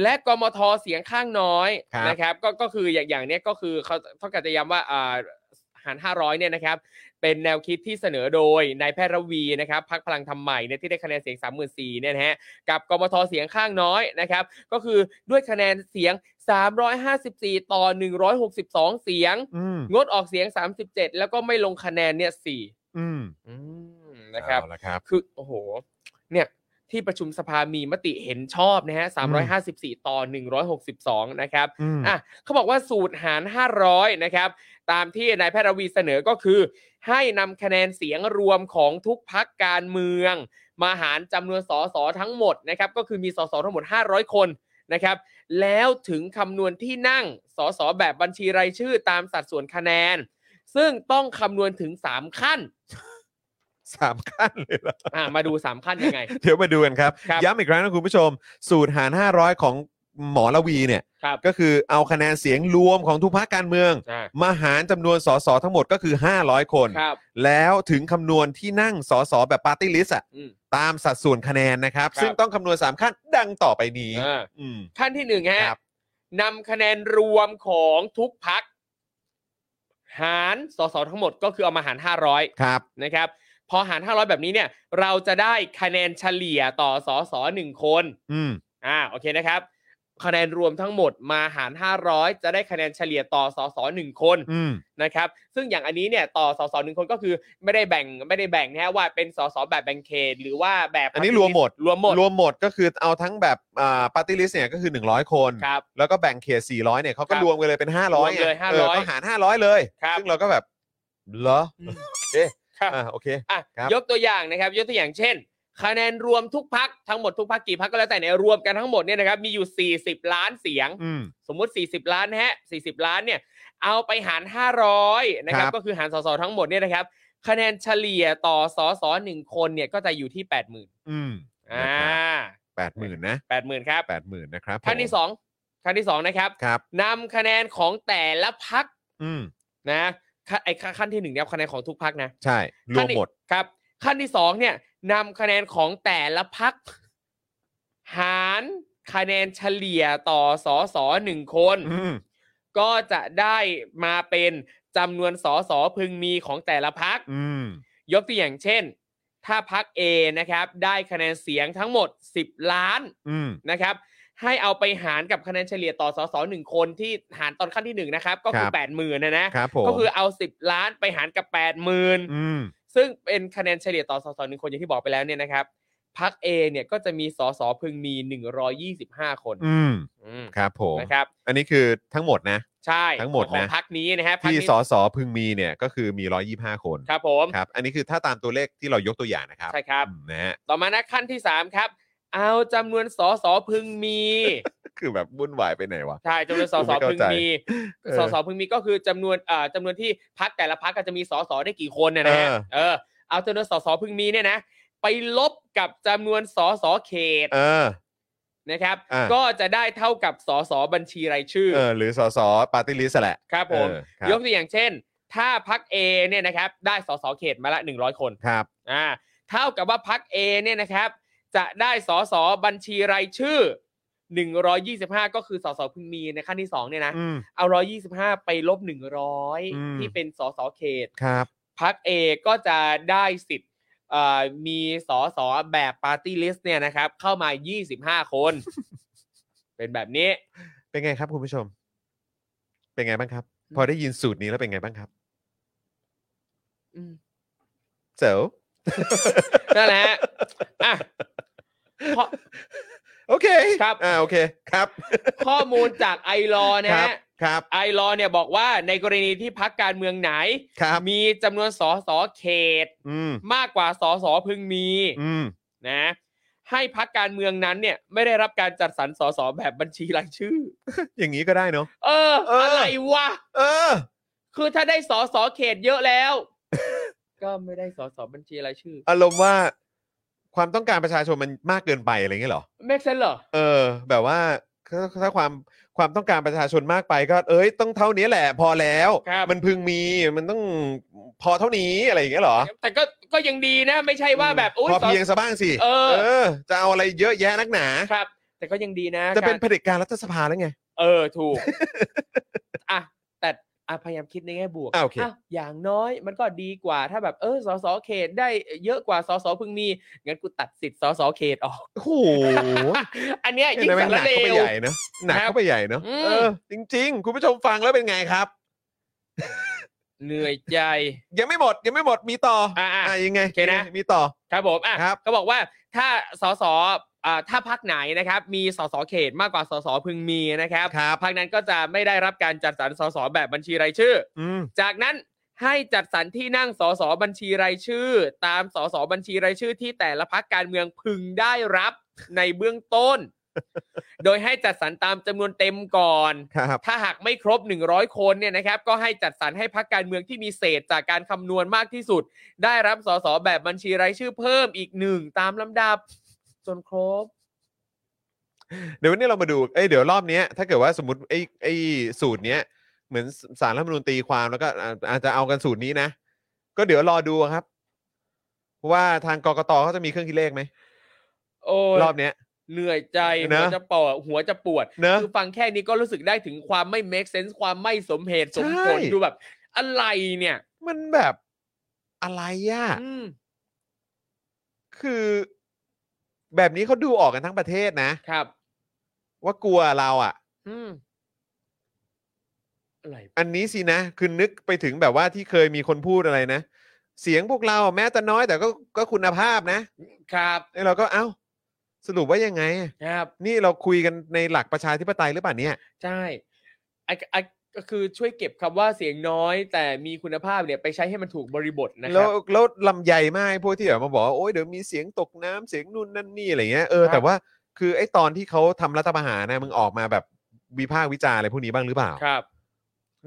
S4: และกมทเสียงข้างน้อย
S3: ครับ
S4: นะครับ ก็ก็คืออย่างอย่างเนี้ยก็คือเขาต้องการจะย้ำว่าอ่าหาร500เนี่ยนะครับ เป็นแนวคิดที่เสนอโดยนายแพทย์ระวีนะครับพักพลังทำใหม่เนี่ยที่ได้คะแนนเสียง 3 4 0 0 0เนี่ยนะฮะกับกมทเสียงข้างน้อยนะครับ ก็คือด้วยคะแนนเสียง 354 ต่อ 162 เสียง
S3: อืม
S4: งดออกเสียง 37 แล้วก็ไม่ลงคะแนนเนี่ย4
S3: อืม
S4: อืมนะครับ
S3: เอาละครับ
S4: คือโอ้โห เนี่ย ที่ประชุมสภามีมติเห็นชอบนะฮะ354 ต่อ 162 นะครับ
S3: อืม
S4: อ่ะเขาบอกว่าสูตรหาร 500 นะครับ ตามที่นายแพทย์ระวีเสนอก็คือ ให้นำคะแนนเสียงรวมของทุกพักการเมือง มาหารจำนวนสสทั้งหมดนะครับ ก็คือมีสสทั้งหมด 500 คนนะครับ แล้วถึงคำนวณที่นั่งสสแบบบัญชีรายชื่อตามสัดส่วนคะแนน ซึ่งต้องคำนวณถึง 3 ขั้น
S3: สามขั้นเลยเหรอ
S4: อ่ะมาดู 3 ขั้นยังไง
S3: เดี๋ยวมาดูกันครับ
S4: ครับ
S3: ย้ำอีกครั้งนะคุณผู้ชม สูตรหาร 500 ของหมอละวีเนี่ย
S4: ครับ
S3: ก็คือเอาคะแนนเสียงรวมของทุกพรรคการเมือง
S4: อ่ะ
S3: มาหารจำนวนสสทั้งหมดก็คือ 500 คน
S4: ครับ
S3: แล้วถึงคำนวณที่นั่งสสแบบปาร์ตี้ลิสต์อะ
S4: อืม
S3: ตามสัดส่วนคะแนนนะครับ
S4: ครับ
S3: ซึ่งต้องคำนวณ 3 ขั้นดังต่อไปนี้
S4: อ่า
S3: อืม
S4: ขั้นที่หนึ่งฮะ
S3: ครับ
S4: นำคะแนนรวมของทุกพัก หารสสทั้งหมดก็คือเอามาหาร
S3: ครับ
S4: 500 นะครับ พอหาร 500 แบบนี้เนี่ย เราจะได้คะแนนเฉลี่ยต่อสสหนึ่งคน
S3: อืม
S4: อ่าโอเคนะครับ คะแนนรวมทั้งหมดมาหาร 500 จะได้คะแนนเฉลี่ยต่อสสหนึ่งคน
S3: อืม
S4: นะครับซึ่งอย่างอันนี้เนี่ยต่อสสหนึ่งคนก็คือไม่ได้แบ่งไม่ได้แบ่งนะฮะว่าเป็นสสแบบแบ่งเขตหรือว่าแบบ
S3: อันนี้รวมหมด
S4: รวมหมด
S3: รวมหมดก็คือเอาทั้งแบบปาร์ตี้ลิสต์เนี่ยก็คือ 100 คน
S4: ครับ
S3: แล้วก็แบ่งเขต 400 เนี่ยเขาก็
S4: ครับ
S3: รวมกันเลยเป็น 500
S4: รวมเลย
S3: ไง
S4: 500
S3: เออก็หาร 500 เลย
S4: ครับ
S3: ซึ่งเราก็แบบ เหรอ
S4: อืม
S3: เอ๊ะ
S4: ครับ
S3: อ่ะโอเค
S4: อ่ะ
S3: ครับ
S4: ยกตัวอย่างนะครับ ยกตัวอย่างเช่น คะแนนรวมทุกพักทั้งหมดทุกพักกี่พักก็แล้วแต่เนี่ยรวมกันทั้งหมดเนี่ยนะครับมีอยู่ 40 ล้านเสียง
S3: อืม
S4: สมมุติ 40 ล้านนะฮะ40 ล้านเนี่ยเอาไปหาร 500นะครับ
S3: ครับ
S4: ก็คือหารสสทั้งหมดเนี่ยนะครับ คะแนนเฉลี่ยต่อสสหนึ่งคนเนี่ยก็จะอยู่ที่ 80,000
S3: อืม
S4: อ่า
S3: แปดหมื่นนะ
S4: 80,000ครับ
S3: แปดหมื่นนะครับ
S4: ขั้นที่
S3: ผม
S4: สองขั้นที่สองนะครับ
S3: ครับ
S4: นำคะแนนของแต่ละพัก
S3: อืม
S4: นะขั้นไอ้ขั้นที่หนึ่งเนี่ยเอาคะแนนของทุกพักนะ
S3: ใช่ รวมหมด
S4: ขั้นที่ครับ ขั้นที่สองเนี่ยนำคะแนนของแต่ละพัก หารคะแนนเฉลี่ยต่อสอสอหนึ่งคน
S3: อืม
S4: ก็จะได้มาเป็นจำนวนสอสอพึงมีของแต่ละพัก
S3: อืม
S4: ยกตัวอย่างเช่น ถ้าพัก A นะครับ ได้คะแนนเสียงทั้งหมด 10 ล้าน
S3: อืม
S4: นะครับ ให้เอาไปหารกับคะแนนเฉลี่ยต่อสอสอหนึ่งคนที่หารตอนขั้นที่หนึ่งนะครับ ก็คื
S3: ค
S4: อ
S3: รับ
S4: แปดหมื่นนะนะครับ
S3: ผม
S4: ก็คือเอา 10 ล้านไปหารกับแปดหมื่น
S3: อืม
S4: ซึ่งเป็นคะแนนเฉลี่ยต่อสสหนึ่งคนอย่างที่บอกไปแล้วเนี่ยนะครับพักเอเนี่ยก็จะมีสสพึงมี 125 คน
S3: อืม
S4: อืม
S3: ครับผม
S4: นะครับ
S3: อันนี้คือทั้งหมดนะ
S4: ใช่
S3: ทั้งหมด
S4: ของ
S3: นะ
S4: พักนี้นะฮะพรรค
S3: ที่
S4: นี้
S3: สสพึงมีเนี่ยก็คือมี 125 คน
S4: ครับผม
S3: ครับ อันนี้คือถ้าตามตัวเลขที่เรายกตัวอย่างนะครับ
S4: ใช่ครับ
S3: อืมนะฮะ
S4: ต่อมานะขั้นที่ 3 ครับ เอาจำนวนสสพึง มี
S3: คือแบบวุ่นวายไปไหนวะ
S4: ใช่จำนวนส
S3: ผม
S4: ส
S3: ไม่เข้า
S4: พึง
S3: ใจ
S4: มี
S3: เออ
S4: สสพึงมีก็คือจำนวนเอ่อจำนวนที่พักแต่ละพักก็จะมีสสได้กี่คนเนี่ยนะฮะ
S3: เออ
S4: เออเอาจำนวนสสพึงมีเนี่ยนะ ไปลบกับจำนวนสสเขต
S3: เออ
S4: นะครับ
S3: อ่ะ
S4: ก็จะได้เท่ากับสสบัญชีรายชื่อ
S3: เออ หรือสสปาร์ตี้ลิสแหละ
S4: ครับผม
S3: เออครับ
S4: ยกตัวอย่างเช่น ถ้าพักเอเนี่ยนะครับ ได้สสเขตมาละ 100 คน
S3: ครับ
S4: อ่าเท่ากับว่าพักเอเนี่ยนะครับ จะได้สสบัญชีรายชื่อ 125 ก็คือสสพึงมีในขั้นที่ 2 เนี่ยนะ
S3: อืม
S4: เอา 125 ไปลบ
S3: อืม
S4: 100 ที่เป็นสสเขต
S3: ครับ
S4: พักเอก็จะได้สิทธิ์เอ่อมีสสแบบปาร์ตี้ลิสต์เนี่ยนะครับ เข้ามา 25 คน เป็นแบบนี้
S3: เป็นไงครับคุณผู้ชม เป็นไงบ้างครับ พอได้ยินสูตรนี้แล้วเป็นไงบ้างครับ
S4: อืม
S3: เจ๋อ
S4: นั่นแหละฮะอ่ะข้อ
S3: โอเค
S4: ครับ
S3: อ่าโอเคครับ
S4: ข้อมูลจากไอรอนะฮะ
S3: ครับ
S4: ไอรอเนี่ยบอกว่าในกรณีที่พักการเมืองไหน
S3: ครับ
S4: มีจำนวนสสเขต
S3: อืม
S4: มากกว่าสสพึงมี
S3: อืม
S4: นะให้พักการเมืองนั้นเนี่ยไม่ได้รับการจัดสรรสสแบบบัญชีรายชื่อ
S3: อย่างนี้ก็ได้เนาะ
S4: เออ
S3: เอออ
S4: อะไรวะ
S3: เออ
S4: คือถ้าได้สสเขตเยอะแล้ว ก็ไม่ได้สสบัญชีรายชื่อ
S3: อารมณ์ว่า ความต้องการประชาชนมันมากเกินไปอะไรเงี้ยเหรอ
S4: แม็กเซนเหรอ
S3: เออ แบบว่าถ้าถ้าความความต้องการประชาชนมากไปก็ เอ้ยต้องเท่านี้แหละ พอแล้ว
S4: ครับ
S3: มันพึงมีมันต้องพอเท่านี้อะไรอย่างเงี้ยเหรอ
S4: แต่ก็ก็ยังดีนะ ไม่ใช่ว่าแบบอุ้ย
S3: พอ
S4: ส
S3: เพียงซะบ้างสิ
S4: เออ
S3: จะเอาอะไรเยอะแยะนักหนา
S4: ครับ แต่ก็ยังดีนะ
S3: จะเป็น
S4: การ
S3: เผด็จการรัฐสภาแล้วไง
S4: เออถู ก อ่ะแต่อ่ะพยายามคิดในแง่บวก
S3: อ่ะโอเค
S4: อย่างน้อยมันก็ดีกว่าถ้าแบบเออสสเขตได้เยอะกว่าสสพึงมีงั้นกูตัดสิทธิ์สสเขตออก
S3: โอ้โห
S4: อันเนี้ยยิ่ง
S3: ห็นไหม
S4: สาร
S3: หนัก
S4: เล
S3: เข้าไป
S4: ว
S3: ใหญ่เนอะหนักเข้าไปใหญ่เนอะ
S4: อืม
S3: เออจริง ๆ คุณผู้ชมฟังแล้วเป็นไงครับ
S4: เหนื่อยใจ
S3: ยังไม่หมดยังไม่หมดมีต่ออะ
S4: อ่ะ
S3: อ่ะยังไง
S4: โอเคนะ
S3: มีต่อ
S4: ครับผมอ่ะ
S3: ครับ
S4: เขาบอกว่าถ้าสสอ่าถ้าพักไหนนะครับ มีสสเขตมากกว่าสสพึงมีนะครับ
S3: ครับ
S4: พักนั้นก็จะไม่ได้รับการจัดสรรสสแบบบัญชีรายชื่อ
S3: อืม
S4: จากนั้นให้จัดสรรที่นั่งสสบัญชีรายชื่อ ตามสสบัญชีรายชื่อที่แต่ละพักการเมืองพึงได้รับในเบื้องต้น โดยให้จัดสรรตามจำนวนเต็มก่อน
S3: ครับ
S4: ถ้าหากไม่ครบ 100 คนเนี่ยนะครับ ก็ให้จัดสรรให้พักการเมืองที่มีเศษจากการคำนวณมากที่สุด ได้รับสสแบบบัญชีรายชื่อเพิ่มอีกหนึ่งตามลำดับ จนครบ
S3: เดี๋ยววันนี้เรามาดู เอ้ยเดี๋ยวรอบเนี้ยถ้าเกิดว่าสมมติไอ้ไอ้สูตรเนี้ยเหมือนสารรัฐธรรมนูญตีความแล้วก็อ่าอาจจะเอากันสูตรนี้นะ ก็เดี๋ยวรอดูครับ ว่าทางกกตเขาจะมีเครื่องคิดเลขไหม
S4: โอ้ย
S3: รอบเนี้ย
S4: เหนื่อยใจ
S3: นะ
S4: หัวจะปวดหัวจะปวด
S3: เนอะ
S4: คือฟังแค่นี้ก็รู้สึกได้ถึงความไม่ make sense ความไม่สมเหตุสมผล
S3: ใช่
S4: ดูแบบ อะไรเนี่ย
S3: มันแบบอะไรอะ
S4: อืม
S3: คือ แบบนี้เขาดูออกกันทั้งประเทศนะ
S4: ครับ
S3: ว่ากลัวเราอ่ะ
S4: อืมอะไร
S3: อันนี้สินะ คือนึกไปถึงแบบว่าที่เคยมีคนพูดอะไรนะ เสียงพวกเราแม้แต่น้อยแต่ก็ก็คุณภาพนะครับไอ้เราก็เอ้า สรุปว่ายังไงอะ
S4: ครับ
S3: นี่เราคุยกันในหลักประชาธิปไตยหรือเปล่าเนี่ย
S4: ใช่ไอ้ไอ้ก็คือช่วยเก็บคำว่าเสียงน้อย แต่มีคุณภาพเนี่ยไปใช้ให้มันถูกบริบทนะค
S3: แล้
S4: รั
S3: ว
S4: บ
S3: แล้วลำใหญ่มากไอ้พวกที่แบบมาบอกว่าโอ๊ยเดี๋ยวมีเสียงตกน้ำเสียงนู่นนั่นนี่อะไรเงี้ยเออ
S4: ครับ
S3: แต่ว่าคือไอ้ตอนที่เขาทำรัฐประหารนะมึงออกมาแบบวิพากษ์วิจารณ์อะไรพวกนี้บ้างหรือเปล่า
S4: ครับ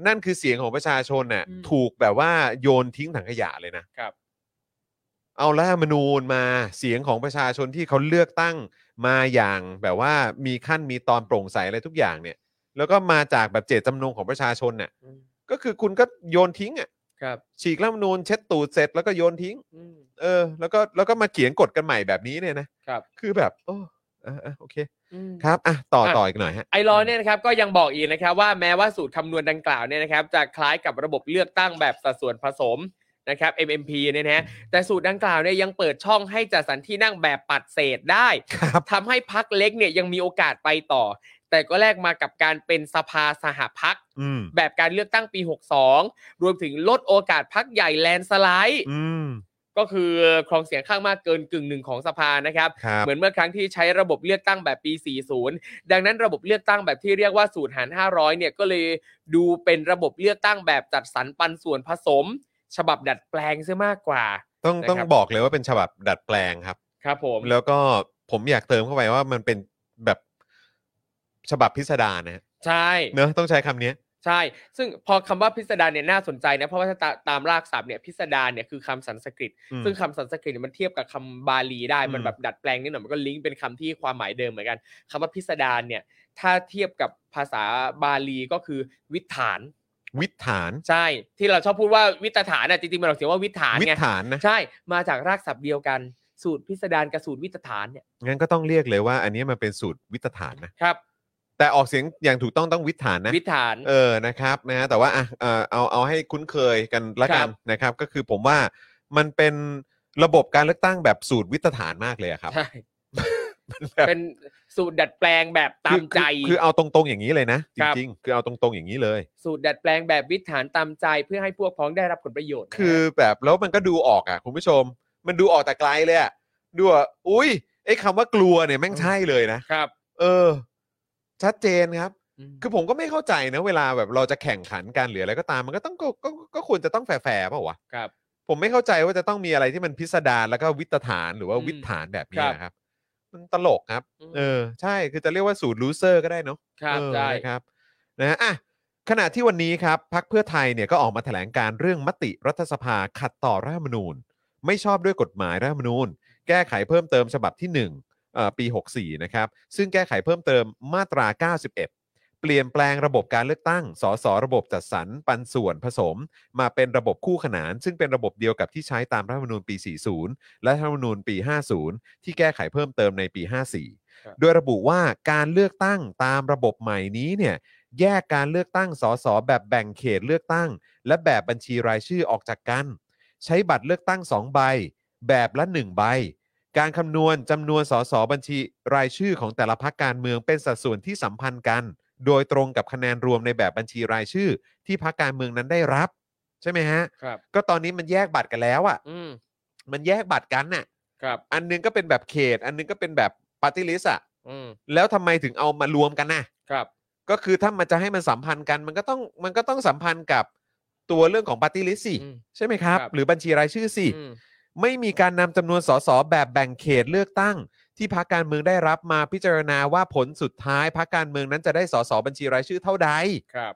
S3: นั่นคือเสียงของประชาชนน่ะ
S4: อืม
S3: ถูกแบบว่าโยนทิ้งถังขยะเลยนะครับ เอารัฐธรรมนูญมาเสียงของประชาชนที่เขาเลือกตั้งมาอย่างแบบว่ามีขั้นมีตอนโปร่งใสอะไรทุกอย่างเนี่ย แล้วก็มาจากแบบเจตจำนงของประชาชนน่ะก็คือคุณก็โยนทิ้งอ่ะ
S4: ครับ
S3: ฉีกรัฐธรรมนูญเช็ดตูดเสร็จแล้วก็โยนทิ้ง
S4: อืม
S3: เออ แล้วก็แล้วก็มาเขียนกฎกันใหม่แบบนี้เนี่ยนะ
S4: ครับ
S3: คือแบบ โอ้อ่ะอ่ะโอเค
S4: อืม
S3: ครับ อ่ะ ต่อ
S4: อ่ะ
S3: ต่ออีกหน่อยฮะ
S4: ไอรอนเนี่ยนะครับก็ยังบอกอีกนะครับว่าแม้ว่าสูตรคำนวณดังกล่าวเนี่ยนะครับจะคล้ายกับระบบเลือกตั้งแบบสัดส่วนผสมนะครับ MMP เนี่ยนะฮะแต่สูตรดังกล่าวเนี่ยยังเปิดช่องให้จัดสรรที่นั่งแบบปัดเศษได้
S3: ครับ
S4: ทำให้พักเล็กเนี่ยยังมีโอกาสไปต่อ แต่ก็แลกมากับการเป็นสภาสหพัก
S3: อืม
S4: แบบการเลือกตั้งปี 62 รวมถึงลดโอกาสพักใหญ่แลนด์สไลด์
S3: อืม
S4: ก็คือครองเสียงข้างมากเกินกึ่งหนึ่งของสภานะครับ
S3: ครับ
S4: เหมือนเมื่อครั้งที่ใช้ระบบเลือกตั้งแบบปี 40 ดังนั้นระบบเลือกตั้งแบบที่เรียกว่าสูตรหาร 500 เนี่ยก็เลยดูเป็นระบบเลือกตั้งแบบจัดสรรปันส่วนผสม ฉบับดัดแปลงซะมากกว่า
S3: ต้อง
S4: นะครับ
S3: ต้องบอกเลยว่าเป็นฉบับดัดแปลงครับ
S4: ครับผม
S3: แล้วก็ผมอยากเติมเข้าไปว่ามันเป็นแบบฉบับพิสดารนะฮะ
S4: ใช่
S3: เนอะต้องใช้คำนี้
S4: ใช่ ซึ่งพอคำว่าพิสดารเนี่ยน่าสนใจนะ เพราะว่าถ้าตาตามรากศัพท์เนี่ยพิสดารเนี่ยคือคำสันสกฤต
S3: อืม
S4: ซึ่งคำสันสกฤตเนี่ยมันเทียบกับคำบาลีได้
S3: อืม
S4: มันแบบดัดแปลงนิดหน่อย มันก็ลิงก์เป็นคำที่ความหมายเดิมเหมือนกันคำว่าพิสดารเนี่ย ถ้าเทียบกับภาษาบาลีก็คือวิถฐาน
S3: วิถฐาน
S4: ใช่ ที่เราชอบพูดว่าวิตฐานน่ะจริงๆมันออกเสียงว่าวิถฐาน
S3: วิถ
S4: ไง
S3: ฐานนะ
S4: ใช่ มาจากรากศัพท์เดียวกัน สูตรพิสดารกับสูตรวิตฐานเนี่ย
S3: งั้นก็ต้องเรียกเลยว่า อันนี้มันเป็นสูตรวิถฐานนะ
S4: ครับ
S3: แต่ออกเสียงอย่างถูกต้องต้องวิถฐานนะ
S4: วิถฐาน
S3: เออ นะครับนะฮะแต่ว่าอ่ะเออเอาเอาให้คุ้นเคยกันละกัน
S4: ครับ
S3: นะครับ ก็คือผมว่ามันเป็นระบบการเลือกตั้งแบบสูตรวิตฐานมากเลยอะครับ
S4: ใช่
S3: แบบ
S4: เป็นสูตรดัดแปลงแบบตา
S3: คือ
S4: มใจ
S3: คือคือเอาตรงๆอย่างนี้เลยนะ จ
S4: ครับ
S3: ริงๆ คือเอาตรงๆอย่างนี้เลย
S4: สูตรดัดแปลงแบบวิถฐานตามใจเพื่อให้พวกพ้องได้รับผลประโยชน์นะ
S3: คือแบบแล้วมันก็ดูออกอ่ะคุณผู้ชม มันดูออกแต่ไกลเลยอะดูว่าอุ้ยไอ้คำว่ากลัวเนี่ยแม่งใช่เลยนะ
S4: ครับ
S3: เออ ชัดเจนครับ
S4: ม
S3: คือผมก็ไม่เข้าใจนะเวลาแบบเราจะแข่งขันกันหรืออะไรก็ตามมันก็ต้องก็ก็ก็ควรจะต้องแฟร์ๆเปล่าวะ
S4: ครับ
S3: ผมไม่เข้าใจว่าจะต้องมีอะไรที่มันพิสดารแล้วก็วิตฐานหรือว่า
S4: อืม
S3: วิตฐานแบบนี้
S4: ครับ
S3: นะครับ มันตลกครับ เออ ใช่คือจะเรียกว่าสูตรลูเซอร์ก็ได้เนาะ
S4: ครับ
S3: เออ
S4: ใช่
S3: นะครับนะฮะอ่ะขณะที่วันนี้ครับพักเพื่อไทยเนี่ยก็ออกมาแถลงการเรื่องมติรัฐสภาขัดต่อรัฐธรรมนูญ ไม่ชอบด้วยกฎหมายรัฐธรรมนูญ แก้ไขเพิ่มเติมฉบับที่1นึ่งเอ่อปี 64 นะครับ ซึ่งแก้ไขเพิ่มเติมมาตรา 91 เปลี่ยนแปลงระบบการเลือกตั้ง สสระบบจัดสรรปันส่วนผสม มาเป็นระบบคู่ขนาน ซึ่งเป็นระบบเดียวกับที่ใช้ตามรัฐธรรมนูญปี 40 และรัฐธรรมนูญปี 50 ที่แก้ไขเพิ่มเติมในปี
S4: ครับ
S3: 54 โดยระบุว่าการเลือกตั้งตามระบบใหม่นี้เนี่ยแยกการเลือกตั้งสสแบบแบ่งเขตเลือกตั้ง และแบบบัญชีรายชื่อออกจากกัน ใช้บัตรเลือกตั้ง 2 ใบ แบบละ 1 ใบ การคำนวณจำนวนสสบัญชีรายชื่อของแต่ละพักการเมืองเป็นสัดส่วนที่สัมพันธ์กัน โดยตรงกับคะแนนรวมในแบบบัญชีรายชื่อ ที่พักการเมืองนั้นได้รับ ใช่ไหมฮะ
S4: ครับ
S3: ก็ตอนนี้มันแยกบัตรกันแล้วอะ่ะ
S4: อืม
S3: มันแยกบัตรกันน่ะ
S4: ครับ
S3: อันนึงก็เป็นแบบเขต อันนึงก็เป็นแบบปาร์ตี้ลิสอ่ะ
S4: อืม
S3: แล้วทำไมถึงเอามารวมกันน่ะ
S4: ครับ
S3: ก็คือถ้ามันจะให้มันสัมพันธ์กัน มันก็ต้องมันก็ต้องสัมพันธ์กับตัวเรื่องของปาร์ตี้ลิสสิ
S4: อืม
S3: ใช่ไหมครับ
S4: ครับ
S3: หรือบัญชีรายชื่อสิ
S4: อืม
S3: ไม่มีการนำจำนวนสสแบบแบ่งเขตเลือกตั้ง ที่พักการเมืองได้รับมาพิจารณาว่าผลสุดท้ายพักการเมืองนั้นจะได้สสบัญชีรายชื่อเท่าใด
S4: ครับ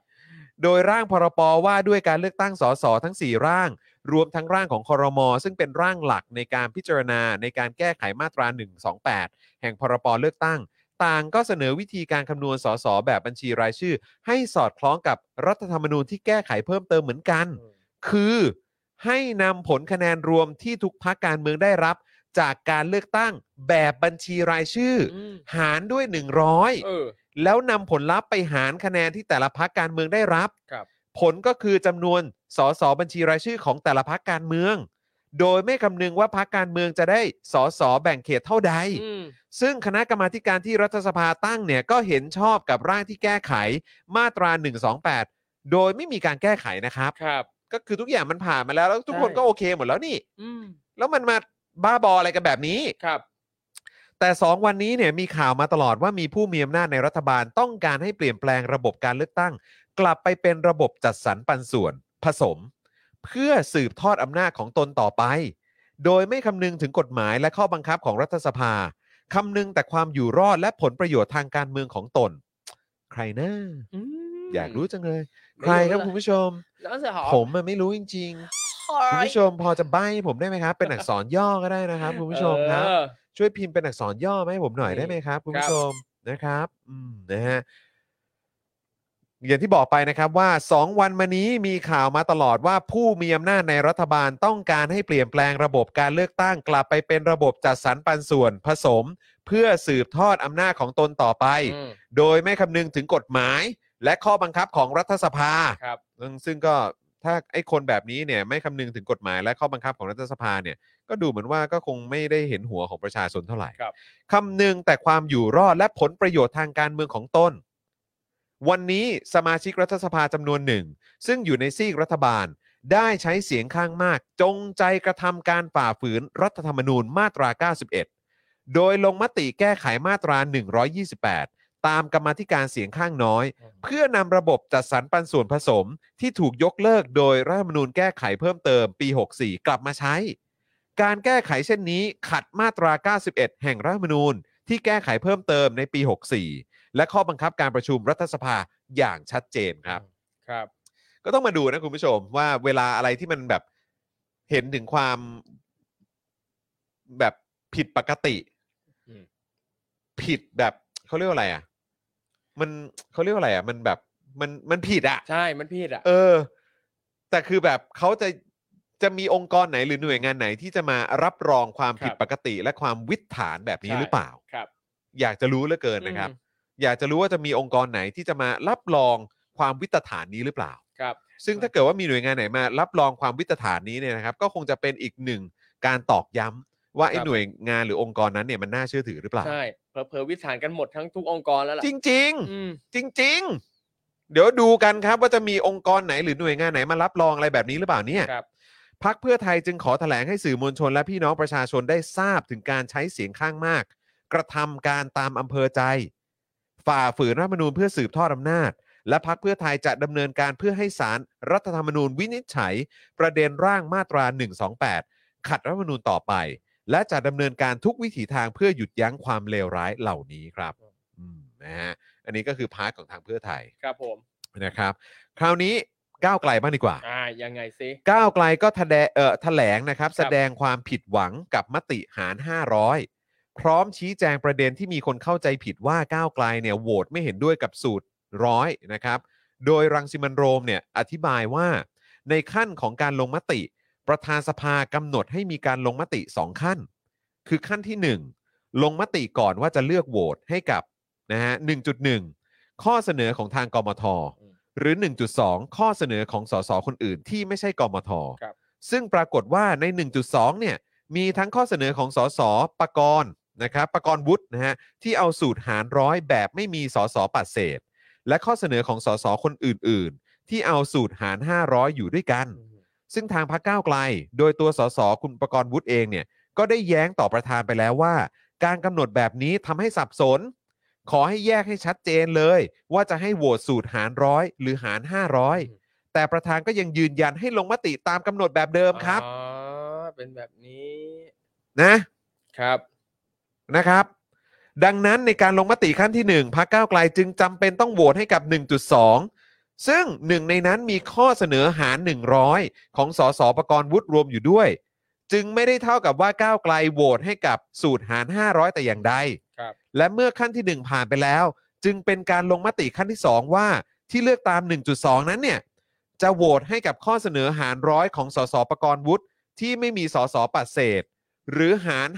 S3: โดยร่างพรปว่าด้วยการเลือกตั้งสสทั้ง 4 ร่าง รวมทั้งร่างของคอรมอซึ่งเป็นร่างหลักในการพิจารณาในการแก้ไขมาตรา 128 แห่งพรปเลือกตั้ง ต่างก็เสนอวิธีการคำนวณสสแบบบัญชีรายชื่อ ให้สอดคล้องกับรัฐธรรมนูญที่แก้ไขเพิ่มเติมเหมือนกัน คือให้นำผลคะแนนรวมที่ทุกพักการเมืองได้รับ จากการเลือกตั้งแบบบัญชีรายชื่ออ
S4: อืม
S3: หารด้วย
S4: เออ
S3: 100 แล้วนำผลลัพธ์ไปหารคะแนนที่แต่ละพักการเมืองได้รับ
S4: ครับ
S3: ผลก็คือจำนวนสสบัญชีรายชื่อของแต่ละพักการเมือง โดยไม่คำนึงว่าพักการเมืองจะได้สสแบ่งเขตเท่าใด
S4: อืม
S3: ซึ่งคณะกรรมาธิการที่รัฐสภาตั้งเนี่ยก็เห็นชอบกับร่างที่แก้ไขมาตรา 128 โดยไม่มีการแก้ไขนะครับ
S4: ครับ
S3: ก็คือทุกอย่างมันผ่านมาแล้ว แล้วทุกคน
S4: ใช่
S3: ก็โอเคหมดแล้วนี่
S4: อืม
S3: แล้วมันมาบ้าบออะไรกันแบบนี้
S4: ครับ
S3: แต่ 2 วันนี้เนี่ยมีข่าวมาตลอดว่ามีผู้มีอำนาจในรัฐบาลต้องการให้เปลี่ยนแปลงระบบการเลือกตั้ง กลับไปเป็นระบบจัดสรรปันส่วน ผสม เพื่อสืบทอดอำนาจของตนต่อไป โดยไม่คำนึงถึงกฎหมายและข้อบังคับของรัฐสภาคำนึงแต่ความอยู่รอดและผลประโยชน์ทางการเมืองของตน ใครนะ
S4: อืม
S3: อยากรู้จังเลย
S4: ไม่รู้
S3: ใครครับ
S4: เลย
S3: คุณผู้ชม
S4: แล้วเสือหอ
S3: ผมอะไม่รู้จริง ๆ คุณผู้ชมพอจะใบ้ผมได้ไหมครับ เป็นอักษรย่อก็ได้นะครับคุณผู้ชมครับ
S4: เออ
S3: ช่วยพิมพ์เป็นอักษรย่อมาให้ผมหน่อย
S4: นี่
S3: ได้ไหมครับคุณ
S4: ครั
S3: ผู้
S4: บ
S3: ชมนะครับอืมนะฮะอย่างที่บอกไปนะครับว่า 2 วันมานี้มีข่าวมาตลอดว่าผู้มีอำนาจในรัฐบาลต้องการให้เปลี่ยนแปลงระบบการเลือกตั้งกลับไปเป็นระบบจัดสรรปันส่วนผสม เพื่อสืบทอดอำนาจของตนต่อไป
S4: อืม
S3: โดยไม่คำนึงถึงกฎหมาย และข้อบังคับของรัฐสภา
S4: ครับ
S3: ซึ่งซึ่งก็ถ้าไอ้คนแบบนี้เนี่ยไม่คำนึงถึงกฎหมายและข้อบังคับของรัฐสภาเนี่ยก็ดูเหมือนว่าก็คงไม่ได้เห็นหัวของประชาชนเท่าไหร่
S4: ครับ
S3: คำนึงแต่ความอยู่รอดและผลประโยชน์ทางการเมืองของตนวันนี้สมาชิกรัฐสภาจำนวนหนึ่ง ซึ่งอยู่ในซีกรัฐบาลได้ใช้เสียงข้างมาก จงใจกระทำการฝ่าฝืนรัฐธรรมนูญมาตรา 91 โดยลงมติแก้ไขมาตรา 128 ตามกรรมาธิการเสียงข้างน้อย เพื่อนำระบบจัดสรรปันส่วนผสมที่ถูกยกเลิกโดยรัฐธรรมนูญแก้ไขเพิ่มเติมปี 64 กลับมาใช้ การแก้ไขเช่นนี้ขัดมาตรา 91 แห่งรัฐธรรมนูญ ที่แก้ไขเพิ่มเติมในปี 64 และข้อบังคับการประชุมรัฐสภาอย่างชัดเจนครับ
S4: ครับ
S3: ก็ต้องมาดูนะคุณผู้ชมว่าเวลาอะไรที่มันแบบเห็นถึงความแบบผิดปกติ
S4: อืม
S3: ผิดแบบเขาเรียกว่าอะไรอ่ะ มันเขาเรียกว่าอะไรอ่ะ มันแบบมันมันผิดอ่ะ
S4: ใช่มันผิดอ่ะ
S3: เออ แต่คือแบบเขาจะจะมีองค์กรไหนหรือหน่วยงานไหนที่จะมารับรองความผิดปกติ และความวิถฐานแบบนี้หรือเปล่า
S4: ครับ
S3: อยากจะรู้เหลือเกินนะครับ
S4: อืม
S3: อยากจะรู้ว่าจะมีองค์กรไหนที่จะมารับรองความวิตฐานนี้หรือเปล่า
S4: ครับ
S3: ซึ่งถ้าเกิดว่ามีหน่วยงานไหนมารับรองความวิตฐานนี้เนี่ยนะครับ ก็คงจะเป็นอีกหนึ่งการตอกย้ำว่าไอ้
S4: ครับ
S3: หน่วยงานหรือองค์กรนั้นเนี่ยมันน่าเชื่อถือหรือเปล่า
S4: ใช่เผลอๆวิสานกันหมดทั้งทุกองค์กรแล้วล่ะ
S3: จริง
S4: อืม
S3: ๆ จริง ๆ เดี๋ยวดูกันครับว่าจะมีองค์กรไหนหรือหน่วยงานไหนมารับรองอะไรแบบนี้หรือเปล่าเนี่ย
S4: ครับ
S3: พักเพื่อไทยจึงขอแถลงให้สื่อมวลชนและพี่น้องประชาชนได้ทราบถึงการใช้เสียงข้างมาก กระทำการตามอำเภอใจ ฝ่าฝืนรัฐธรรมนูญเพื่อสืบทอดอำนาจ และพักเพื่อไทยจะดำเนินการเพื่อให้สารรัฐธรรมนูญวินิจฉัย ประเด็นร่างมาตรา 128 ขัดรัฐธรรมนูญต่อไป และจะดำเนินการทุกวิถีทางเพื่อหยุดยั้งความเลวร้ายเหล่านี้ครับอืมนะฮะอันนี้ก็คือพาร์ทของทางเพื่อไทย
S4: ครับผม
S3: นะครับ คราวนี้ก้าวไกลบ้างดีกว่า
S4: อ่ายังไงซิ
S3: ก้าวไกลก็แถดงเอ่อแถลงนะครับ
S4: ครับ
S3: แสดงความผิดหวังกับมติหาร 500 พร้อมชี้แจงประเด็นที่มีคนเข้าใจผิดว่าก้าวไกลเนี่ยโหวตไม่เห็นด้วยกับสูตรร้อยนะครับ โดยรังสิมันต์โรมเนี่ยอธิบายว่า ในขั้นของการลงมติ ประธานสภากำหนดให้มีการลงมติ 2 ขั้น คือขั้นที่ 1 ลงมติก่อนว่าจะเลือกโหวตให้กับนะฮะ1.1 ข้อเสนอของทางกมท หรือ 1.2 ข้อเสนอของสสคนอื่นที่ไม่ใช่กมท
S4: ครับ
S3: ซึ่งปรากฏว่าใน 1.2 เนี่ย มีทั้งข้อเสนอของสสปกรณ์นะครับปกรณ์วุฒินะฮะ ที่เอาสูตรหารร้อยแบบไม่มีสสปัดเศษ และข้อเสนอของสสคนอื่น ๆ ที่เอาสูตรหาร 500 อยู่ด้วยกัน
S4: อืม
S3: ซึ่งทางพรรคก้าวไกล โดยตัวสสคุณประกรณ์วุฒิเองเนี่ยก็ได้แย้งต่อประธานไปแล้วว่า การกำหนดแบบนี้ทำให้สับสน ขอให้แยกให้ชัดเจนเลย ว่าจะให้โหวตสูตรหารร้อยหรือหาร 500 แต่ประธานก็ยังยืนยันให้ลงมติตามกำหนดแบบเดิมครับ
S4: อ๋อเป็นแบบนี้
S3: นะ
S4: ครับ
S3: นะครับ ดังนั้นในการลงมติขั้นที่ 1พักก้าวไกลจึงจำเป็นต้องโหวตให้กับ 1.2 ซึ่งหนึ่งในนั้นมีข้อเสนอหาร 100 ของสสประกรณ์วุฒิรวมอยู่ด้วย จึงไม่ได้เท่ากับว่าก้าวไกลโหวตให้กับสูตรหาร 500 แต่อย่างใด
S4: ครับ
S3: และเมื่อขั้นที่ 1 ผ่านไปแล้ว จึงเป็นการลงมติขั้นที่ 2 ว่าที่เลือกตาม 1.2 นั้นเนี่ยจะโหวตให้กับข้อเสนอหารร้อยของสสประกรณ์วุฒิที่ไม่มีสสปัดเศษ หรือหาร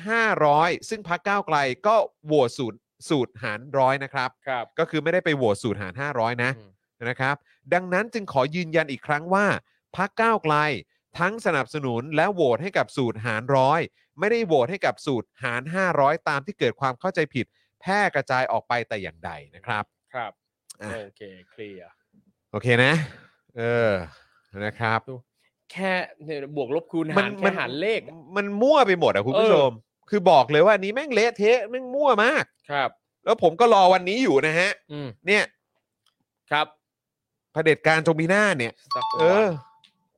S3: 500 ซึ่งพักก้าวไกลก็โหวตสูตรสูตรหารร้อยนะครับ
S4: ครับ
S3: ก็คือไม่ได้ไปโหวตสูตรหาร 500 นะ
S4: อืม
S3: นะครับ ดังนั้นจึงขอยืนยันอีกครั้งว่าพักก้าวไกล ทั้งสนับสนุนและโหวตให้กับสูตรหารร้อยไม่ได้โหวตให้กับสูตรหาร 500 ตามที่เกิดความเข้าใจผิด แพร่กระจายออกไปแต่อย่างใดนะครับ
S4: ครับ
S3: อ่ะ
S4: โอเคเคลียร์
S3: โอเคนะ เออนะครับ
S4: แค่เนี่ยบวกลบคูณ
S3: มั
S4: หาร
S3: น
S4: แค่
S3: มัน
S4: หารเลข
S3: มันมั่วไปหมดอะคุณผู้
S4: เออ
S3: ชม คือบอกเลยว่าอันนี้แม่งเละเทะแม่งมั่วมาก
S4: ครับ
S3: แล้วผมก็รอวันนี้อยู่นะฮะ
S4: อืม
S3: เนี่ย
S4: ครับ
S3: เผด็จการจงมีหน้าเนี่ย
S4: สักวัน
S3: เออ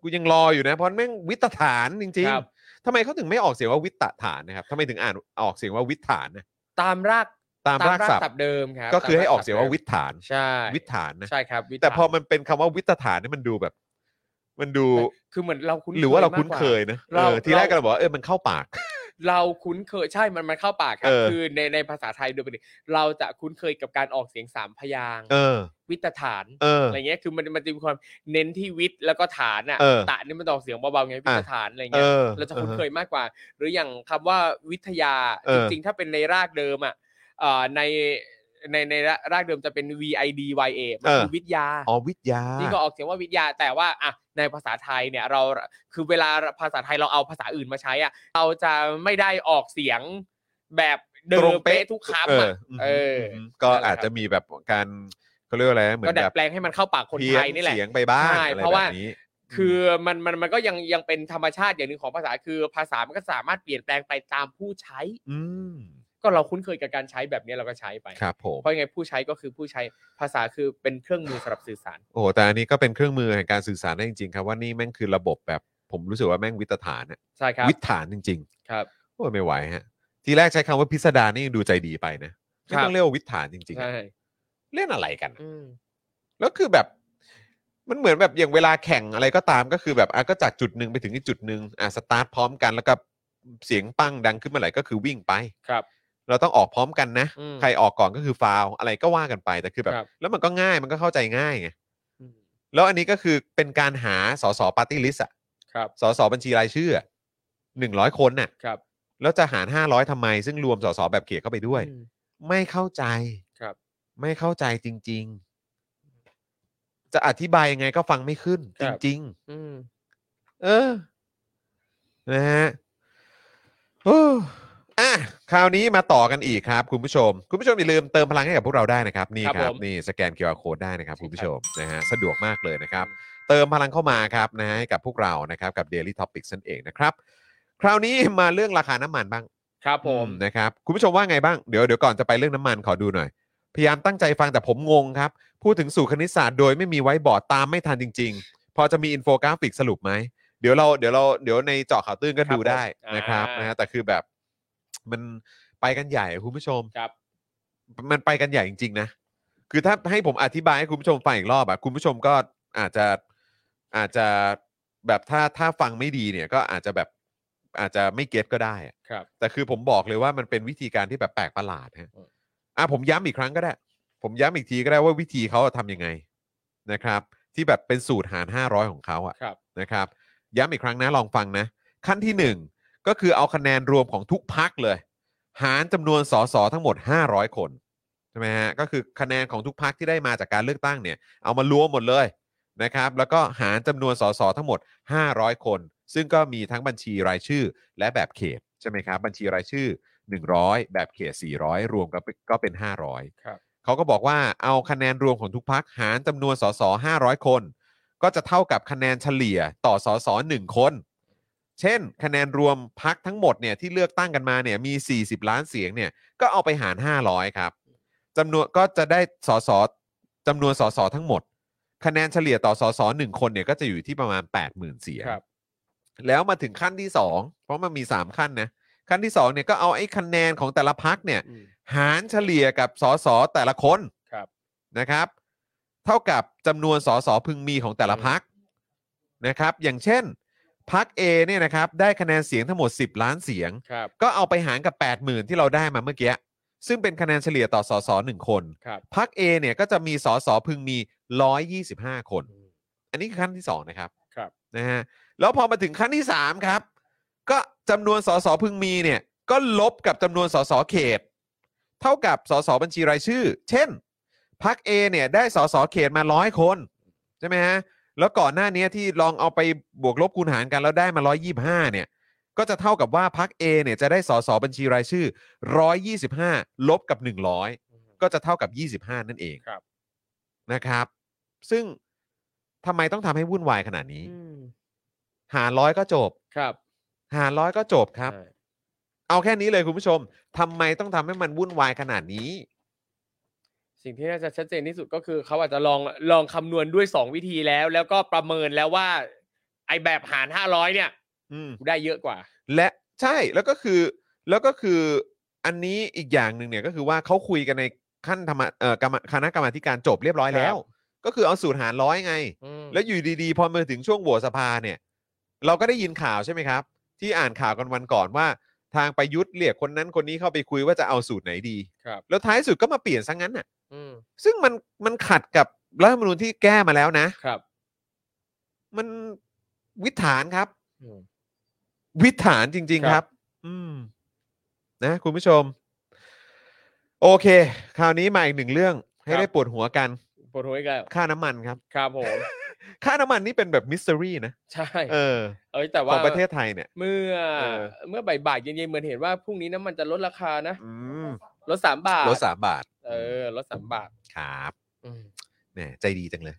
S3: กูยังรออยู่นะ เพราะแม่งวิตฐานจริง
S4: ครับ
S3: ๆทำไมเขาถึงไม่ออกเสียงว่าวิตฐานนะครับทำไมถึงอ่านออกเสียงว่าวิตฐานนะ
S4: ตามราก
S3: ตามรากศัพท์
S4: เดิมครับ
S3: ก็คือ
S4: ตม
S3: ให้ออกเสียงว่า
S4: ศัพท์
S3: วิ
S4: ดิม
S3: ตฐาน
S4: ใช่
S3: วิตฐานนะ
S4: ใช่ครับวิถ
S3: แต่พอมันเป็นคำว่าวิตฐานนี่มันดูแบบ มันดู
S4: คือเหมือนเราคุ้น
S3: หรือว่าเรา
S4: มก
S3: คุ้น
S4: ก
S3: เคยนะเอ
S4: เรา
S3: อทีแรก
S4: เรา
S3: ก็เราบอกว่าเออมันเข้าปาก
S4: เราคุ้นเคยใช่มันมันเข้าปากครั
S3: เอบ อ
S4: คือในในภาษาไทยโดยปกติเราจะคุ้นเคยกับการออกเสียงสามพยางค์
S3: เออ
S4: วิตฐาน
S3: เออ
S4: อะไรเงี้ย คือมันมันจะมีความเน้นที่วิทย์แล้วก็ฐานอ่ะ
S3: เออ
S4: ตะนี่มันจะออกเสียงเบาๆไงวิท
S3: อ่ะ
S4: ย์ฐานอะไร
S3: เอ
S4: เงี้ย
S3: อ
S4: เราจะคุ้นเค
S3: ออ
S4: ยมากกว่า หรืออย่างคำว่าวิทยา
S3: เอ
S4: จ
S3: อ
S4: ริงๆ ถ้าเป็นในรากเดิมอ่ะเอ่อในในในรากเดิมจะเป็น V I D Y A มันคือวิทยา
S3: อ๋อวิทยา
S4: นี่ก็ออกเสียงว่าวิทยาแต่ว่าอ่ะในภาษาไทยเนี่ยเราคือเวลาภาษาไทยเราเอาภาษาอื่นมาใช้อ่ะเราจะไม่ได้ออกเสียงแบบเดิ
S3: ตร
S4: ม
S3: งเป๊ะ
S4: เป๊ะทุกคำอ่ะ
S3: ม
S4: เอออื
S3: มก็อาจจะมีแบบการเขาเรียกว่าอะไรนะเหมือ
S4: ก็
S3: น
S4: ดั
S3: แบ
S4: ด
S3: บ
S4: แปลงให้มันเข้าปากคนไทยนี่แหละ
S3: เพี้เสียงไปบ้าง
S4: ใช่
S3: อะไร
S4: เพราะ
S3: แบ
S4: ว่า
S3: บนี้
S4: คือมันมันมันก็ยังยังเป็นธรรมชาติอย่างหนึ่งของภาษาคือภาษามันก็สามารถเปลี่ยนแปลงไปตามผู้ใช้
S3: อืม
S4: ก็เราคุ้นเคยกับการใช้แบบเนี้ยเราก็ใช้ไป
S3: ครับผม
S4: เพราะยังไงผู้ใช้ก็คือผู้ใช้ภาษาคือเป็นเครื่องมือสำหรับสื่อสาร
S3: โอ้โหแต่อันนี้ก็เป็นเครื่องมือแห่งการสื่อสารได้จริง ๆ ครับว่านี่แม่งคือระบบแบบผมรู้สึกว่าแม่งวิตฐานอะ
S4: ใช่ครับ
S3: วิตฐานจริง
S4: ครับ
S3: ๆ โอ้ยไม่ไหวฮะ ทีแรกใช้คำว่าพิสดารนี่ยังดูใจดีไปนะไม่ต้อ
S4: ครั
S3: ง
S4: บ
S3: เรียกว่าวิตฐานจริงๆ
S4: ใช่
S3: อะเล่นอะไรกันอะ
S4: อืม
S3: แล้วคือแบบ มันเหมือนแบบอย่างเวลาแข่งอะไรก็ตามก็คือแบบอ่ะก็จากจุดหนึ่งไปถึงอีกจุดหนึ่งอ่ะสตาร์ทพร้อมกันแล้วก็เสียงปั้งดังขึ้นเมื่อไหร่ก็คือวิ่งไป
S4: ครับ
S3: เราต้องออกพร้อมกันนะ
S4: อืม
S3: ใครออกก่อนก็คือฟาวอะไรก็ว่ากันไปแต่คือแบบ
S4: ครับ
S3: แล้วมันก็ง่ายมันก็เข้าใจง่ายไง
S4: อืม
S3: แล้วอันนี้ก็คือเป็นการหาสสปาร์ตี้ลิสต์อะ
S4: ครับ
S3: สสบัญชีรายชื่อหนึ่งร้อยคนน่ะ
S4: ครับ
S3: แล้วจะหารห้าร้อยทำไม ซึ่งรวมสสแบบเขตเข้าไปด้วย
S4: อืม
S3: ไม่เข้าใจ
S4: ครับ
S3: ไม่เข้าใจจริง ๆ จะอธิบายยังไงก็ฟังไม่ขึ้น จริง
S4: อืม
S3: ๆ เออนะฮะ โอ้อ่ะคราวนี้มาต่อกันอีกครับ คุณผู้ชม คุณผู้ชมอย่าลืมเติมพลังให้กับพวกเราได้นะครับ นี่
S4: ครับ
S3: ครับ
S4: ผม
S3: นี่สแกน QR Code ได้นะครับ คุณผู้ชมนะฮะสะดวกมากเลยนะครับ เติมพลังเข้ามาครับนะฮะให้กับพวกเรานะครับกับ Daily Topics นั่นเองนะครับ คราวนี้มาเรื่องราคาน้ำมันบ้าง
S4: ครับผม
S3: นะครับ คุณผู้ชมว่าไงบ้างเดี๋ยวเดี๋ยวก่อนจะไปเรื่องน้ำมันขอดูหน่อย พยายามตั้งใจฟังแต่ผมงงครับ พูดถึงสูตรคณิตศาสตร์โดยไม่มีไว้บอร์ดตามไม่ทันจริง ๆ พอจะมีอินโฟกราฟิกสรุปไหมเดี๋ยวเราเดี๋ยวเราเดี๋ยวในเจาะข่าวตื้นก็
S4: ครับ
S3: ดูได้
S4: ผม
S3: นะครับ
S4: อ่าน
S3: นะฮะแต่คือแบบมันไปกันใหญ่คุณผู้ชม
S4: ครับ
S3: มันไปกันใหญ่จริง ๆ นะ คือถ้าให้ผมอธิบายให้คุณผู้ชมฟังอีกรอบอะคุณผู้ชมก็อาจจะอาจจะแบบถ้าถ้าฟังไม่ดีเนี่ยก็อาจจะแบบอาจจะไม่เก็ตก็ได้อะ
S4: ครับ
S3: แต่คือผมบอกเลยว่ามันเป็นวิธีการที่แบบแปลกประหลาดฮะ
S4: อืม
S3: อ่ะผมย้ำอีกครั้งก็ได้ ผมย้ำอีกทีก็ได้ว่าวิธีเขาอะทำยังไงนะครับ ที่แบบเป็นสูตรหาร 500 ของเขาอะ
S4: ครับ
S3: นะครับย้ำอีกครั้งนะลองฟังนะ ขั้นที่ 1 ก็คือเอาคะแนนรวมของทุกพักเลย หารจำนวนสสทั้งหมด 500 คนใช่ไหมฮะก็คือคะแนนของทุกพักที่ได้มาจากการเลือกตั้งเนี่ยเอามารวมหมดเลยนะครับ แล้วก็หารจำนวนสสทั้งหมด 500 คน ซึ่งก็มีทั้งบัญชีรายชื่อและแบบเขตใช่ไหมครับบัญชีรายชื่อ 100 แบบเขต 400 รวมก็เป็นก็เป็น 500
S4: ครับ
S3: เขาก็บอกว่าเอาคะแนนรวมของทุกพักหารจำนวนสส500 คน ก็ ก็จะเท่ากับคะแนนเฉลี่ยต่อสสหนึ่งคน เช่น คะแนนรวมพักทั้งหมดเนี่ยที่เลือกตั้งกันมาเนี่ยมี 40 ล้านเสียงเนี่ยก็เอาไปหาร 500 ครับจำนวนก็จะได้สสจำนวนสสทั้งหมด คะแนนเฉลี่ยต่อสสหนึ่งคนเนี่ยก็จะอยู่ที่ประมาณ 80,000เสียง
S4: ครับ
S3: แล้วมาถึงขั้นที่ 2 เพราะมันมี 3 ขั้นนะขั้นที่2เนี่ยก็เอาไอ้คะแนนของแต่ละพักเนี่ย
S4: อืม
S3: หารเฉลี่ยกับสสแต่ละคน
S4: ครับ
S3: นะครับ เท่ากับจำนวนสสพึงมีของแต่ละ
S4: อืม
S3: พักนะครับ อย่างเช่นพัก A เนี่ยนะครับได้คะแนนเสียงทั้งหมด 10 ล้านเสียง
S4: ครับ
S3: ก็เอาไปหารกับ 80,000 ที่เราได้มาเมื่อกี้ซึ่งเป็นคะแนนเฉลี่ยต่อสสหนึ่งคน
S4: ครับ
S3: พัก A เนี่ยก็จะมีสสพึงมี 125 คน อันนี้คือขั้นที่สองนะครับ
S4: ครับ
S3: นะฮะแล้วพอมาถึงขั้นที่ 3 ครับ ก็จำนวนสสพึงมีเนี่ยก็ลบกับจำนวนสสเขต เท่ากับสสบัญชีรายชื่อ เช่นพักเอเนี่ยได้สสเขตมาร้อยคน ใช่ไหมฮะแล้วก่อนหน้านี้ที่ลองเอาไปบวกลบคูณหารกันแล้วได้มา 125เนี่ยก็จะเท่ากับว่าพักเอเนี่ยจะได้สสบัญชีรายชื่อ 125 ลบกับ 100 ก็จะเท่ากับ 25 นั่นเอง
S4: ครับ
S3: นะครับ ซึ่งทำไมต้องทำให้วุ่นวายขนาดนี้
S4: อืม
S3: หารร้อยก็จบ
S4: ครับ
S3: หารร้อยก็จบครับ
S4: ใช่
S3: เอาแค่นี้เลยคุณผู้ชมทำไมต้องทำให้มันวุ่นวายขนาดนี้
S4: สิ่งที่น่าจะชัดเจนที่สุดก็คือเขาอาจจะลองลองคำนวณด้วย 2 วิธีแล้ว แล้วก็ประเมินแล้วว่า ไอแบบหาร 500 เนี่ย
S3: อืม
S4: กูได้เยอะกว่า
S3: และใช่แล้วก็คือแล้วก็คืออันนี้อีกอย่างหนึ่งเนี่ยก็คือว่าเขาคุยกันในขั้นธรรมะเอ่อกรรมคณะกรรมาธิการจบเรียบร้อยแล้ว ก็คือเอาสูตรหารร้อยไง
S4: อืม
S3: แล้วอยู่ดีๆ พอมาถึงช่วงโหวตสภาเนี่ย เราก็ได้ยินข่าวใช่ไหมครับ ที่อ่านข่าวกันวันก่อนว่า ทางประยุทธ์เรียกคนนั้นคนนี้เข้าไปคุยว่าจะเอาสูตรไหนดี
S4: ครับ
S3: แล้วท้ายสุดก็มาเปลี่ยนซะงงั้นน่ะ
S4: อืม
S3: ซึ่งมันมันขัดกับรัฐธรรมนูญที่แก้มาแล้วนะ
S4: ครับ
S3: มันวิถฐานครับ
S4: อืม
S3: วิถฐานจริง ๆ
S4: ค
S3: ค
S4: รั
S3: รับ บ อืม นะ คุณผู้ชม โอเค คราวนี้มาอีกหนึ่งเรื่อง ให้ได้ปวดหัวกัน
S4: ปวดหัวอีกแล้ว
S3: ค่าน้ำมันครับ
S4: ครับผม
S3: ค่าน้ำมันนี่เป็นแบบมิส t ต r รีนะ
S4: ใช่
S3: เออ
S4: เอ้ยแต่
S3: ข
S4: ว่า
S3: องประเทศไทยเนี่ย
S4: เมื่อ
S3: เออ
S4: เมื่อบ่ายๆเย็นๆเหมือนเห็นว่าพรุ่งนี้น้ำมันจะลดราคานะ
S3: อืม
S4: ลดสามบาท
S3: ลดสามบาท
S4: เออลดสามบาท
S3: ครับ
S4: อืม
S3: เนี่ยใจดีจังเลย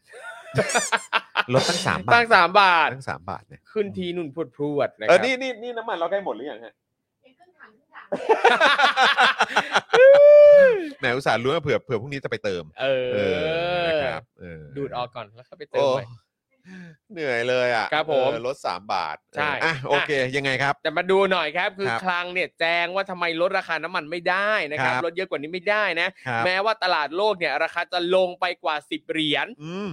S3: ลดตั้งสามบาท
S4: ตั้งสามบาท
S3: ตั้งสามบาทเนี่ย
S4: ขึ้นทีนุ่นพรวดพรวดนะค
S3: เอ
S4: รั
S3: อบ นี่นี่นี่น้ำมันเราใกล้หมดหรือยัง ฮะ
S5: เป็นครึ่งถังครึ่งถัง
S3: แหมอุตส่าห์รู้ว่าเผื่อเผื่อพรุ่งนี้จะไปเติม
S4: เอ
S3: เออ
S4: อ
S3: นะครับเออ
S4: ดูดออกก่อนแล้วก็ไปเติ
S3: โอ้
S4: มใหม่
S3: เหนื่อยเลยอ่ะ
S4: ครับผม
S3: เออลดสามบาท
S4: ใช่
S3: เอออ่ะโอเค ยังไงครับ
S4: แต่มาดูหน่อยครับ คือ
S3: ครับ
S4: คลังเนี่ยแจ้งว่าทำไมลดราคาน้ำมันไม่ได้นะครับ
S3: ครับ
S4: ลดเยอะกว่านี้ไม่ได้นะ
S3: ครับ
S4: แม้ว่าตลาดโลกเนี่ยราคาจะลงไปกว่า 10 เหรียญ
S3: อืม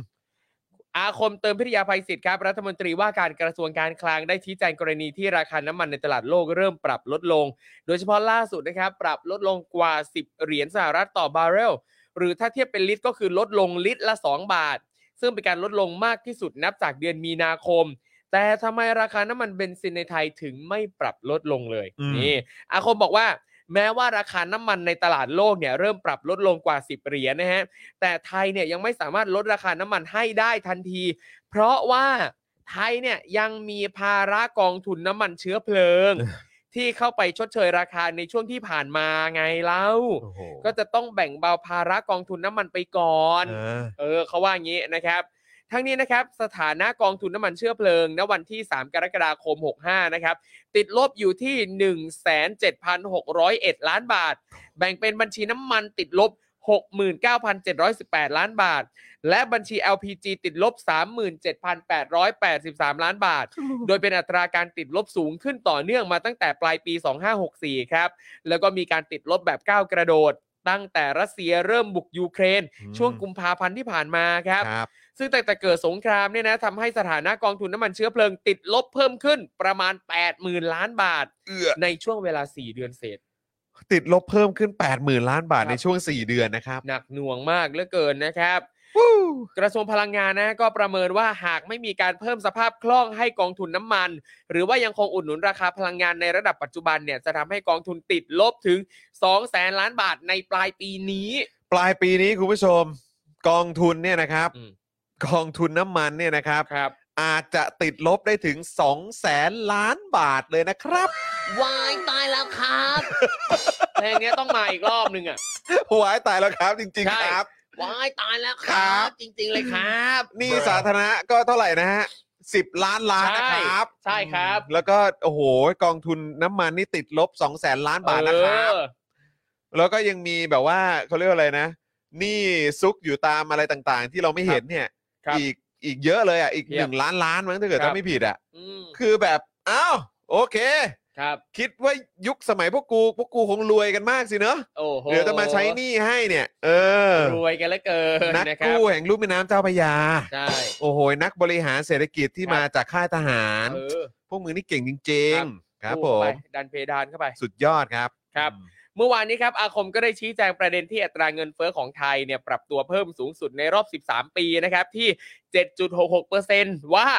S4: อาคมเติมพิทยาภัยศิษย์ครับ รัฐมนตรีว่าการกระทรวงการคลังได้ชี้แจงกรณีที่ราคาน้ำมันในตลาดโลกเริ่มปรับลดลง โดยเฉพาะล่าสุดนะครับ ปรับลดลงกว่า 10 เหรียญสหรัฐต่อบาร์เรล หรือถ้าเทียบเป็นลิตรก็คือลดลงลิตรละ 2 บาท ซึ่งเป็นการลดลงมากที่สุดนับจากเดือนมีนาคม แต่ทำไมราคาน้ำมันเบนซินในไทยถึงไม่ปรับลดลงเลย
S3: อืม
S4: นี่อาคมบอกว่า แม้ว่าราคาน้ำมันในตลาดโลกเนี่ยเริ่มปรับลดลงกว่า 10 เหรียญนะฮะ แต่ไทยเนี่ยยังไม่สามารถลดราคาน้ำมันให้ได้ทันที เพราะว่าไทยเนี่ยยังมีภาระกองทุนน้ำมันเชื้อเพลิง ที่เข้าไปชดเชยราคาในช่วงที่ผ่านมาไงเล่า
S3: โอ้โห
S4: ก็จะต้องแบ่งเบาภาระกองทุนน้ำมันไปก่อน
S3: เออ
S4: เออเขาว่าอย่างนี้นะครับ ทั้งนี้นะครับสถานะกองทุนน้ำมันเชื้อเพลิงณวันที่ 3 กรกฎาคม 65 นะครับ ติดลบอยู่ที่ 17,601 ล้านบาท แบ่งเป็นบัญชีน้ำมันติดลบ 69,718 ล้านบาท และบัญชี LPG ติดลบ 37,883 ล้านบาท โดยเป็นอัตราการติดลบสูงขึ้นต่อเนื่องมาตั้งแต่ปลายปี 2564 ครับ แล้วก็มีการติดลบแบบก้าวกระโดด ตั้งแต่รัสเซียเริ่มบุกยูเครน
S3: อืม
S4: ช่วงกุมภาพันธ์ที่ผ่านมาครับ
S3: ครับ
S4: ซึ่งตั้งแต่เกิดสงครามเนี่ยนะทำให้สถานะกองทุนน้ำมันเชื้อเพลิงติดลบเพิ่มขึ้นประมาณ 80,000 ล้านบาท
S3: เอือ
S4: ในช่วงเวลา 4 เดือนเศษ
S3: ติดลบเพิ่มขึ้น 8 0,000 ล้านบาท
S4: ครับ
S3: ในช่วง 4 เดือนนะครับ
S4: หนักหน่วงมากเหลือเกินนะครับ กระทรวงพลังงานนะก็ประเมินว่าหากไม่มีการเพิ่มสภาพคล่องให้กองทุนน้ำมัน หรือว่ายังคงอุดหนุนราคาพลังงานในระดับปัจจุบันเนี่ยจะทำให้กองทุนติดลบถึง2แสนล้านบาทในปลายปีนี้
S3: ปลายปีนี้คุณผู้ชม กองทุนเนี่ยนะครับ
S4: อืม
S3: กองทุนน้ำมันเนี่ยนะครับ
S4: ครับ
S3: อาจจะติดลบได้ถึง 2 แสนล้านบาทเลยนะครับ
S4: วายตายแล้วครับเพลงเนี้ยต้องมาอีกรอบนึงอ่ะ
S3: หวายตายแล้วครับจริง
S4: ใช่
S3: ๆ ครับ
S4: ว้ายตายแล้วครับ จริง ๆ เลยครับ
S3: หนี่สาธารณะก็เท่าไหร่นะฮะสิบล้านล้านนะครับ
S4: ใช่ใช่ครับ
S3: แล้วก็โอ้โหกองทุนน้ำมันนี่ติดลบ2องแสนล้านบาทนะครับ
S4: เออ
S3: แล้วก็ยังมีแบบว่าเขาเรียกว่าอะไรนะหนี่ซุกอยู่ตามอะไรต่างๆ ที่เราไม่เห็นเนี่ย
S4: ครับ
S3: อีกอีกเยอะเลยอ่ะอีก
S4: เพียบ
S3: หนึ่งล้านล้านมั้งถ้าเกิด
S4: ครับ
S3: ถ้าไม่ผิดอ่ะ
S4: อืม
S3: คือแบบอ้าวโอเค
S4: ครับ
S3: คิดว่ายุคสมัยพวกกูพวกกูคงรวยกันมากสิเนอะ
S4: โอ้โห
S3: เดี๋ยวจะมาใช้หนี้ให้เนี่ย เออ
S4: รวยกันเหลือเกิน
S3: นัก
S4: นะครับ
S3: กู้แห่งลุ่มแม่น้ำเจ้าพระยา
S4: ใช่
S3: โอ้โห นักบริหารเศรษฐกิจที่
S4: ครับ
S3: มาจากค่ายทหาร
S4: เออ
S3: พวกมึงนี่เก่งจริง ๆ ครับผ
S4: สู้
S3: ม
S4: ไปดันเพดานเข้าไป
S3: สุดยอดครับ
S4: ครับ
S3: อืม
S4: เมื่อวานนี้ครับอาคมก็ได้ชี้แจงประเด็นที่อัตราเงินเฟ้อของไทยเนี่ยปรับตัวเพิ่มสูงสุดในรอบ 13 ปีนะครับที่ 7.66%ว่า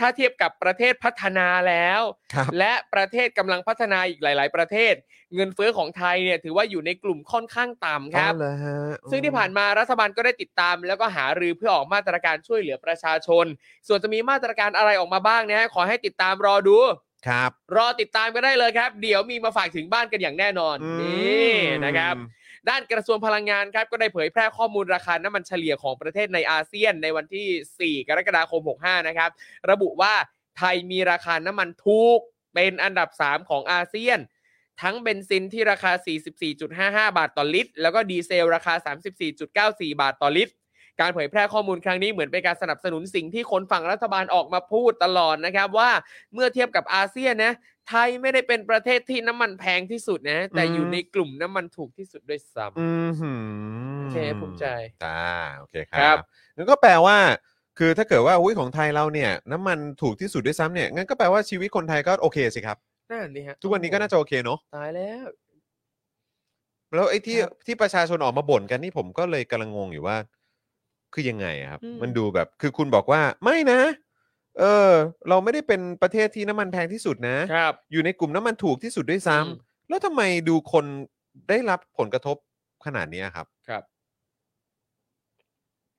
S4: ถ้าเทียบกับประเทศพัฒนาแล้ว
S3: ครับ
S4: และประเทศกำลังพัฒนาอีกหลาย ๆ ประเทศ เงินเฟ้อของไทยเนี่ยถือว่าอยู่ในกลุ่มค่อนข้างต่ำครับ
S3: อ๋อเหอฮะ
S4: ซึ่งที่ผ่านมารัฐบาลก็ได้ติดตาม แล้วก็หารือเพื่อออกมาตรการช่วยเหลือประชาชน ส่วนจะมีมาตรการอะไรออกมาบ้างนะฮะขอให้ติดตามรอดู
S3: ครับ
S4: รอติดตามกันได้เลยครับ เดี๋ยวมีมาฝากถึงบ้านกันอย่างแน่นอน
S3: อืม
S4: นี่นะครับ ด้านกระทรวงพลังงานครับก็ได้เผยแพร่ข้อมูลราคาน้ำมันเฉลี่ยของประเทศในอาเซียนในวันที่ 4 กรกฎาคม 65 นะครับ ระบุว่าไทยมีราคาน้ำมันถูกเป็นอันดับ 3 ของอาเซียน ทั้งเบนซินที่ราคา 44.55 บาทต่อลิตร แล้วก็ดีเซลราคา 34.94 บาทต่อลิตร การเผยแพร่ข้อมูลครั้งนี้เหมือนเป็นการสนับสนุนสิ่งที่คนฝั่งรัฐบาลออกมาพูดตลอดนะครับว่าเมื่อเทียบกับอาเซียนนะไทยไม่ได้เป็นประเทศที่น้ำมันแพงที่สุดนะแต่อยู่ในกลุ่มน้ำมันถูกที่สุดด้วยซ้ำ
S3: อืมหืม
S4: โอเคภูมิใจ
S3: จ้าโอเคค
S4: ครั
S3: รับบ นั่นก็แปลว่า คือถ้าเกิดว่าอุ้ยของไทยเราเนี่ย น้ำมันถูกที่สุดด้วยซ้ำเนี่ยงั้นก็แปลว่าชีวิตคนไทยก็โอเคสิครับ
S4: นั่นนี่ฮะ
S3: ทุกวันนี้ก็น่าจะโอเคเนาะ
S4: ตายแล้ว
S3: แล้วไอ้ที่
S4: ครับ
S3: ที่ประชาชนออกมาบ่นกันนี่ผมก็เลยกำลังงงอยู่ว่า คือยังไงอะครับ
S4: อืม
S3: มันดูแบบคือคุณบอกว่าไม่นะ เออ เราไม่ได้เป็นประเทศที่น้ำมันแพงที่สุดนะ
S4: ครับ
S3: อยู่ในกลุ่มน้ำมันถูกที่สุดด้วยซ้ำ
S4: อืม
S3: แล้วทำไมดูคนได้รับผลกระทบขนาดเนี้ยครับ
S4: ครับ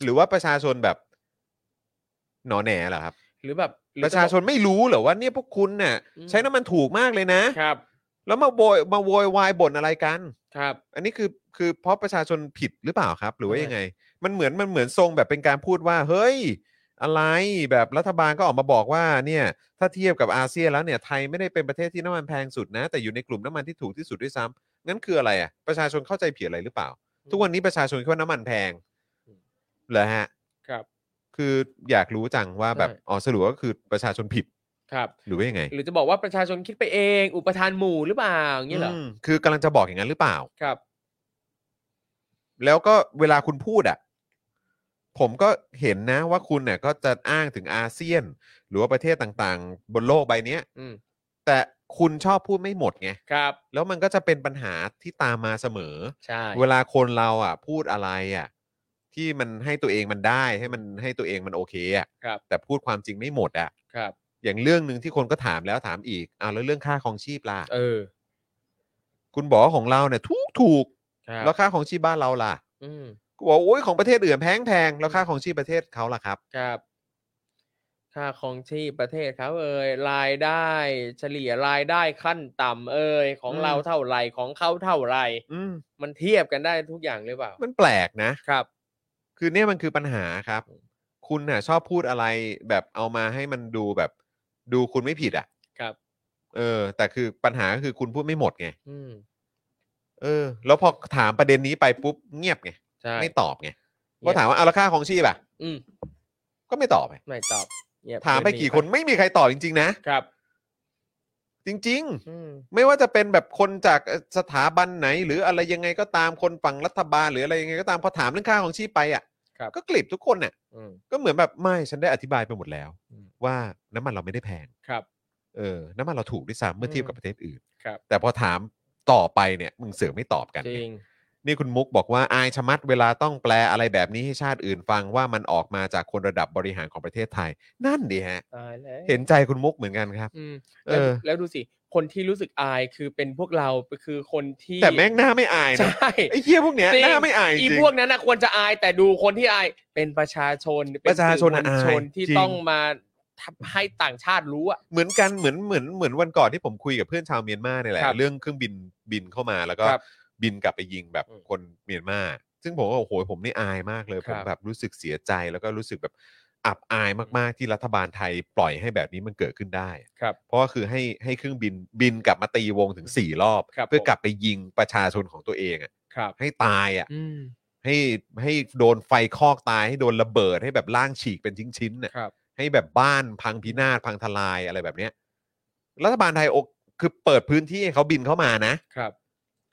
S3: หรือว่าประชาชนแบบหนอแหนเหรอครับ
S4: หรือแบบหอ
S3: ประชาชนไม่รู้เหรอว่าเนี่ยพวกคุณเนี่ย
S4: อืม
S3: ใช้น้ำมันถูกมากเลยนะ
S4: ครับ
S3: แล้วมาโวยมาโวยวายบ่นอะไรกัน
S4: ครับ
S3: อันนี้คือคือเพราะประชาชนผิดหรือเปล่าครับ หรือว่า
S4: ใช่
S3: ยังไง มันเหมือนมันเหมือนทรงแบบเป็นการพูดว่า เฮ้ย อะไรแบบรัฐบาลก็ออกมาบอกว่าเนี่ย ถ้าเทียบกับอาเซียนแล้วเนี่ยไทยไม่ได้เป็นประเทศที่น้ำมันแพงสุดนะ แต่อยู่ในกลุ่มน้ำมันที่ถูกที่สุดด้วยซ้ำงั้นคืออะไรอ่ะประชาชนเข้าใจผิดอะไรหรือเปล่า ทุกวันนี้ประชาชนคิดว่าน้ำมันแพงเหรอฮะ
S4: ครับ
S3: คืออยากรู้จังว่าแบบ
S4: ใช่
S3: อ๋อสรุปก็คือประชาชนผิด
S4: ครับ
S3: หรือว่ายังไง
S4: หรือจะบอกว่าประชาชนคิดไปเองอุปทานหมู่หรือเปล่าอย่างนี้เหรอ
S3: มคือกำลังจะบอกอย่างนั้นหรือเปล่า
S4: ครับ
S3: แล้วก็เวลาคุณพูดอ่ะ ผมก็เห็นนะว่าคุณเนี่ยก็จะอ้างถึงอาเซียน หรือว่าประเทศต่างๆ บนโลกใบเนี้ย
S4: อืม
S3: แต่คุณชอบพูดไม่หมดไง
S4: ครับ
S3: แล้วมันก็จะเป็นปัญหาที่ตามมาเสมอ
S4: ใช่
S3: เวลาคนเราอ่ะ พูดอะไรอ่ะ ที่มันให้ตัวเองมันได้ให้มันให้ตัวเองมันโอเคอ่ะ
S4: ครับ
S3: แต่พูดความจริงไม่หมดอ่ะ
S4: ครับ
S3: อย่างเรื่องหนึ่งที่คนก็ถามแล้วถามอีกอ้าวแล้วเรื่องค่าของชีพล่ะ
S4: เออ
S3: คุณบอกว่าของเราเนี่ยถูกถูกๆ
S4: ครับ
S3: แล้วค่าของชีพบ้านเราล่ะ
S4: อืม
S3: กูบอกว่าโอ้ยของประเทศอื่นแพงแพงๆแล้วค่าของชีพประเทศเขาล่ะครับ
S4: ครับ ค่าครองชีพประเทศเขาเอ่ยรายได้ เฉลี่ยรายได้ขั้นต่ำเอ่ยของ
S3: อืม
S4: เราเท่าไหร่ของเขาเท่าไหร่
S3: อืม
S4: มันเทียบกันได้ทุกอย่างหรือเปล่า
S3: มันแปลกนะ
S4: ครับ
S3: คือเนี่ยมันคือปัญหาครับ คุณน่ะ ชอบพูดอะไรแบบเอามาให้มันดูแบบ ดูคุณไม่ผิดอ่ะ
S4: ครับ
S3: เออ แต่คือปัญหาก็คือคุณพูดไม่หมดไง
S4: อืม
S3: เออ แล้วพอถามประเด็นนี้ไปปุ๊บเงียบไง
S4: ใช่
S3: ไม่ตอบไงก็ถามว่าเอาราคาของชีพอ่ะ
S4: อืม
S3: ก็ไม่ตอบไง
S4: ไม่ตอบเงียบ
S3: ถามไป
S4: เดิห
S3: กี่คนไม่มีใครตอบจริง ๆ นะ
S4: ครับ
S3: จริง ๆ
S4: อืม
S3: ไม่ว่าจะเป็นแบบคนจากเอ่อสถาบันไหน หรืออะไรยังไงก็ตามคนฝั่งรัฐบาลหรืออะไรยังไงก็ตามพอถามเรื่องค่าของชีพไปอ่ะ
S4: ครับ
S3: ก็กลิบทุกคนเนี่ย
S4: อืม
S3: ก็เหมือนแบบไม่ฉันได้อธิบายไปหมดแล้ว
S4: อืม
S3: ว่าน้ำมันเราไม่ได้แพง
S4: ครับ
S3: เออน้ำมันเราถูกด้วยซ้ำเมื่อเทียบ
S4: อืม
S3: กับประเทศอื่น
S4: ครับ
S3: แต่พอถามต่อไปเนี่ยมึงเสือกไม่ตอบกัน
S4: จริง
S3: นี่คุณมุกบอกว่าอายชะมัดเวลาต้องแปลอะไรแบบนี้ให้ชาติอื่นฟังว่ามันออกมาจากคนระดับบริหารของประเทศไทย นั่นดีฮะ
S4: ตายแล้ว
S3: เห็นใจคุณมุกเหมือนกันครับ
S4: อืม
S3: เอ
S4: แล้ว
S3: อ
S4: แล้วดูสิ คนที่รู้สึกอายคือเป็นพวกเราคือคนที่
S3: แต่แม่งหน้าไม่อาย
S4: ใช
S3: นะ
S4: ่
S3: ไอ้เหี้ยพวกเนี้ย
S4: จริง
S3: หน้าไม่อายจ
S4: อี
S3: ริง
S4: พวกนั้นนะควรจะอายแต่ดูคนที่อายเป็นประชาชนเ
S3: ประชาชนน่ะ
S4: สื่อมวลชน
S3: อาย
S4: ที่
S3: จริง
S4: ต้องมาทำให้ต่างชาติรู้อ่ะ
S3: เหมือนกันเหมือนเหมือนเหมือนวันก่อนที่ผมคุยกับเพื่อนชาวเมียนมาเนี่ยแหละ
S4: ครับ
S3: เรื่องเครื่องบินบินเข้ามาแล้วก็
S4: ครับ
S3: บินกลับไปยิงแบบ
S4: อืม
S3: คนเมียนมา ซึ่งผมก็โอ้โหผมนี่อายมากเลย
S4: ค
S3: ผ
S4: รับ
S3: มแบบรู้สึกเสียใจแล้วก็รู้สึกแบบอับอายมากๆที่รัฐบาลไทยปล่อยให้แบบนี้มันเกิดขึ้นได้
S4: ครับ
S3: เพราะว่าคือให้ให้เครื่องบินบินกลับมาตีวงถึง 4 รอบ
S4: ครับ
S3: เพื่อ
S4: ผม
S3: กลับไปยิงประชาชนของตัวเองอะ
S4: ครับ
S3: ให้ตายอ่ะ
S4: อืม
S3: ให้ให้โดนไฟคอกตายให้โดนระเบิดให้แบบร่างฉีกเป็นชิ้นๆน่ะ
S4: ครับ
S3: ให้แบบบ้านพังพินาศพังทลายอะไรแบบเนี้ยรัฐบาลไทยอกคือเปิดพื้นที่ให้เขาบินเข้ามานะ
S4: ครับ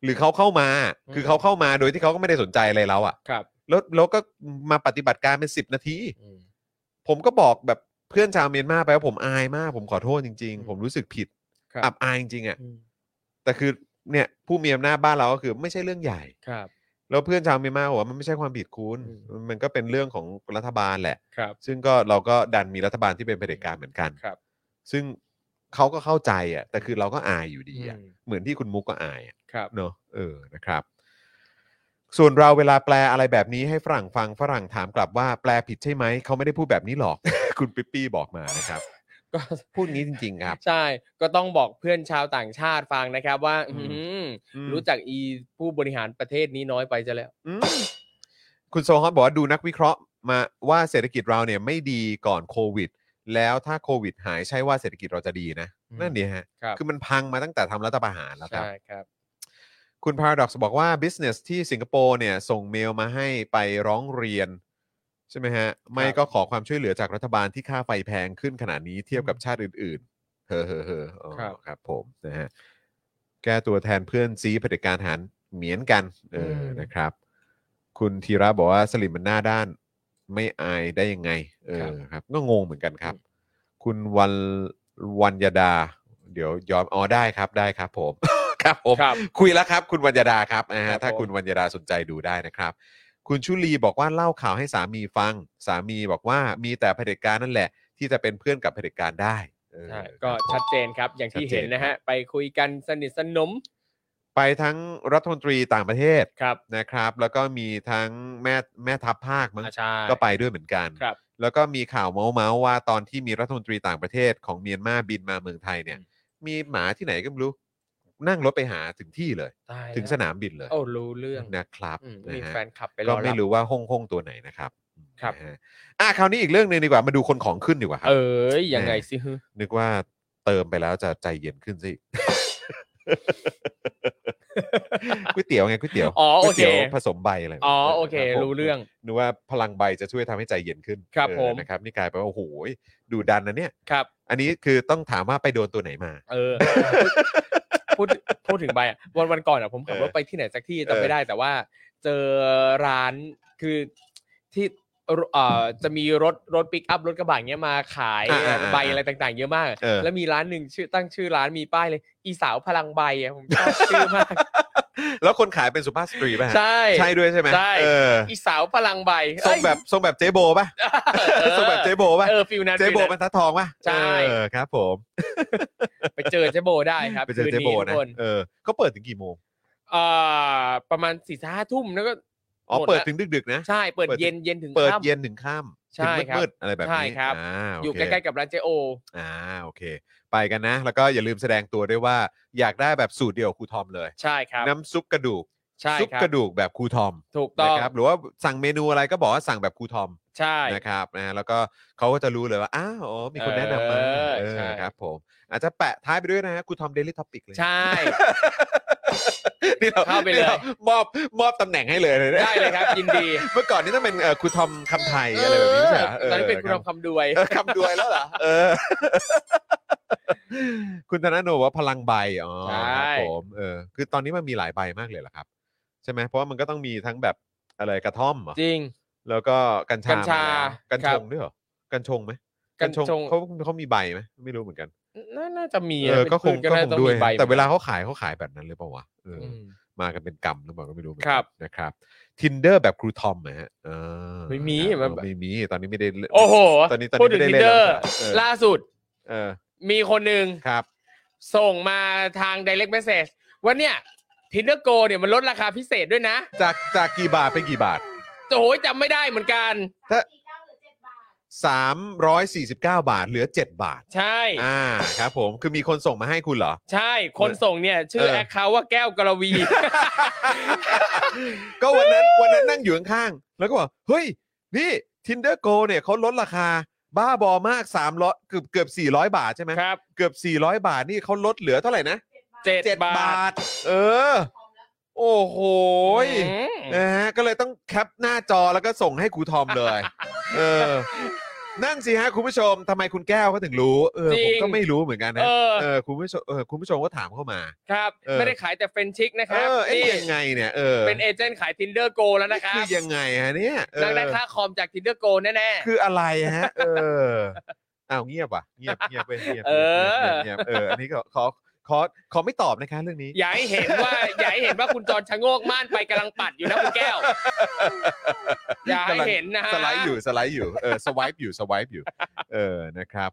S3: หรือเขาเข้ามา
S4: อืม
S3: คือเขาเข้ามาโดยที่เขาก็ไม่ได้สนใจอะไรเราอะ
S4: ครับ
S3: แล้วแล้วก็มาปฏิบัติการเป็นสิบนาที
S4: อืม
S3: ผมก็บอกแบบเพื่อนชาวเมียนมาไปว่าผมอายมาก ผมขอโทษจริง
S4: อืม
S3: ๆ ผมรู้สึกผิด
S4: ครับ
S3: อับอายจริงๆอะ
S4: อืม
S3: แต่คือเนี่ยผู้มีอำนาจบ้านเราก็คือไม่ใช่เรื่องใหญ่
S4: ครับ
S3: แล้วเพื่อนชาวเมียนมาบอกว่ามันไม่ใช่ความผิดคุณ
S4: อืม
S3: มันก็เป็นเรื่องของรัฐบาลแหละ
S4: ครับ
S3: ซึ่งก็เราก็ดันมีรัฐบาลที่เป็นเผด็จการเหมือนกัน
S4: ครับ
S3: ซึ่งเขาก็เข้าใจอ่ะ แต่คือเราก็อายอยู่ดีอ่ะ
S4: อืม
S3: เหมือนที่คุณมุกก็อายอะ
S4: ครับ
S3: เนอะเออ นะครับ ส่วนเราเวลาแปลอะไรแบบนี้ให้ฝรั่งฟังฝรั่งถามกลับว่าแปลผิดใช่ไหม เขาไม่ได้พูดแบบนี้หรอก คุณปิ๊ปปี้บอกมานะครับ
S4: ก็
S3: พูดงี้จริง ๆ ครับ
S4: ใช่ ก็ต้องบอกเพื่อนชาวต่างชาติฟังนะครับว่า
S3: อืม
S4: อื้อหือ
S3: อืม
S4: รู้จักอีผู้บริหารประเทศนี้น้อยไปจะแล้ว
S3: อืมคุณโซฮอตบอกว่าดูนักวิเคราะห์มาว่าเศรษฐกิจเราเนี่ยไม่ดีก่อนโควิด แล้วถ้าโควิด หายใช่ว่าเศรษฐกิจเราจะดีนะ
S4: อืม
S3: นั่นดีฮะ
S4: ครับ
S3: คือมันพังมาตั้งแต่ทำรัฐประหารแล้วครับ
S4: ใช่ครับ
S3: คุณ Paradox บอกว่า Business ที่สิงคโปร์เนี่ย ส่งเมลมาให้ไปร้องเรียน ใช่ไหมฮะ ไม่ก็ขอความช่วยเหลือจากรัฐบาลที่ค่าไฟแพงขึ้นขนาดนี้เทียบกับชาติอื่นๆ เฮ้อเฮ้อเฮ้ออ๋อ
S4: ครับ
S3: ครับผมนะฮะแก้ตัวแทนเพื่อนซีเผด็จการทหารเหมียนกันเอออ
S4: ม
S3: นะครับ คุณธีระบอกว่าสลิมมันหน้าด้านไม่อายได้ยังไง เออครับ ก็งงเหมือนกันครับ คุณวันวันยดา เดี๋ยวยอมอ๋อได้ครับได้ครับผม ครับผม
S4: ครับ
S3: คุยแล้วครับ คุณวัญญาดาครับนะ
S4: ครั
S3: ฮะ
S4: บ
S3: ถ้า
S4: ผม
S3: คุณวัญญาดาสนใจดูได้นะครับ คุณชุลีบอกว่าเล่าข่าวให้สามีฟัง สามีบอกว่ามีแต่เผด็จการนั่นแหละ ที่จะเป็นเพื่อนกับเผด็จการได้เออ
S4: ใช่ก็
S3: ครับผม
S4: ชัดเจนครับ อย่างที่
S3: ชัดเจน
S4: เห็นนะฮะ ไปคุยกันสนิทสนม
S3: ไปทั้งรัฐมนตรีต่างประเทศ
S4: ครับ
S3: นะครับ แล้วก็มีทั้งแม่แม่ทัพภาคมั้ง
S4: อาชา
S3: ก็ไปด้วยเหมือนกัน
S4: ครับ
S3: แล้วก็มีข่าวเมาส์ๆว่าตอนที่มีรัฐมนตรีต่างประเทศของเมียนมาบินมาเมืองไทยเนี่ย
S4: อืม
S3: มีหมาที่ไหนก็ไม่รู้ นั่งรถไปหาถึงที่เลย
S4: ตายแล้ว
S3: ถึงสนามบินเลย
S4: โอ้รู้เรื่อง
S3: นะครับ
S4: อืม
S3: นะ
S4: มี
S3: ฮะ
S4: แฟนคลับไปร
S3: ก็
S4: อ
S3: ไม่
S4: รับ
S3: รู้ว่าห้องห้องตัวไหนนะครับ
S4: ครับ
S3: นะฮะอ่ะคราวนี้อีกเรื่องหนึ่งดีกว่า มาดูคนของขึ้นดีกว่าครั
S4: เอ้ยยังไงสิฮึ
S3: นึกว่าเติมไปแล้วจะใจเย็นขึ้นสิ ก๋วยเตี๋ยวไงก๋วยเตี๋ยว
S4: อ๋อโอ
S3: ก๋วย
S4: เค
S3: เตี๋ยวผสมใบอะไร
S4: อ๋อ
S3: แบบนี้
S4: โอเค
S3: นะบผม
S4: รู้เรื่อง
S3: นึกว่าพลังใบจะช่วยทำให้ใจเย็นขึ้น
S4: ครับ
S3: เออ
S4: ผม
S3: นะครับ นี่กลายไปนว่าโอ้โหดูดันนะเนี่ย
S4: ครับ
S3: อันนี้คือต้องถามว่าไปโดนตัวไหนมา
S4: เออ พูดพูดถึงใบอ่ะวันวันก่อนอ่ะผมขับรถไปที่ไหนสักที่จำไม่ได้แต่ว่า เจอร้านคือที่เอ่อจะมีรถรถปิกอัพรถกระบะอย่างเงี้ยมาขาย
S3: อ่าอ่าอ่า
S4: ใบอะไรต่างๆ เยอะมาก
S3: เออ
S4: แล้วมีร้านหนึ่งชื่อตั้งชื่อร้านมีป้ายเลย อีสาวพลังใบอ่ะผมชอบชื่อมาก
S3: แล้วคนขายเป็นสุภาพสตรีป่ะฮะ
S4: ใช่
S3: ใช่ด้วยใช่ไหม
S4: ใช่
S3: เออ
S4: อีสาวพลังใบ
S3: ทรงแบบทรงแบบเจ๊โบป่ะ
S4: เออ
S3: ทรงแบบเจ๊โบป่ะ
S4: เออฟิลนั้น
S3: เจ๊โบ
S4: ฟีล
S3: บร
S4: นั้น
S3: รทัดทองป่ะ
S4: ใช่
S3: เออครับผม
S4: ไปเจอเจ๊โบได้ครับ
S3: ไปเจอเจโบ
S4: คืทุ
S3: นะ
S4: กคน
S3: เออเขาเปิดถึงกี่โมง
S4: เอ่อประมาณสี่ห้าทุ่มแล้วก็
S3: อ๋อ
S4: หมดละ
S3: เปิดถึงดึกๆนะ
S4: ใช่เปิด
S3: เปิด
S4: เย็นเย็นถึง
S3: เปิด
S4: ค่ำ
S3: เย็นถึงค่ำ
S4: ใช่
S3: ถึง
S4: ครับ
S3: มืดๆอะไรแบบนี้
S4: ใช่ครับ
S3: อ่าโ
S4: อยู่ใกล้ๆกับร้านเจโอ
S3: ๆอ่าโอเค ไปกันนะ แล้วก็อย่าลืมแสดงตัวด้วยว่าอยากได้แบบสูตรเดียวกับครูทอมเลย
S4: ใช่ครับ
S3: น้ำซุปกระดูก
S4: ใช่
S3: ซุป
S4: ครับ
S3: กระดูกแบบครูทอม
S4: ถูก
S3: นะ
S4: ต้อง
S3: ครับหรือว่าสั่งเมนูอะไรก็บอกว่าสั่งแบบครูทอม
S4: ใช่
S3: นะครับนะฮะแล้วก็เขาก็จะรู้เลยว่า อ้าวอ๋อมีคนแนะนำมา
S4: เออ
S3: เออ
S4: ใช่
S3: ครับผม อาจจะแปะท้ายไปด้วยนะฮะครูทอมเดลิทอปิกเลย
S4: ใช่
S3: นี่เรา
S4: เข้าไปเลย
S3: นี่รมอบมอบตำแหน่งให้เลยนะนี่
S4: ได้เลยครับยินดี
S3: เมื่อก่อนนี่ต้องเป็นเอ่อครูทอมคำไทยอะไรแบบนี้ใช่ไหม
S4: ตอนนี้เป็นคุณทำคำด้วย
S3: เออคำดวยแล้วเหรอเอ อ คุณธนาโนบอกว่าพลังใบอ๋อ
S4: ใช
S3: ค
S4: ่
S3: รับผมเออคือตอนนี้มันมีหลายใบมากเลยเหรอครับ ใช่ไหมเพราะว่ามันก็ต้องมีทั้งแบบอะไรกระท่อมเหรอ
S4: จริง
S3: แล้วก็กัญชา
S4: กัญชา
S3: กัญ
S4: ครั
S3: ช
S4: บ
S3: งด้วยเหรอกัญชงไหม
S4: กันชง
S3: เขาเขามีใบไหมไม่รู้เหมือนกัน
S4: น่าน่าจะมี
S3: เออ
S4: นะ
S3: ก็คง
S4: เป็นพืช
S3: ก็
S4: น่า
S3: คง
S4: จะ
S3: ด้วย
S4: มีใบ
S3: แต่เวลาเขาขายเขาขายแบบนั้นเลยเปล่าวะเอออ
S4: อืม
S3: มากันเป็นกรรมหรือเปล่าก็ไม่รู้เหมือน
S4: ค
S3: กั
S4: รั
S3: น
S4: บ
S3: นะครับ tinder แบบครูทอมนะฮะเออ
S4: ไม่มี
S3: ครับ
S4: มัน
S3: ไม่มีตอนนี้ไม่ได้เล่น
S4: โอ้โห
S3: ตอนนี้ตอนนี้
S4: พูดถึง
S3: ไม่
S4: ทิ
S3: ได้
S4: น
S3: เล่
S4: เด
S3: นแล้
S4: อ
S3: ว
S4: ร์
S3: เออ
S4: ล่าสุด
S3: เออ
S4: มีคนหนึ่ง
S3: ครับ
S4: ส่งมาทาง direct message ว่าเนี่ยทินเดอร์โกเนี่ยมันลดราคาพิเศษด้วยนะ
S3: จากจากกี่บาทเป็นกี่บาท
S4: โอ้โหจำไม่ได้เหมือนกัน
S3: ถ้า 349 บาท เหลือ 7 บาท
S4: ใช่
S3: อ่าครับผมคือมีคนส่งมาให้คุณเหรอ
S4: ใช่ คนส่งเนี่ย ชื่อ
S3: เออ
S4: แอคเคาท์ว่าแก้วกระวี
S3: ก็วันนั้นวันนั้นนั่งอยู่ข้างๆแล้วก็บอกเฮ้ย นี่ Tinder Go เนี่ยเขาลดราคาบ้าบอมาก300เกือบเกือบ400 บาทใช่ไหม
S4: ครับ
S3: เกือบ 400 บาทนี่เขาลดเหลือเท่าไหร่นะ
S4: เจ็ด
S3: 7
S4: บาท
S3: ทเออ โอ้โหย
S4: อืม
S3: นะฮะก็เลยต้องแคปหน้าจอแล้วก็ส่งให้ครูทอม เลย เออ นั่นสิฮะคุณผู้ชมทำไมคุณแก้วเขาถึงรู้เออผมก็ไม่รู้เหมือนกันนะ
S4: เออ
S3: เออคุณผู้ชมเออคุณผู้ชมก็ถามเข้ามา
S4: ครับ
S3: เออ
S4: ไม่ได้ขายแต่เฟรนชิกนะค
S3: เอ
S4: รับ
S3: อเอ๊ะ
S4: นี่
S3: ยังไงเนี่ยเออ
S4: เป็นเอเจนต์ขาย tinder go แล้วนะครับ
S3: คือยังไงฮะเนี่ยเออ
S4: ดังนั้นค่าคอมจาก tinder go แน่
S3: คืออะไรฮะ เอออ้าวเงียบว่ะเงียบเงียบไปเงียบ
S4: เออ
S3: เงียบเงียบเอออันนี้ก็ขอขอขอไม่ตอบนะคะเรื่องนี้
S4: ๆ อย่าให้เห็นว่า อย่าให้เห็นว่าคุณจอนชะโงกม่านไปกำลังปัดอยู่นะคุณแก้ว อย่าให้เห็นนะฮะ
S3: สไลด์อยู่สไลด์อยู่เออสวายอยู่สวายอยู่ เออนะครับ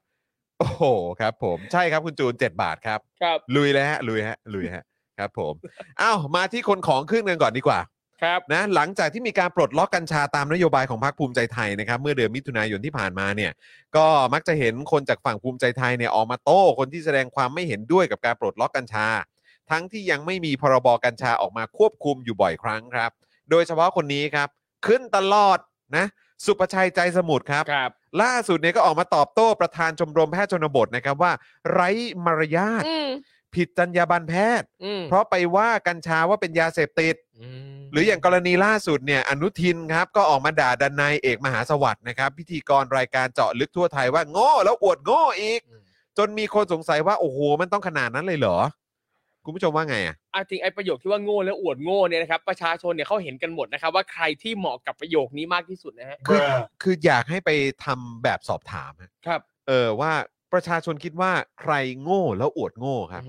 S3: โอ้โหครับ ผมใช่ครับคุณจูน 7 บาทครับ
S4: ครับ
S3: ลุยแล้วฮะลุยฮะลุยฮะครับผมอ้าวมาที่คนของขึ้นกันก่อนดีกว่า
S4: ครับ
S3: นะหลังจากที่มีการปลดล็อกกัญชาตามนโยบายของพรรคภูมิใจไทยนะครับเมื่อเดือนมิถุนายนที่ผ่านมาเนี่ยก็มักจะเห็นคนจากฝั่งภูมิใจไทยเนี่ยออกมาโต้คนที่แสดงความไม่เห็นด้วยกับการปลดล็อกกัญชา ทั้งที่ยังไม่มีพรบกัญชาออกมาควบคุมอยู่บ่อยครั้งครับ โดยเฉพาะคนนี้ครับ ขึ้นตลอดนะสุประชัยใจสมุทรครับ
S4: ครับ
S3: ล่าสุดเนี่ยก็ออกมาตอบโต้ประธานชมรมแพทย์ชนบทนะครับว่า ไร้มารยาท
S4: อืม
S3: ผิดจรรยาบรรณแพทย์
S4: อืม
S3: เพราะไปว่ากัญชาว่าเป็นยาเสพติด
S4: ม
S3: หรืออย่างกรณีล่าสุดเนี่ยอนุทินครับ ก็ออกมาด่าดันนายเอกมหาสวัสดิ์นะครับพิธีกรรายการเจาะลึกทั่วไทยว่าโง่แล้วอวดโง่อีก จนมีคนสงสัยว่า โอ้โห มันต้องขนาดนั้นเลยเหรอ คุณผู้ชมว่าไงอ่ะ
S4: อ่ะจริงไอ้ประโยคที่ว่าโง่และอวดโง่เนี่ยนะครับประชาชนเนี่ยเขาเห็นกันหมดนะครับ ว่าใครที่เหมาะกับประโยคนี้มากที่สุดนะฮะ
S3: คือคืออยากให้ไปทำแบบสอบถามฮะ
S4: ครับ
S3: เออว่าประชาชนคิดว่าใครโง่แล้วอวดโง่ครับ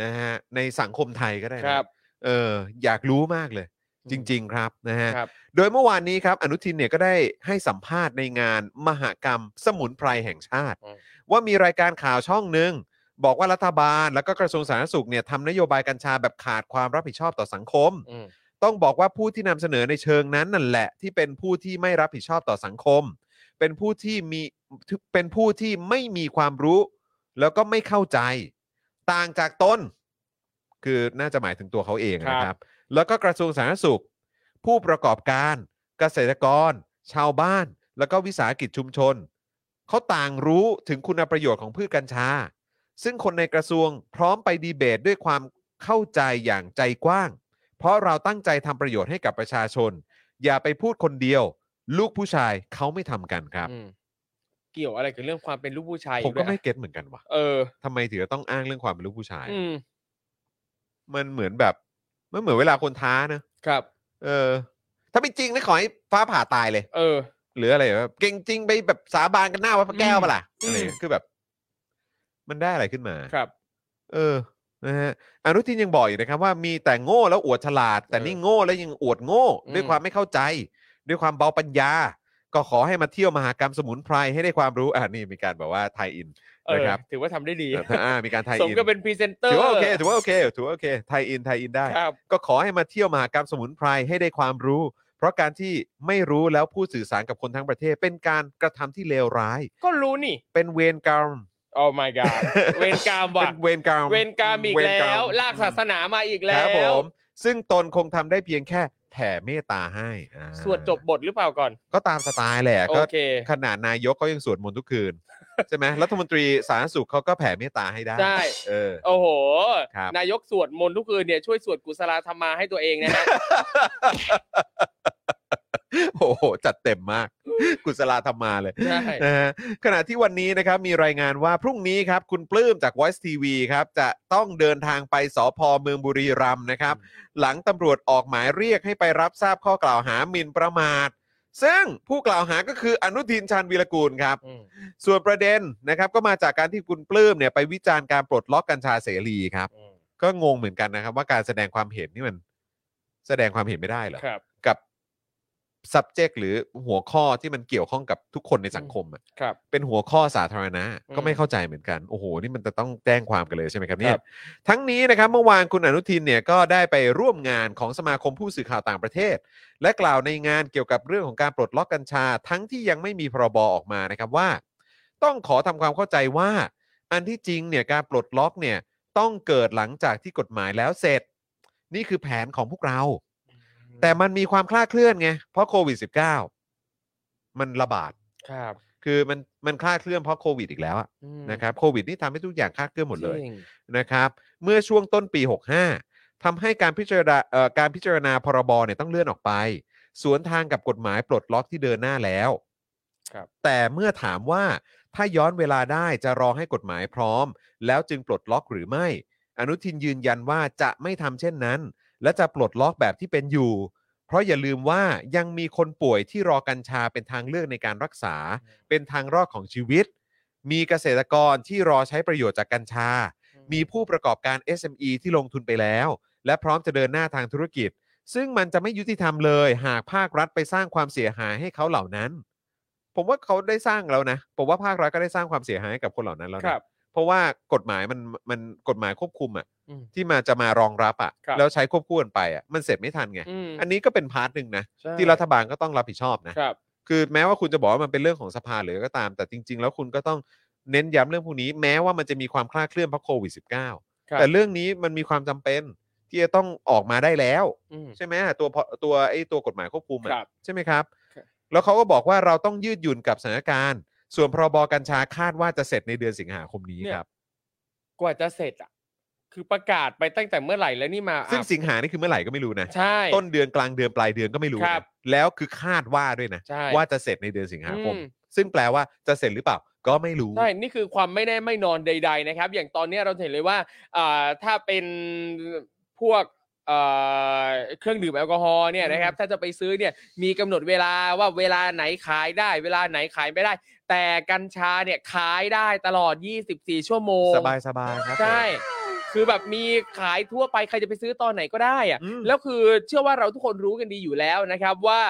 S3: นะฮะในสังคมไทยก็ได้
S4: ค
S3: นะ
S4: รับ
S3: เอออยากรู้มากเลย จริง ๆ ครับนะฮะ
S4: ครับ
S3: โดยเมื่อวานนี้ครับ อนุทินเนี่ยก็ได้ให้สัมภาษณ์ในงานมหกรรมสมุนไพรแห่งชาติ
S4: อืม
S3: ว่ามีรายการข่าวช่องหนึ่งบอกว่ารัฐบาลแล้วก็กระทรวงสาธารณสุขเนี่ยทำนโยบายกัญชาแบบขาดความรับผิดชอบต่อสังคม
S4: อืม
S3: ต้องบอกว่าผู้ที่นำเสนอในเชิงนั้นนั่นแหละ ที่เป็นผู้ที่ไม่รับผิดชอบต่อสังคม เป็นผู้ที่มีเป็นผู้ที่ไม่มีความรู้ แล้วก็ไม่เข้าใจ ต่างจากตนคือน่าจะหมายถึงตัวเขาเอง
S4: ครับ
S3: นะครับ แล้วก็กระทรวงสาธารณสุข ผู้ประกอบการเกษตรกร ชาวบ้าน แล้วก็วิสาหกิจชุมชน เขาต่างรู้ถึงคุณประโยชน์ของพืชกัญชา ซึ่งคนในกระทรวงพร้อมไปดีเบตด้วยความเข้าใจอย่างใจกว้าง เพราะเราตั้งใจทำประโยชน์ให้กับประชาชน อย่าไปพูดคนเดียว ลูกผู้ชายเขาไม่ทำกันครับ
S4: อืมเกี่ยวอะไรกับเรื่องความเป็นลูกผู้ชาย
S3: ผมก็
S4: ด้วย
S3: ไม่
S4: อะ
S3: เก็ตเหมือนกันว่ะ
S4: เออ
S3: ทำไมถึงจะต้องอ้างเรื่องความเป็นลูกผู้ชาย
S4: อืม
S3: มันเหมือนแบบมันเหมือนเวลาคนท้านะครับ เออ ถ้าเป็นจริงนะขอให้ฟ้าผ่าตายเลย
S4: เออ
S3: หรืออะไรแบบเก่งจริงไปแบบสาบานกันหน้าวัดพระแก้วปะล่ะ
S4: อืม
S3: อะไรอย่างเงี้ยคือแบบ มันได้อะไรขึ้นมา
S4: ครับ
S3: เออนะฮะอนุทินยังบอกอีกนะครับว่ามีแต่โง่แล้วอวดฉลาด แต่นี่โง่แล้วยังอวดโง่
S4: อืม
S3: ด้วยความไม่เข้าใจ ด้วยความเบาปัญญา ก็ขอให้มาเที่ยวมหากรรมสมุนไพรให้ได้ความรู้อ่านี่มีการแบบว่าไท ยอิน
S4: เออ
S3: นะครับ
S4: ถือว่าทำได้ดี
S3: อ่ามีการไทย
S4: สม
S3: อิน
S4: ก็เป็นพรีเซนเตอร์
S3: ถือว่าโอเคถือว่า โอเคถือว่าโอเคไทยอินไทยอินได้
S4: ครับ
S3: ก็ขอให้มาเที่ยวมหากรรมสมุนไพรให้ได้ความรู้ เพราะการที่ไม่รู้แล้วผู้สื่อสารกับคนทั้งประเทศ เป็นการกระทำที่เลวร้าย
S4: ก็รู้นี่
S3: เป็นเวรกรรม
S4: โอ้ my god เวรกรรมว่ะ
S3: เป็นเวรกรรม
S4: เวรกรรมอีก
S3: เวรร
S4: แล้
S3: รม
S4: ว ลากศาสนามาอีก
S3: ค
S4: แล้
S3: รับผ
S4: ว
S3: ม ซึ่งตนคงทำได้เพียงแค่แผ่เมตตาให้อ่า
S4: สวดจบบทหรือเปล่าก่อน
S3: ก็ตามสไตล์แหละ
S4: โอ
S3: ก็
S4: เค
S3: ขนาดนายกเขายังสวดมนต์ทุกคืน ใช่ไหมรัฐมนตรีสาธารณสุขเขาก็แผ่เมตตาให้ได้
S4: ได้
S3: เออ
S4: โอ้โห
S3: ครับ
S4: นายกสวดมนต์ทุกคืนเนี่ยช่วยสวดกุศลธรรมาให้ตัวเอง นะฮะ
S3: โอ้โห จัดเต็มมาก กุศลาธรรมาเลย
S4: ใช่
S3: นะฮะขณะที่วันนี้นะครับมีรายงานว่าพรุ่งนี้ครับคุณปลื้มจาก Voice TV ครับจะต้องเดินทางไปสพเมืองบุรีรัมย์นะครับ หลังตำรวจออกหมายเรียกให้ไปรับทราบข้อกล่าวหาหมิ่นประมาท ซึ่งผู้กล่าวหาก็คืออนุทินชาญวีรกูลครับ
S4: อืม
S3: ส่วนประเด็นนะครับก็มาจากการที่คุณปลื้มเนี่ยไปวิจารณ์การปลดล็อกกัญชาเสรีครับ
S4: อืม
S3: ก็งงเหมือนกันนะครับ ว่าการแสดงความเห็นนี่มัน แสดงความเห็นไม่ได้เหรอ
S4: ครับ
S3: กับ subject หรือหัวข้อที่มันเกี่ยวข้องกับทุกคนในสังคมอะ
S4: ครับ
S3: เป็นหัวข้อสาธารณะ
S4: อืม
S3: ก็ไม่เข้าใจเหมือนกัน โอ้โห นี่มันจะต้องแจ้งความกันเลยใช่ไหมครับเนี่
S4: ค
S3: ย
S4: รับ
S3: ทั้งนี้นะครับเมื่อวานคุณอนุทินเนี่ยก็ได้ไปร่วมงานของสมาคมผู้สื่อข่าวต่างประเทศ และกล่าวในงานเกี่ยวกับเรื่องของการปลดล็อกกัญชา ทั้งที่ยังไม่มีพรบออกมานะครับว่า ต้องขอทำความเข้าใจว่า อันที่จริงเนี่ยการปลดล็อกเนี่ยต้องเกิดหลังจากที่กฎหมายแล้วเสร็จ นี่คือแผนของพวกเรา แต่มันมีความคลาดเคลื่อนไง เพราะโควิด -19 มันระบาด
S4: ครับ
S3: คือมันมันคลาดเคลื่อนเพราะโควิดอีกแล้วอะนะครับโควิดนี่ทำให้ทุกอย่างคลาดเคลื่อนหมดเลย
S4: จริง
S3: นะครับเมื่อช่วงต้นปี 65ทำให้การพิจารณาเอ่อการพิจารณาพรบเนี่ยต้องเลื่อนออกไป สวนทางกับกฎหมายปลดล็อกที่เดินหน้าแล้ว
S4: ครับ
S3: แต่เมื่อถามว่าถ้าย้อนเวลาได้จะรอให้กฎหมายพร้อม แล้วจึงปลดล็อกหรือไม่ อนุทินยืนยันว่าจะไม่ทำเช่นนั้น และจะปลดล็อกแบบที่เป็นอยู่ เพราะอย่าลืมว่ายังมีคนป่วยที่รอกัญชาเป็นทางเลือกในการรักษา เป็นทางรอดของชีวิต มีเกษตรกรที่รอใช้ประโยชน์จากกัญชา มีผู้ประกอบการ SME ที่ลงทุนไปแล้ว และพร้อมจะเดินหน้าทางธุรกิจ ซึ่งมันจะไม่ยุติธรรมเลย หากภาครัฐไปสร้างความเสียหายให้เขาเหล่านั้น ผมว่าเขาได้สร้างแล้วนะ ผมว่าภาครัฐก็ได้สร้างความเสียหายให้กับคนเหล่านั้นแล้ว
S4: ครั
S3: นะ
S4: บ
S3: เพราะว่ากฎหมายมันมันกฎหมายควบคุมอะ
S4: อืม
S3: ที่มาจะมารองรับอะ
S4: ครับ
S3: แล้วใช้ควบคู่กันไปอะมันเสร็จไม่ทันไง
S4: ม
S3: อันนี้ก็เป็นพาร์ทหนึ่งนะ
S4: ใช่
S3: ที่รัฐบาลก็ต้องรับผิดชอบนะ
S4: ครับ
S3: คือแม้ว่าคุณจะบอกว่ามันเป็นเรื่องของสภาหรืออะไรก็ตาม แต่จริง ๆ แล้วคุณก็ต้องเน้นย้ำเรื่องพวกนี้ แม้ว่ามันจะมีความคลาดเคลื่อนเพราะโควิด -19
S4: ครับ
S3: แต่เรื่องนี้มันมีความจำเป็นที่จะต้องออกมาได้แล้ว
S4: อืม
S3: ใช่ไหมตัวพอตัวไอ้ตัวกฎหมายควบคุมอะ
S4: ครับ
S3: ใช่ไหมครับ
S4: ครับ
S3: แล้วเขาก็บอกว่าเราต้องยืดหยุ่นกับสถานการณ์ ส่วนพรบกัญชาคาดว่าจะเสร็จในเดือนสิงหาคมนี้
S4: เนี่ย
S3: ครับ
S4: กว่าจะเสร็จอ่ะ คือประกาศไปตั้งแต่เมื่อไหร่แล้วนี่มา
S3: ซึ่ง
S4: อ่ะ
S3: สิงหานี่คือเมื่อไหร่ก็ไม่รู้นะ
S4: ใช่
S3: ต้นเดือนกลางเดือนปลายเดือนก็ไม่รู้
S4: ครั
S3: นะ
S4: บ
S3: แล้วคือคาดว่าด้วยนะ
S4: ใช่
S3: ว่าจะเสร็จในเดือนสิงหาคม
S4: อืม
S3: ซึ่งแปลว่าจะเสร็จหรือเปล่าก็ไม่รู้
S4: ใช่ นี่คือความไม่แน่ไม่นอนใด ๆ นะครับ อย่างตอนเนี้ยเราเห็นเลยว่าอ่าถ้าเป็นพวกเอ่อเครื่องดื่มแอลกอฮอล์เนี่ยนะครับ ถ้าจะไปซื้อเนี่ย มีกำหนดเวลาว่าเวลาไหนขายได้ เวลาไหนขายไม่ได้ แต่กัญชาเนี่ยขายได้ตลอด 24 ชั่วโมง
S3: สบายสบายครับ
S4: ใช่ คือแบบมีขายทั่วไปใครจะไปซื้อตอนไหนก็ได้อะ
S3: อืม
S4: แล้วคือเชื่อว่าเราทุกคนรู้กันดีอยู่แล้วนะครับว่า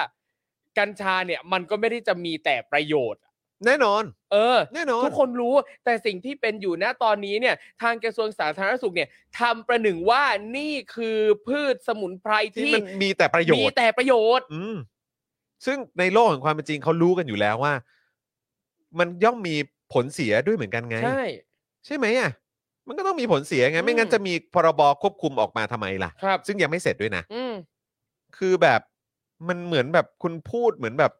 S4: กัญชาเนี่ยมันก็ไม่ได้จะมีแต่ประโยชน์
S3: แน่นอน
S4: เออ
S3: แน่นอน
S4: ทุกคนรู้แต่สิ่งที่เป็นอยู่ณตอนนี้เนี่ย ทางกระทรวงสาธารณสุขเนี่ยทำประหนึ่งว่านี่คือพืชสมุนไพร
S3: ที่
S4: ที่
S3: มันมีแต่ประโย
S4: มี
S3: ชน์
S4: แต่ประโยชน์
S3: อืมซึ่งในโลกของความเป็นจริงเขารู้กันอยู่แล้วว่า มันย่อมมีผลเสียด้วยเหมือนกันไง
S4: ใช่
S3: ใช่ไหมอ่ะ มันก็ต้องมีผลเสียไง
S4: อืม
S3: ไม่งั้นจะมีพรบควบคุมออกมาทำไมล่ะ
S4: ครับ
S3: ซึ่งยังไม่เสร็จด้วยนะ
S4: อืม
S3: คือแบบมันเหมือนแบบคุณพูดเหมือนแบบ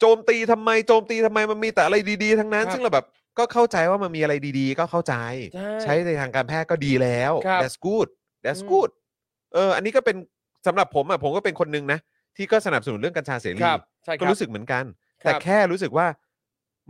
S3: โจมตีทำไมโจมตีทำไมมันมีแต่อะไรดีๆทั้งนั้น
S4: ครับ
S3: ซึ่งเราแบบก็เข้าใจว่ามันมีอะไรดีๆ ก็เข้าใจ
S4: ใช่
S3: ใช้ในทางการแพทย์ก็ดีแล้ว
S4: ครับ
S3: that's good that's good เออ อันนี้ก็เป็นสำหรับผมอ่ะผมก็เป็นคนหนึงนะ ที่ก็สนับสนุนเรื่องกัญชาเสรี
S4: ครับ ใช่ค
S3: ก็
S4: รับ
S3: รู้สึกเหมือนกัน
S4: ครับ
S3: แต่แค่รู้สึกว่า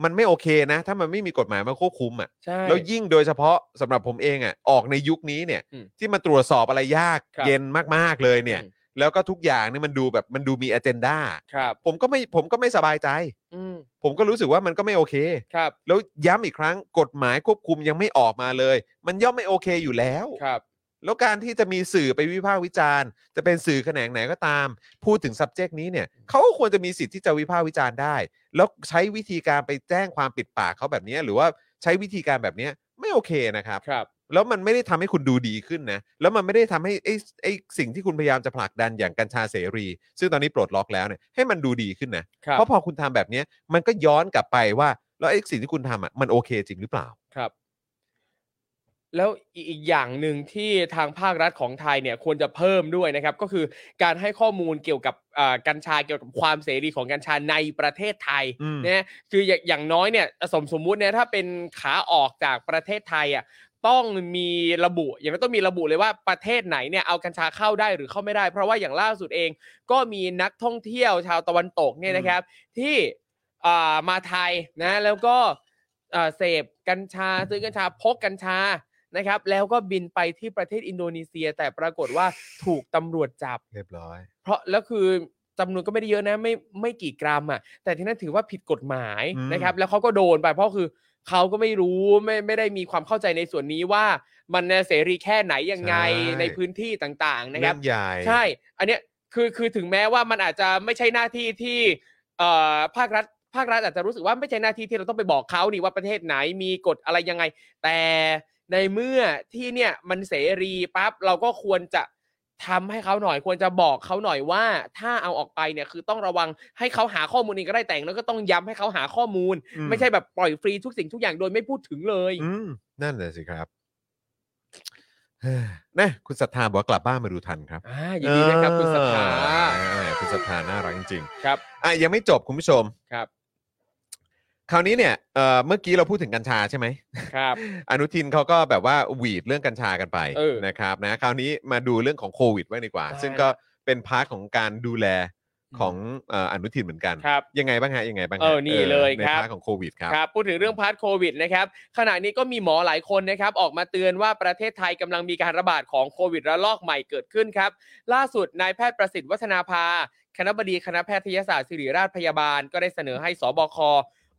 S3: มันไม่โอเคนะ ถ้ามันไม่มีกฎหมายมาควบคุมอ่ะ
S4: ใช่
S3: แล้วยิ่งโดยเฉพาะสำหรับผมเองอ่ะออกในยุคนี้เนี่ย
S4: อืม
S3: ที่มันตรวจสอบอะไรยาก
S4: ครับ
S3: เย็นมากๆเลยเนี่ย
S4: อืม
S3: แล้วก็ทุกอย่างเนี่ยมันดูแบบมันดูมีอเจนดา
S4: ครับ
S3: ผมก็ไม่ผมก็ไม่สบายใจ
S4: อืม
S3: ผมก็รู้สึกว่ามันก็ไม่โอเค
S4: ครับ
S3: แล้วย้ำอีกครั้งกฎหมายควบคุมยังไม่ออกมาเลย มันย่อมไม่โอเคอยู่แล้ว
S4: ครับ
S3: แล้วการที่จะมีสื่อไปวิพากษ์วิจารณ์ จะเป็นสื่อแขนงไหนก็ตาม พูดถึง subject นี้เนี่ยเขาก็ควรจะมีสิทธิ์ที่จะวิพากษ์วิจารณ์ได้ แล้วใช้วิธีการไปแจ้งความปิดปากเขาแบบเนี้ยหรือว่าใช้วิธีการแบบเนี้ยไม่โอเคนะครับ
S4: ครับ
S3: แล้วมันไม่ได้ทำให้คุณดูดีขึ้นนะ แล้วมันไม่ได้ทำให้ไอ้ไอ้สิ่งที่คุณพยายามจะผลักดันอย่างกัญชาเสรี ซึ่งตอนนี้ปลดล็อกแล้วเนี่ยให้มันดูดีขึ้นนะ
S4: ครับ
S3: เพราะพอคุณทำแบบเนี้ยมันก็ย้อนกลับไปว่า แล้วไอ้สิ่งที่คุณทำอ่ะมันโอเคจริงหรือเปล่า
S4: ครับ แล้วอีกอีกอย่างหนึ่งที่ทางภาครัฐของไทยเนี่ยควรจะเพิ่มด้วยนะครับ ก็คือการให้ข้อมูลเกี่ยวกับอ่ากัญชาเกี่ยวกับความเสรีของกัญชาในประเทศไทย
S3: อืม
S4: นะคืออย่างอย่างน้อยเนี่ยสมสมมุติเนี่ยถ้าเป็นขาออกจากประเทศไทยอ่ะต้องมีระบุ อย่างนั้นต้องมีระบุเลยว่าประเทศไหนเนี่ยเอากัญชาเข้าได้หรือเข้าไม่ได้ เพราะว่าอย่างล่าสุดเอง ก็มีนักท่องเที่ยวชาวตะวันตกเนี่ยนะครับ ที่อ่ามาไทยนะแล้วก็เอ่อเสพกัญชาซื้อกัญชาพกกัญชานะครับ แล้วก็บินไปที่ประเทศอินโดนีเซีย แต่ปรากฏว่าถูกตำรวจจับ
S3: เรียบร้อย
S4: เพราะแล้วคือจำนวนก็ไม่ได้เยอะนะไม่ไม่กี่กรัมอ่ะแต่ที่นั่นถือว่าผิดกฎหมาย
S3: อืม
S4: นะครับ แล้วเขาก็โดนไปเพราะคือเขาก็ไม่รู้ไม่ไม่ได้มีความเข้าใจในส่วนนี้ว่ามันเนี่ยเสรีแค่ไหนยังไงในพื้นที่ต่างๆนะค
S3: เรื่
S4: รับ
S3: องใหญ่
S4: ใช่ อันเนี้ย คือคือถึงแม้ว่ามันอาจจะไม่ใช่หน้าที่ที่เอ่อภาครัฐภาครัฐอาจจะรู้สึกว่าไม่ใช่หน้าที่ที่เราต้องไปบอกเขานี่ว่าประเทศไหนมีกฎอะไรยังไง แต่ในเมื่อที่เนี่ยมันเสรีปั๊บเราก็ควรจะทำให้เขาหน่อย ควรจะบอกเขาหน่อยว่า ถ้าเอาออกไปเนี่ยคือต้องระวังให้เขาหาข้อมูลเองก็ได้แต่งแล้วก็ต้องย้ำให้เขาหาข้อมูล
S3: อื
S4: ไม่ใช่แบบปล่อยฟรีทุกสิ่งทุกอย่างโดยไม่พูดถึงเลย
S3: อืมนั่นแหละสิครับ เฮ้ยนะคุณศรัทธาบอกว่ากลับบ้านมาดูทันครับ
S4: อ่ายินดีด้วยครับคุณศรัทธา
S3: เออคุณศรัทธาน่ารักจริง
S4: ครับ
S3: ๆอ่ะยังไม่จบคุณผู้ชม
S4: ครับ
S3: คราวนี้เนี่ยเอ่อเมื่อกี้เราพูดถึงกัญชาใช่ไหม
S4: ครับ
S3: อนุทินเขาก็แบบว่าหวีดเรื่องกัญชากันไป
S4: เออ
S3: นะครับนะคราวนี้มาดูเรื่องของโควิดไว้างดีกว่า
S4: ได้
S3: ซึ่งก็เป็นพาร์ทของการดูแลของเอ่ออนุทินเหมือนกัน
S4: ครับ
S3: ยังไงบ้างฮะยังไงบ้างฮะ
S4: เออนี่เลย
S3: ใน
S4: ครับ
S3: พาร์ทของโควิดครับ
S4: ครับพูดถึงเรื่องพาร์ทโควิดนะครับขณะนี้ก็มีหมอหลายคนนะครับออกมาเตือนว่าประเทศไทยกำลังมีการระบาดของโควิดระลอกใหม่เกิดขึ้นครับ ล่าสุดนายแพทย์ประสิทธิ์วัฒนาภา คณะบดีคณะแพทยศาสตร์ศิริราชพยาบาล ก็ได้เสนอให้สบค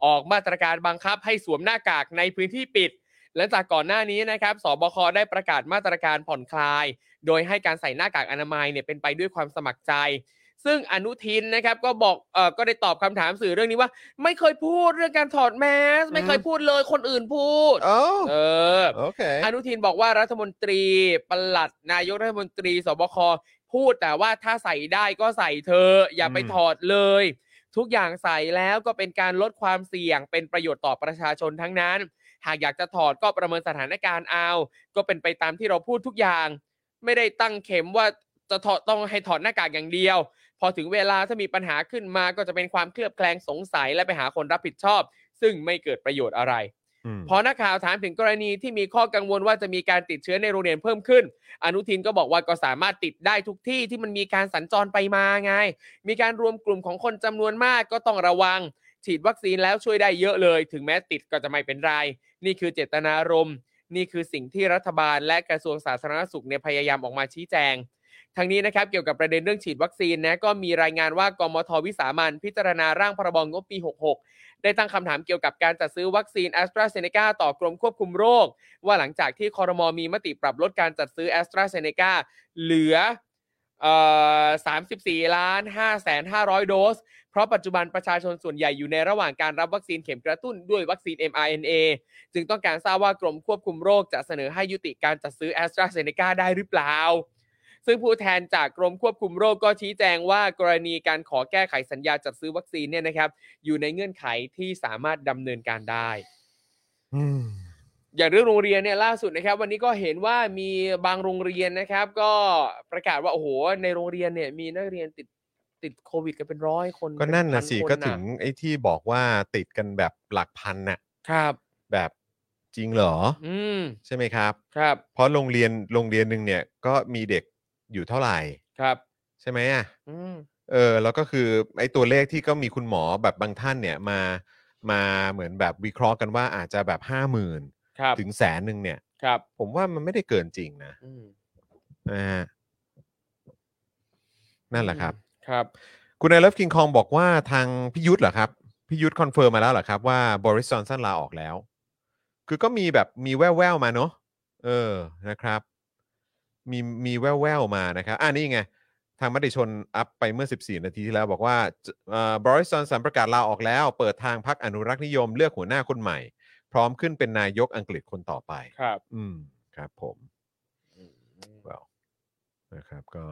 S4: ออกมาตรการบังคับให้สวมหน้ากากในพื้นที่ปิด และจากก่อนหน้านี้นะครับสบคได้ประกาศมาตรการผ่อนคลาย โดยให้การใส่หน้ากากอนามัยเนี่ยเป็นไปด้วยความสมัครใจ ซึ่งอนุทินนะครับก็บอกเออก็ได้ตอบคำถามสื่อเรื่องนี้ว่า ไม่เคยพูดเรื่องการถอดแมส ไม่เคยพูดเลยคนอื่นพูด
S3: โอ้
S4: เออ
S3: โอเค
S4: อนุทินบอกว่ารัฐมนตรีปลัดนายกรัฐมนตรีสบคพูดแต่ว่าถ้าใส่ได้ก็ใส่เธอะอย่าไป
S3: อืม
S4: ถอดเลย ทุกอย่างใส่แล้วก็เป็นการลดความเสี่ยง เป็นประโยชน์ต่อประชาชนทั้งนั้น หากอยากจะถอดก็ประเมินสถานการณ์เอา ก็เป็นไปตามที่เราพูดทุกอย่าง ไม่ได้ตั้งเข็มว่าจะถอดต้องให้ถอดหน้ากากอย่างเดียว พอถึงเวลาถ้ามีปัญหาขึ้นมาก็จะเป็นความเคลือบแคลงสงสัยและไปหาคนรับผิดชอบ ซึ่งไม่เกิดประโยชน์อะไร
S3: อืม
S4: พอนักข่าวถามถึงกรณีที่มีข้อกังวลว่าจะมีการติดเชื้อในโรงเรียนเพิ่มขึ้น อนุทินก็บอกว่าก็สามารถติดได้ทุกที่ที่มันมีการสัญจรไปมาไง มีการรวมกลุ่มของคนจำนวนมากก็ต้องระวัง ฉีดวัคซีนแล้วช่วยได้เยอะเลย ถึงแม้ติดก็จะไม่เป็นไร นี่คือเจตนารมณ์ นี่คือสิ่งที่รัฐบาลและกระทรวงสาธารณสุขเนี่ยพยายามออกมาชี้แจง ทางนี้นะครับเกี่ยวกับประเด็นเรื่องฉีดวัคซีนนะก็มีรายงานว่ากมทวิสามันพิจารณาร่างพรบงบปี 66 ได้ตั้งคำถามเกี่ยวกับการจัดซื้อวัคซีนแอสตราเซเนกาต่อกรมควบคุมโรค ว่าหลังจากที่คอรมอมีมติปรับลดการจัดซื้อแอสตราเซเนกาเหลือเอ่อ34ล้าน5แสน500 โดส เพราะปัจจุบันประชาชนส่วนใหญ่อยู่ในระหว่างการรับวัคซีนเข็มกระตุ้นด้วยวัคซีน mRNA จึงต้องการทราบว่ากรมควบคุมโรคจะเสนอให้ยุติการจัดซื้อแอสตราเซเนกาได้หรือเปล่า ซึ่งผู้แทนจากกรมควบคุมโรคก็ชี้แจงว่ากรณีการขอแก้ไขสัญญาจัดซื้อวัคซีนเนี่ยนะครับ อยู่ในเงื่อนไขที่สามารถดำเนินการได้
S3: อืม
S4: อย่างเรื่องโรงเรียนเนี่ยล่าสุดนะครับ วันนี้ก็เห็นว่ามีบางโรงเรียนนะครับ ก็ประกาศว่าโอ้โหในโรงเรียนเนี่ยมีนักเรียนติดติดโควิดกันเป็นร้อยคน
S3: ก็นั่น
S4: เป็
S3: นะ
S4: พั
S3: สิ
S4: ค
S3: ก็ถึงไอ้ที่บอกว่าติดกันแบบหลักพันน่ะ
S4: ครับ
S3: แบบจริงเหรออ
S4: อืม
S3: ใช่ไหมครับ
S4: ครับ
S3: เพราะโรงเรียนโรงเรียนหนึ่งเนี่ยก็มีเด็กอยู่เท่าไหร่
S4: ครับ
S3: ใช่ไหมอ่ะ
S4: อืม
S3: เออแล้วก็คือไอ้ตัวเลขที่ก็มีคุณหมอแบบบางท่านเนี่ยมามาเหมือนแบบวิเคราะห์กันว่าอาจจะแบบห้าหมื่น
S4: ครับ
S3: ถึงแสนหนึ่งเนี่ย
S4: ครับ
S3: ผมว่ามันไม่ได้เกินจริงนะ
S4: อืม
S3: นะฮะนั่นแหละครับ
S4: ครับ
S3: คุณไอเลิฟคิงคองบอกว่าทางพิยุทธ์เหรอครับพิยุทธ์คอนเฟิร์มมาแล้วเหรอครับว่าบริสจอนสันลาออกแล้ว คือก็มีแบบมีแว่วๆมาเนาะเออนะครับ มีมีแว่วๆมานะครับอ่านี่ไง ทางมติชนอัพไปเมื่อ 14 นาทีที่แล้วบอกว่าบริสจอนสันประกาศลาออกแล้ว เปิดทางพักอนุรักษ์นิยมเลือกหัวหน้าคนใหม่ พร้อมขึ้นเป็นนายกอังกฤษคนต่อไป
S4: ครับ
S3: อืมครับผม well นะครับก็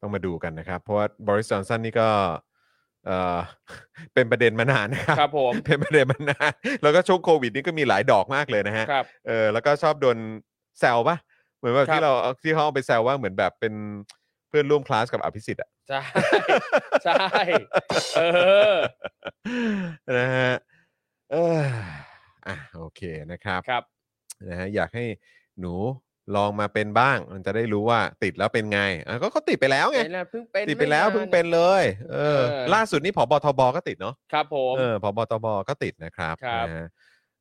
S3: ต้องมาดูกันนะครับ เพราะว่าบริสจอนสันนี่ก็เอ่ อ เป็นประเด็นมานานนะค
S4: ครั
S3: รับ
S4: ผม
S3: เป็นประเด็นมานาน แล้วก็ช่วงโควิดนี่ก็มีหลายดอกมากเลยนะฮะ
S4: ครับ
S3: เออแล้วก็ชอบโดนแซวปะเหมือนแบบ
S4: ครับ
S3: ที่เราเอาที่เขาเอาไปแซวว่าเหมือนแบบเป็นเพื่อนร่วมคลาสกับอภิสิทธิ์อะ
S4: ใช่ ใช่เออ
S3: นะฮะเอออ่ะโอเคนะครับ
S4: ครับ
S3: นะฮะอยากให้หนูลองมาเป็นบ้าง มันจะได้รู้ว่าติดแล้วเป็นไงอ่ะก็เขาติดไปแล้วไง
S4: เห็นแล้วเพิ่งเป็น
S3: ติดไปแล้ว
S4: ม่า
S3: เพิ่งเป็นเลยเออ
S4: เออ
S3: ล่าสุดนี่ผบทบก็ติดเนาะ
S4: ครับผม
S3: เออผบทบก็ติดนะครับ
S4: ครับ
S3: นะฮะ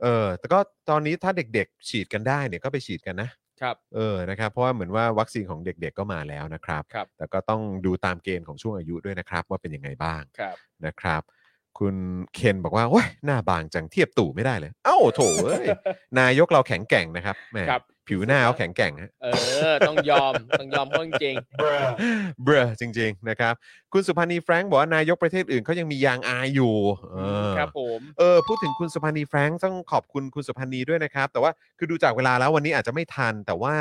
S3: เออแต่ก็ตอนนี้ถ้าเด็กๆ ฉีดกันได้เนี่ยก็ไปฉีดกันนะครับ เออนะครับเพราะว่าเหมือนว่าวัคซีนของเด็กๆก็มาแล้วนะครับ
S4: ครับ
S3: แต่ก็ต้องดูตามเกณฑ์ของช่วงอายุด้วยนะครับ ว่าเป็นยังไงบ้าง
S4: ครับ
S3: นะครับ คุณเคนบอกว่าโอ้ยหน้าบางจังเทียบตู่ไม่ได้เลย เอ้าโถเอ้ย นายกเราแข็งแกร่งนะครับแหม
S4: ครับ
S3: ผิวหน้าเขาแข็งแกร่งฮะ
S4: เออ ต้องยอม ต้องยอมเพราะจริง
S3: เบรอจริง ๆ นะครับ คุณสุพันธ์นีแฟรงค์บอกว่านายกประเทศอื่นเขายังมียางอายอยู่เออ
S4: ๆครับผม
S3: เออพูดถึงคุณสุพันธ์นีแฟรงค์ต้องขอบคุณคุณสุพันธ์นีด้วยนะครับ แต่ว่าคือดูจากเวลาแล้ววันนี้อาจจะไม่ทัน แต่ว่า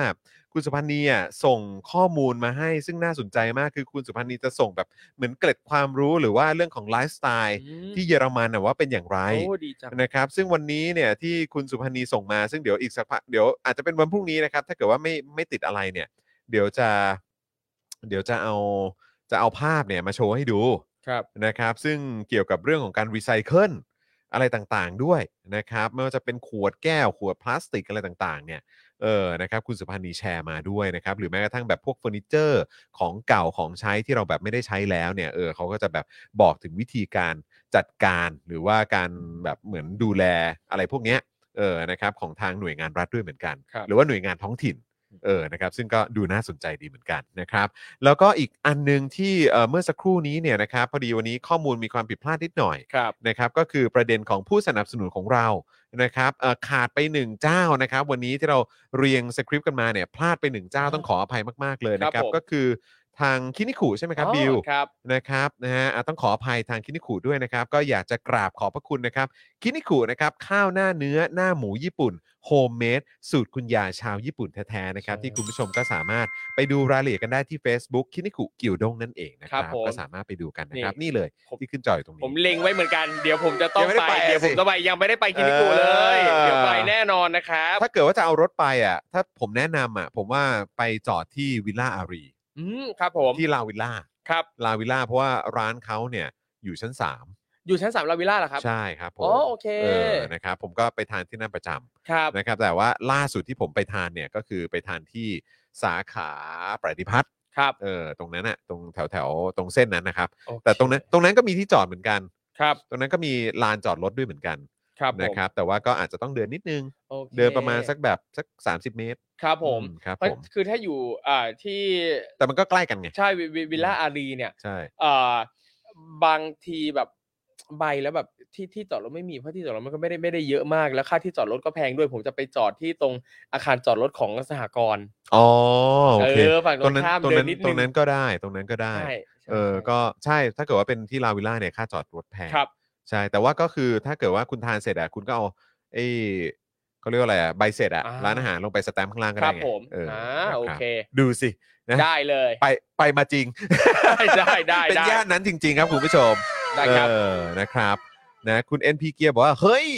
S3: คุณสุพันธ์นีอ่ะส่งข้อมูลมาให้ซึ่งน่าสนใจมากคือคุณสุพันธ์นีจะส่งแบบเหมือนเกร็ดความรู้หรือว่าเรื่องของไลฟ์สไตล์
S4: อืม
S3: ที่เยอรมันน่ะว่าเป็นอย่างไร
S4: โอ้ดีจัง
S3: นะครับซึ่งวันนี้เนี่ยที่คุณสุพันธ์นีส่งมาซึ่งเดี๋ยวอีกสักพักเดี๋ยวอาจจะเป็นวันพรุ่งนี้นะครับ ถ้าเกิดว่าไม่ไม่ติดอะไรเนี่ย เดี๋ยวจะ เดี๋ยวจะเอาจะเอาภาพเนี่ยมาโชว์ให้ดู
S4: ครับ
S3: นะครับ ซึ่งเกี่ยวกับเรื่องของการรีไซเคิลอะไรต่างๆด้วยนะครับไม่ว่าจะเป็นขวดแก้วขวดพลาสติกอะไรต่างๆ เนี่ยเออนะครับคุณสุพันธ์นีแชร์มาด้วยนะครับ หรือแม้กระทั่งแบบพวกเฟอร์นิเจอร์ของเก่าของใช้ที่เราแบบไม่ได้ใช้แล้วเนี่ยเออเขาก็จะแบบบอกถึงวิธีการ จัดการหรือว่าการแบบเหมือนดูแลอะไรพวกเนี้ยเออนะครับของทางหน่วยงานรัฐด้วยเหมือนกัน
S4: ครับ
S3: หรือว่าหน่วยงานท้องถิ่นเออนะครับซึ่งก็ดูน่าสนใจดีเหมือนกันนะครับ แล้วก็อีกอันหนึงที่เอ่อเมื่อสักครู่นี้เนี่ยนะครับพอดีวันนี้ข้อมูลมีความผิดพลาดนิดหน่อย
S4: ครับ
S3: นะครับก็คือประเด็นของผู้สนับสนุนของเรานะครับเอ่อขาดไปหนึ่งเจ้านะครับ วันนี้ที่เราเรียงสคริปต์กันมาเนี่ยพลาดไปหนึ่งเจ้าต้องขออภัยมากๆเลยนะครับ
S4: ครับผม
S3: ก็คือทางคินิคุใช่ไหมครับ
S4: อ๋อ
S3: บิว
S4: ครับ
S3: นะครับนะฮะอ่ะต้องขออภัยทางคินิคุด้วยนะครับ ก็อยากจะกราบขอบพระคุณนะครับ คินิคุนะครับข้าวหน้าเนื้อหน้าหมูญี่ปุ่นโฮมเมดสูตรคุณยายชาวญี่ปุ่นแท้ๆนะครับ
S4: ใช่
S3: ที่คุณผู้ชมก็สามารถไปดูรายละเอียดกันได้ที่ Facebook คินิคุกิวด้งนั่นเองนะครับ
S4: ครับผม
S3: ก็สามารถไปดูกันนะครับ
S4: นี่
S3: นี่เลย
S4: ผม
S3: ที่ขึ้นจอยตรง
S4: ผม
S3: นี้
S4: เล็งไว้เหมือนกัน เดี๋ยวผมจะต้อง
S3: ยังไม่ได้
S4: ไป
S3: ไป
S4: เดี๋ยวผม
S3: สิ
S4: จะไปยังไม่ได้ไปคินิกูเลย
S3: เออ
S4: เดี๋ยวไปแน่นอนนะครับ
S3: ถ้าเกิดว่าจะเอารถไปอ่ะถ้าผมแนะนำอ่ะผมว่าไปจอดที่วิลล่าอารี
S4: อืมครับผม
S3: ที่ลาวิลล่า
S4: ครับ
S3: ลาวิลล่าเพราะว่าร้านเขาเนี่ยอยู่ชั้นสาม
S4: อยู่ชั้นสามลาวิลล่าเหรอครับ
S3: ใช่ครับผม
S4: อ๋อโอเค
S3: เออนะครับผมก็ไปทานที่นั่นประจำ
S4: ครับ
S3: นะครับแต่ว่าล่าสุดที่ผมไปทานเนี่ยก็คือไปทานที่สาขาประดิพัฒน์
S4: ครับ
S3: เออตรงนั้นอะตรงแถวแถวๆตรงเส้นนั้นนะครับ
S4: โอเค
S3: แต่ตรงนั้นตรงนั้นก็มีที่จอดเหมือนกัน
S4: ครับ
S3: ตรงนั้นก็มีลานจอดรถด้วยเหมือนกัน
S4: ครับผม
S3: นะครับ แต่ว่าก็อาจจะต้องเดินนิดนึง
S4: โอค
S3: เดินประมาณสักแบบสัก 30 เมตร
S4: ครับผม
S3: อืครับ
S4: เพราะ
S3: ผม
S4: คือถ้าอยู่อ่าที่
S3: แต่มันก็ใกล้กันไง
S4: ใช่วิวิวิลล่า
S3: อืม
S4: อารีเนี่ย
S3: ใช่
S4: เอ่อบางทีแบบใบแล้วแบบที่ที่จอดรถไม่มีเพราะที่จอดรถมันก็ไม่ได้ไม่ได้เยอะมากแล้วค่าที่จอดรถก็แพงด้วย ผมจะไปจอดที่ตรงอาคารจอดรถของสหกรณ์
S3: อ๋อโอ
S4: เอ
S3: เค
S4: อฝั่งต
S3: ตร
S4: รง ง
S3: นั้น
S4: ข้าม
S3: ตรง
S4: เดิ
S3: นั้น น
S4: นิด
S3: ตร
S4: นึ
S3: ง
S4: ง
S3: นั้นก็ได้ตรงนั้นก็ได้
S4: ใช่ใช่
S3: เออก็ใช่ถ้าเกิดว่าเป็นที่ลาวิลล่าเนี่ยค่าจอดรถแพง
S4: ครับ
S3: ใช่ แต่ว่าก็คือถ้าเกิดว่าคุณทานเสร็จอะคุณก็เอาไอ้เขาเรียกว่าอะไรอะใบเสร็จอะ
S4: อ่า
S3: ร้านอาหารลงไปสแตมป์ข้างล่างก็
S4: ค
S3: ได้
S4: รับ
S3: ไง
S4: ผม
S3: เอออ
S4: อ่า
S3: นะครับ
S4: โอเค
S3: ดูสินะ
S4: ได้เลย
S3: ไปไปมาจริง
S4: ได้ได้ได้
S3: เป็น
S4: ได้
S3: ย่านนั้นจริง ๆ ครับคุณผู้ชม
S4: ได้ครับ
S3: เออนะครับนะคุณ NP เกียร์บอกว่า เฮ้ย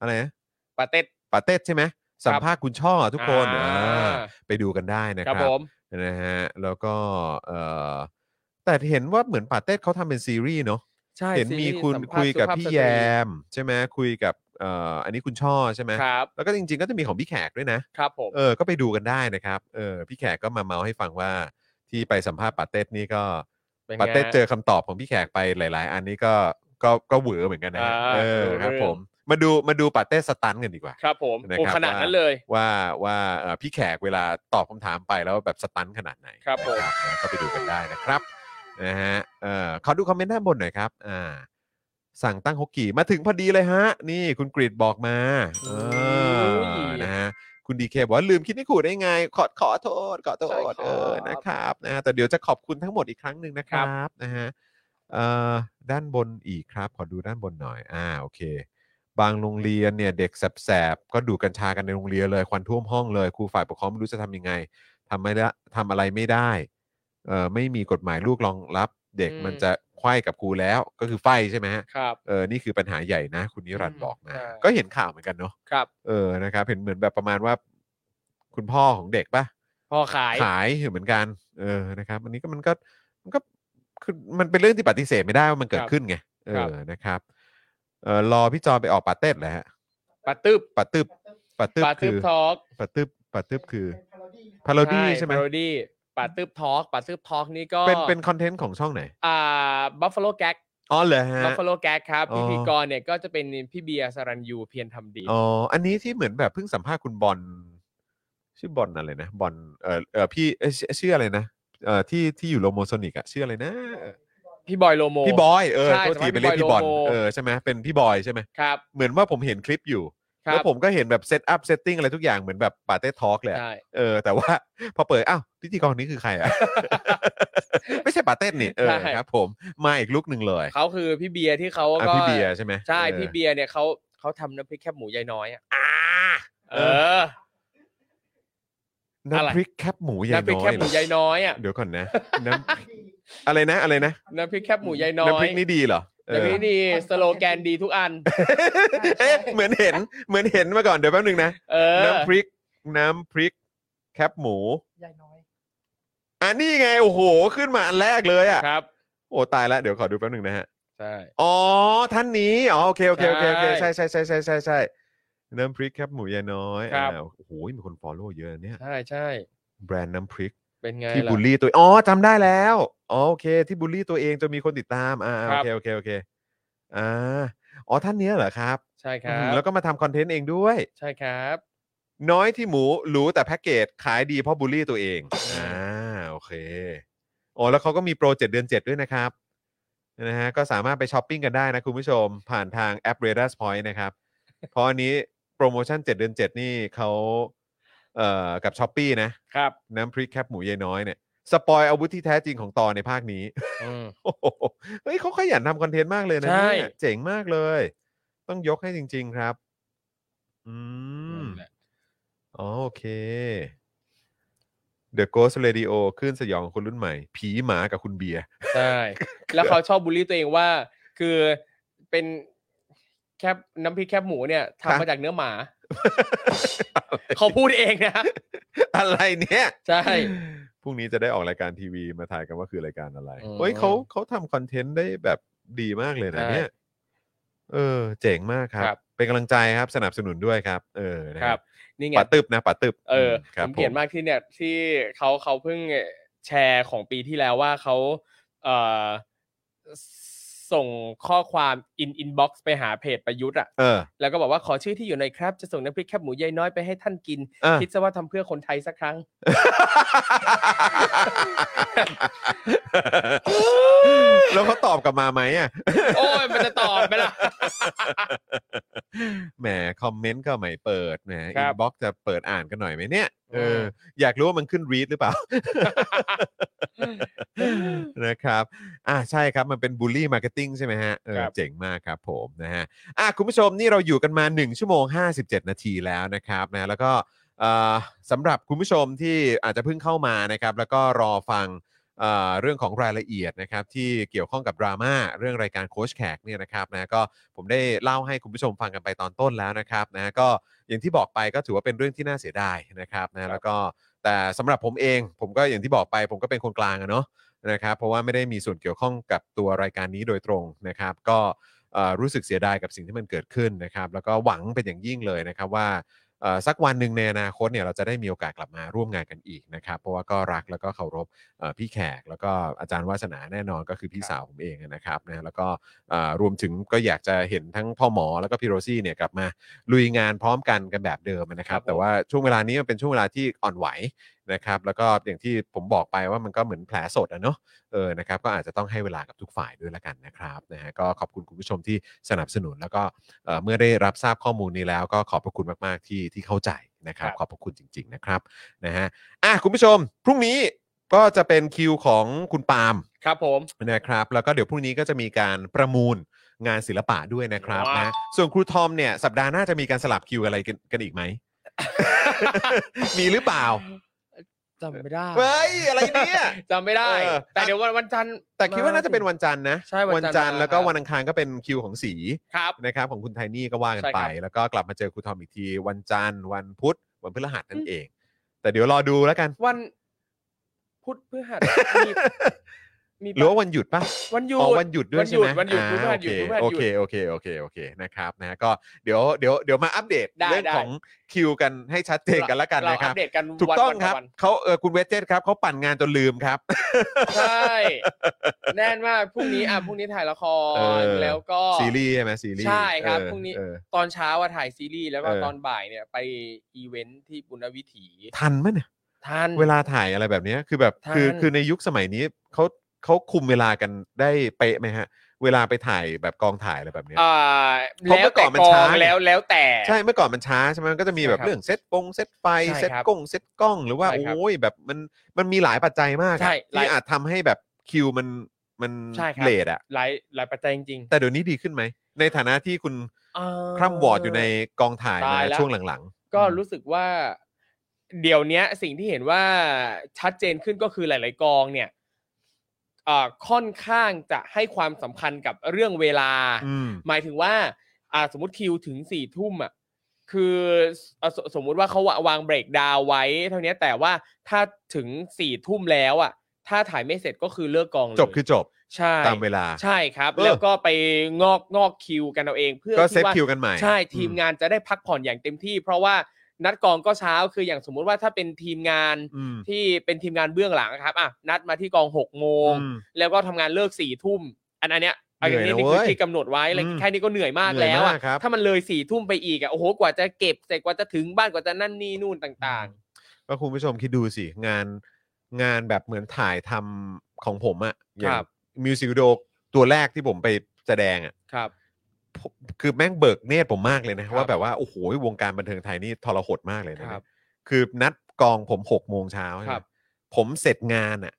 S3: อะไรนะ
S4: ปาเต็ด
S3: ปาเต้ใช่ไหมสัมภาษณ์คุณช่อทุกคน
S4: อ่า
S3: อ่าไปดูกันได้นะ
S4: ค
S3: ค
S4: รั
S3: รั
S4: บบ ผม
S3: นะฮะแล้วก็เออแต่เห็นว่าเหมือนปาเต้เขาทำเป็นซีรีส์เนาะ
S4: ใช่
S3: เห็นมี
S4: ซีรีส์
S3: คุณ
S4: สัภาษณ์
S3: คุยกับ
S4: สุภาพ
S3: พี่
S4: สตรี
S3: แยม ใช่ไหมคุยกับเอ่ออันนี้คุณช่อใช่ไหม
S4: ครับ
S3: แล้วก็จริงๆ ก็จะมีของพี่แขกด้วยนะครับ
S4: ผม
S3: เออก็ไปดูกันได้นะครับเออพี่แขกก็มาเมาให้ฟังว่าที่ไปสัมภาษณ์ปาเต้นี่ก็
S4: นไง
S3: ปาเต้เจอคำตอบของพี่แขกไปหลาย ๆ อันนี้ก็ก็ก็เหวอเหมือนกันนะฮะ
S4: อ่า
S3: เออ
S4: รู้
S3: ครับ
S4: เรื่อง
S3: ผมมาดูมาดูปาเต้สตันกันดีกว่า
S4: ครับผม
S3: นะ
S4: โอ้
S3: ครับ
S4: ขนาด
S3: ว่า
S4: นั้นเลย
S3: ว่าว่าเอ่อพี่แขกเวลาตอบคำถามไปแล้วแบบสตันขนาดไหน
S4: ครับผม
S3: นะนะก็ไปดูกันได้นะครับนะฮะเอ่อขอดูคอมเมนต์ด้านบนหน่อยครับอ่าสั่งตั้งฮกกี้มาถึงพอดีเลยฮะ นี่คุณกรีดบอกมาเอ
S4: โอ้ย
S3: อนะฮะคุณดีเคบอกว่าลืมคิดนิคูได้ไง ขอขอโทษ ขอโท
S4: ใช่ครั
S3: ษ
S4: บ
S3: เออนะครับนะฮะแต่เดี๋ยวจะขอบคุณทั้งหมดอีกครั้งหนึ่งนะค
S4: ครั
S3: รั
S4: บบ
S3: นะฮะเอ่อด้านบนอีกครับ ขอดูด้านบนหน่อยอ่าโอเค บางโรงเรียนเนี่ยเด็กแสบๆ ก็ดูดกัญชากันในโรงเรียนเลย ควันท่วมห้องเลยครูฝ่ายปกครองไม่รู้จะทำยังไงทำไม่ได้ทำอะไรไม่ได้เออไม่มีกฎหมายลูกรองรับ เด็ก
S4: อืม
S3: มันจะไขว้กับครูแล้วก็คือไฟใช่ไหมฮะ
S4: ครับ
S3: เออนี่คือปัญหาใหญ่นะ คุณนิรันดร์บอกมา
S4: ใช่
S3: ก็เห็นข่าวเหมือนกันเนาะ
S4: ครับ
S3: เออนะครับเห็นเหมือนแบบประมาณว่า คุณพ่อของเด็กปะ
S4: พ่อขาย
S3: ขายเหมือนกัน เออนะครับอันนี้ก็มันก็มันก็คือมันเป็นเรื่องที่ปฏิเสธไม่ได้ว่ามันเกิด
S4: ครับ
S3: ขึ้นไงเอ
S4: ครับ
S3: อนะครับเออรอพี่จอไปออกปาเต้ดแล้วฮะ
S4: ปลาตึบ
S3: ปะตึบปะตึบ
S4: ปลา
S3: คื
S4: ตึบ
S3: อ
S4: ทอล์ก
S3: ปะตึบปะตึบคือพาโรดี้ใช่ไหม
S4: พาโรดี้ปลาตึบทอล์กปลาตึบทอล์กนี่ก็
S3: เป็นเป็นคอนเทนต์ของช่องไหน
S4: อ่าบัฟฟาโลแก๊ก
S3: อ๋อเหรอฮะ
S4: บัฟฟาโลแก๊กครับ
S3: อ๋อ
S4: พิธีกรเนี่ยก็จะเป็นพี่เบียร์สรัญยูเพียรทำดี
S3: อ๋ออันนี้ที่เหมือนแบบเพิ่งสัมภาษณ์คุณบอลชื่อบอลอะไรนะบอลเออเออพี่เอ้ยชื่อชื่ออะไรนะเออที่ที่อยู่โลโมโซนิกอะชื่ออะไรนะเออ
S4: พี่บอยโลโม
S3: พี่บอยเออ
S4: ใช่
S3: โทษที
S4: สั
S3: ไป
S4: มภาษณ์
S3: เรียก
S4: พี่
S3: พี่
S4: บบ อ
S3: อย ล
S4: โลโม
S3: เออใช่ไหมเป็นพี่บอยใช่ไหม
S4: ครับ
S3: เหมือนว่าผมเห็นคลิปอยู่
S4: ครับ
S3: แล้วผมก็เห็นแบบเซตอัพเซตติ้งอะไรทุกอย่างเหมือนแบบปาเต้ทอล์กเลยอะ
S4: ใช่
S3: เออแต่ว่า พอเปิดอ้าวพิธีกรนี้คือใครอ่ะ ไม่ใช่ปาเต้นี่เออ
S4: ใช่
S3: ครับ ผมมาอีกลุกหนึ่งเลย
S4: เขาคือพี่เบียร์ที่เขา
S3: อ่ะ
S4: ก็
S3: พี่เบียร์ใช่ไหม
S4: ใช่
S3: เออ
S4: พี่เบียร์เนี่ยเขาเขาทำน้ำพริกแคบหมูยายน้อยอะ
S3: อ่า
S4: เออ อะไร
S3: น้ำพริกแคบหมูยาย
S4: น้ำพริก
S3: น้อ
S4: แค
S3: ย
S4: บ
S3: เห
S4: ห
S3: รอย
S4: มูายน้อยอ่ะ
S3: เดี๋ยวก่อนนะน้ำอะไรนะอะไรนะ
S4: น้ำพริกแคบหมูยายน้อย
S3: น้ำพริกนี่ดีเหรอเออ
S4: น้ำพริกนี่สโลแกนดีทุกอัน
S3: เอ๊ะเหมือนเห็นเหมือนเห็นมาก่อนเดี๋ยวแป๊บนึงนะ
S4: เออ
S3: น้ำพริก น้ำพริก แคบหมู
S5: ยายน้อย
S3: อันนี้ไงโอ้โห ขึ้นมาอันแรกเลยอ่ะ
S4: ครับ
S3: โอ้ตายแล้วเดี๋ยวขอดูแป๊บนึงนะฮะ
S4: ใช่
S3: อ๋อท่านนี้อ๋อโอเคโอเคโอเคโอเค
S4: ใช่
S3: ใช่ใช่ใช่ใช่ใช่ใช่น้ำพริกแคบหมูยายน้อย
S4: ครับ
S3: อ่าโอ้โหมีคนฟอลโล่เยอะเนี่ย
S4: ใช่ใช่
S3: แบรนด์น้ำพริก
S4: เป็นไง
S3: ที่
S4: ล่ะ
S3: บูลลี่ตัวอ๋อจำได้แล้วอ๋อโอเค ที่บูลลี่ตัวเองจนมีคนติดตามอ่า
S4: ค
S3: โอ
S4: รับ
S3: เคโอเคโอเคอ่าอ๋อท่านเนี้ยเหรอครับ
S4: ใช่ค
S3: อื
S4: รั
S3: ม
S4: บ
S3: แล้วก็มาทำคอนเทนต์เองด้วย
S4: ใช่ครับ
S3: น้อยที่หมูหรูแต่แพ็กเกจขายดีเพราะบูลลี่ตัวเอง อ่าโอเคอ๋อแล้วเขาก็มีโปรเจ็ดเดือน 7 ด้วยนะครับนะฮะก็สามารถไปช้อปปิ้งกันได้นะคุณผู้ชม ผ่านทางแอป r a d a r Point นะครับ เพราะอันนี้โปรโมชั่น 7 เดือน 7 นี่เขาเอ่อกับช้อปปีนะ
S4: ครับ
S3: น้ำพริกแคบหมูยายน้อยเนี่ย สปอยอาวุธที่แท้จริงของตอนในภาคนี้
S4: อืม
S3: โอ้โหเฮ้ยเขาขยันทำคอนเทนต์มากเลยนะ
S4: ใช่
S3: เนี่ยเจ๋งมากเลย ต้องยกให้จริง ๆครับ อืม
S4: นั่นแหละ
S3: อ๋อโอเค The Ghost Radio ขึ้นสยองของคนรุ่นใหม่ ผีหมากับคุณเบียร์
S4: ใช่ แล้วเขาชอบบูลลี่ตัวเองว่า คือเป็นแคบน้ำพริกแคบหมูเนี่ย
S3: ครับ
S4: ทำมาจากเนื้อหมา เขาพูดเองนะ
S3: อะไรเนี่ย
S4: ใช่
S3: พรุ่งนี้จะได้ออกรายการทีวีมาถ่ายกันว่าคือรายการอะไร
S4: อืม
S3: เฮ้ยเขาเขาทำคอนเทนต์ได้แบบดีมากเลยนะ
S4: ใช่
S3: เนี่ย เออ เจ๋งมากครับ
S4: ครับ
S3: เป็นกำลังใจครับสนับสนุนด้วยครับ เออนะครับ
S4: นี่ไง
S3: ป๋าตึบนะป๋าตึบ
S4: เออ
S3: มค
S4: ผ
S3: รับ
S4: มเกลียดมากที่เนี่ยที่เขาเขาเพิ่งแชร์ของปีที่แล้วว่าเขาเอ่อส่งข้อความอินอินบ็อกซ์ไปหาเพจประยุทธ์อะ
S3: เออ
S4: แล้วก็บอกว่าขอชื่อที่อยู่หน่อยครับ จะส่งน้ำพริกแคบหมูยายน้อยไปให้ท่านกิน
S3: อ่ะ
S4: คิดซะว่าทำเพื่อคนไทยสักครั้ง
S3: แล้วเขาตอบกลับมาไหมอ่ะ
S4: โอ้ยมันจะตอบไหมล่ะ
S3: แหมคอมเมนต์ก็ไม่เปิดแหม
S4: ค
S3: อิ
S4: รั
S3: น
S4: บ
S3: บ็อกจะเปิดอ่านกันหน่อยไหมเนี่ยเออ
S4: ม
S3: อยากรู้ว่ามันขึ้นรีดหรือเป ล่า นะครับ อ่าใช่ครับ มันเป็นบูลลี่มาร์เก็ตติ้งใช่ไหมฮะเออ
S4: ครับ
S3: เจ๋งมากครับผมนะฮะอ่ะคุณผู้ชมนี่เราอยู่กันมา 1 ชั่วโมง 57 นาทีแล้วนะครับนะแล้วก็เอ่อสำหรับคุณผู้ชมที่อาจจะเพิ่งเข้ามานะครับ แล้วก็รอฟังเอ่อเรื่องของรายละเอียดนะครับ ที่เกี่ยวข้องกับดราม่าเรื่องรายการโค้ชแขกเนี่ยนะครับนะก็ผมได้เล่าให้คุณผู้ชมฟังกันไปตอนต้นแล้วนะครับนะก็อย่างที่บอกไปก็ถือว่าเป็นเรื่องที่น่าเสียดายนะครับนะแล้วก็แต่สำหรับผมเองผมก็อย่างที่บอกไป ผมก็เป็นคนกลางอะเนาะ นะครับเพราะว่าไม่ได้มีส่วนเกี่ยวข้องกับตัวรายการนี้โดยตรงนะครับ ก็เอ่อรู้สึกเสียดายกับสิ่งที่มันเกิดขึ้นนะครับ แล้วก็หวังเป็นอย่างยิ่งเลยนะครับว่าเอ่อสักวันหนึ่งในอนาคตเนี่ยเราจะได้มีโอกาสกลับมาร่วมงานกันอีกนะครับ เพราะว่าก็รักแล้วก็เคารพเอ่อพี่แขก แล้วก็อาจารย์วาสนาแน่นอนก็คือพี่สาวผมเองนะครับนะแล้วก็เอ่อรวมถึงก็อยากจะเห็นทั้งพ่อหมอแล้วก็พี่โรซี่เนี่ยกลับมาลุยงานพร้อมกันกันแบบเดิมนะครับ แต่ว่าช่วงเวลานี้มันเป็นช่วงเวลาที่อ่อนไหว นะครับแล้วก็อย่างที่ผมบอกไปว่ามันก็เหมือนแผลสดอะเนาะเออนะครับก็อาจจะต้องให้เวลากับทุกฝ่ายด้วยละกันนะครับนะฮะก็ขอบคุณคุณผู้ชมที่สนับสนุน แล้วก็เอ่อเมื่อได้รับทราบข้อมูลนี้แล้ว ก็ขอบพระคุณมาก ๆ ที่ที่เข้าใจนะครับ
S4: ครับ
S3: ขอบพระคุณจริง ๆ นะครับนะฮะอ่ะคุณผู้ชม พรุ่งนี้ก็จะเป็นคิวของคุณปาล์ม
S4: ครับผม
S3: นะครับแล้วก็เดี๋ยวพรุ่งนี้ก็จะมีการประมูลงานศิลปะด้วยนะครับ
S4: ว้าว
S3: นะส่วนครูทอมเนี่ยสัปดาห์หน้าจะมีการสลับคิวอะไรกันกัน อีกไหม มีหรือเปล่า
S4: จำไม่ได้
S3: เฮ้ยอะไรเนี่ย
S4: จำไม่ได้
S3: เออ
S4: แต่เดี๋ยววันวันจันทร์
S3: แต่คิดว่าน่าจะเป็นวันจันทร์นะ
S4: ใช่วันจันท
S3: ท
S4: ร์
S3: ร์
S4: มา
S3: แล้วก็
S4: ครับ
S3: วันอังคารก็เป็นคิวของสี
S4: ครับ
S3: นะครับของคุณไทนี่ก็ว่ากัน
S4: ใช่
S3: ไป
S4: ครับ
S3: แล้วก็กลับมาเจอครูทอมอีกที วันจันทร์วันพุธวันพฤหัสนั่นเอง แต่เดี๋ยวรอดูแล้วกัน
S4: วันพุธพฤหัสมีมีปะ
S3: หรือว่าวันหยุดปะ
S4: วันหยุด
S3: อ๋อวันหยุดด้วยใช่ไหม
S4: วันหยุดวันหยุด
S3: อ่า
S4: วันหยุดวันหยุด
S3: โอเคโอเคโอเคโอเคนะครับนะก็เดี๋ยวเดี๋ยวเดี๋ยวมาอัปเดต
S4: ได้
S3: เรื่อง
S4: ได้
S3: ของคิวกันให้ชัดเจนกันละกัน
S4: เรา
S3: นะค
S4: อั
S3: รับ
S4: ปเดตกัน
S3: ถูก
S4: วัน
S3: ต้อง
S4: วัน
S3: ครับ
S4: วัน
S3: เขาเออคุณเวจเจตครับเขาปั่นงานจนลืมครับ
S4: ใช่ แน่นมากพรุ่งนี้อ่ะพรุ่งนี้ถ่ายละค
S3: เอ
S4: ร
S3: อ
S4: แล้วก็
S3: ซีรีส์ใช่ไหมซีรีส์
S4: ใช่ครับ
S3: เออ
S4: พรุ่งนี้
S3: เออ
S4: ตอนเช้าอะถ่ายซีรีส์แล้วก็
S3: เออ
S4: ตอนบ่ายเนี่ย ไปอีเวนท์ที่บุญวิถี
S3: ทันไหมเนี่ย
S4: ท่าน
S3: เวลาถ่ายอะไรแบบเนี้ยคือแบบ
S4: ทัน
S3: คือคือในยุคสมัยนี้เขาเขาคุมเวลากันได้เป๊ะไหมฮะ เวลาไปถ่ายแบบกองถ่ายอะไรแบบเนี้ย
S4: อ่า
S3: เพราะ
S4: แล้ว
S3: เมื่อก่
S4: แต่
S3: อนมัน
S4: กอ
S3: ช้า
S4: งแล้วแล้วแต่
S3: ใช่เมื่อก่อนมันช้าใช่ไหมมันก็จะมีแบบ
S4: ใช่ครับ
S3: เรื่องเซตปงเซตไฟ
S4: ใช่
S3: เซต
S4: ครับ
S3: กล้องเซตกล้องหรือว่า
S4: ใช่ครับ
S3: โอ้ยแบบมันมันมีหลายปัจจัยมากอะ
S4: ใช่หลาย
S3: ที่อาจทำให้แบบคิวมันมัน
S4: ใช่ครับ
S3: เลทอะ
S4: หลายหลายปัจจัยจริง
S3: แต่เดี๋ยวนี้ดีขึ้นไหม ในฐานะที่คุณ
S4: ๆอ่า
S3: คร่ำวอร์ดอยู่ในกองถ่ายมา
S4: ตายแล้ว
S3: ช่วงหลัง
S4: ก็
S3: อืม
S4: รู้สึกว่า เดี๋ยวเนี้ย สิ่งที่เห็นว่าชัดเจนขึ้นก็คือหลาย ๆ กองเนี่ยอ่าค่อนข้างจะให้ความสำคัญกับเรื่องเวลา
S3: ๆอืม
S4: หมายถึงว่าอ่าสมมติคิวถึงสี่ทุ่มอ่ะคืออ่ะสสมมุติว่าเขาวะวางเบรกดาวน์ไว้ เท่านี้แต่ว่าถ้าถึงสี่ทุ่มแล้วอ่ะ ถ้าถ่ายไม่เสร็จก็คือเลิกกองเลย
S3: จบคือจบ
S4: ใช่
S3: ตามเวลา
S4: ใช่ครับ
S3: เออ
S4: แล้วก็ไปงอกงอกคิวกันเอาเองเพื่อ
S3: ก็เซ
S4: ที่
S3: ฟ
S4: ว่า
S3: คิวกันใหม่
S4: ใช่ทีมงานจะได้พักผ่อนอย่างเต็มที่ เพราะว่านัดกองก็เช้าคืออย่างสมมุติว่าถ้าเป็นทีมงาน
S3: อืม
S4: ที่เป็นทีมงานเบื้องหลังอะครับอ่ะนัดมาที่กองหกโมง
S3: อืม
S4: แล้วก็ทำงานเลิกสี่ทุ่มอันอันเนี้ยอัน
S3: เหนื่อย
S4: นี้
S3: นะ
S4: นี่คือ
S3: เว้ย
S4: ที่กำหนดไว้อะไร
S3: อืม
S4: แค่นี้ก็เหนื่อยมาก
S3: เหนื่อย
S4: แล้วอะ
S3: มากครับ
S4: ถ้ามันเลยสี่ทุ่มไปอีกอะโอ้โหกว่าจะเก็บเสร็จกว่าจะถึงบ้านกว่าจะนั่นนี่นู่นต่าง
S3: ก็คุณผู้ชมคิดดูสิ งานงานแบบเหมือนถ่ายทำของผมอะอย่าง
S4: ครับ
S3: มิวสิกวิดีโอตัวแรกที่ผมไปแสดงอะ
S4: ๆ ครับ
S3: ผมคือแม่งเบิกเนตรผมมากเลยนะครับ ว่าแบบว่า โอ้โห วงการบันเทิงไทยนี่ทรหดมากเลยนะ
S4: ค
S3: ค
S4: รั
S3: รั
S4: บบ
S3: คือนัดกองผมหกโมงเช้าใช่ไห
S4: ค
S3: ม
S4: รับ
S3: ผมเสร็จงานอะ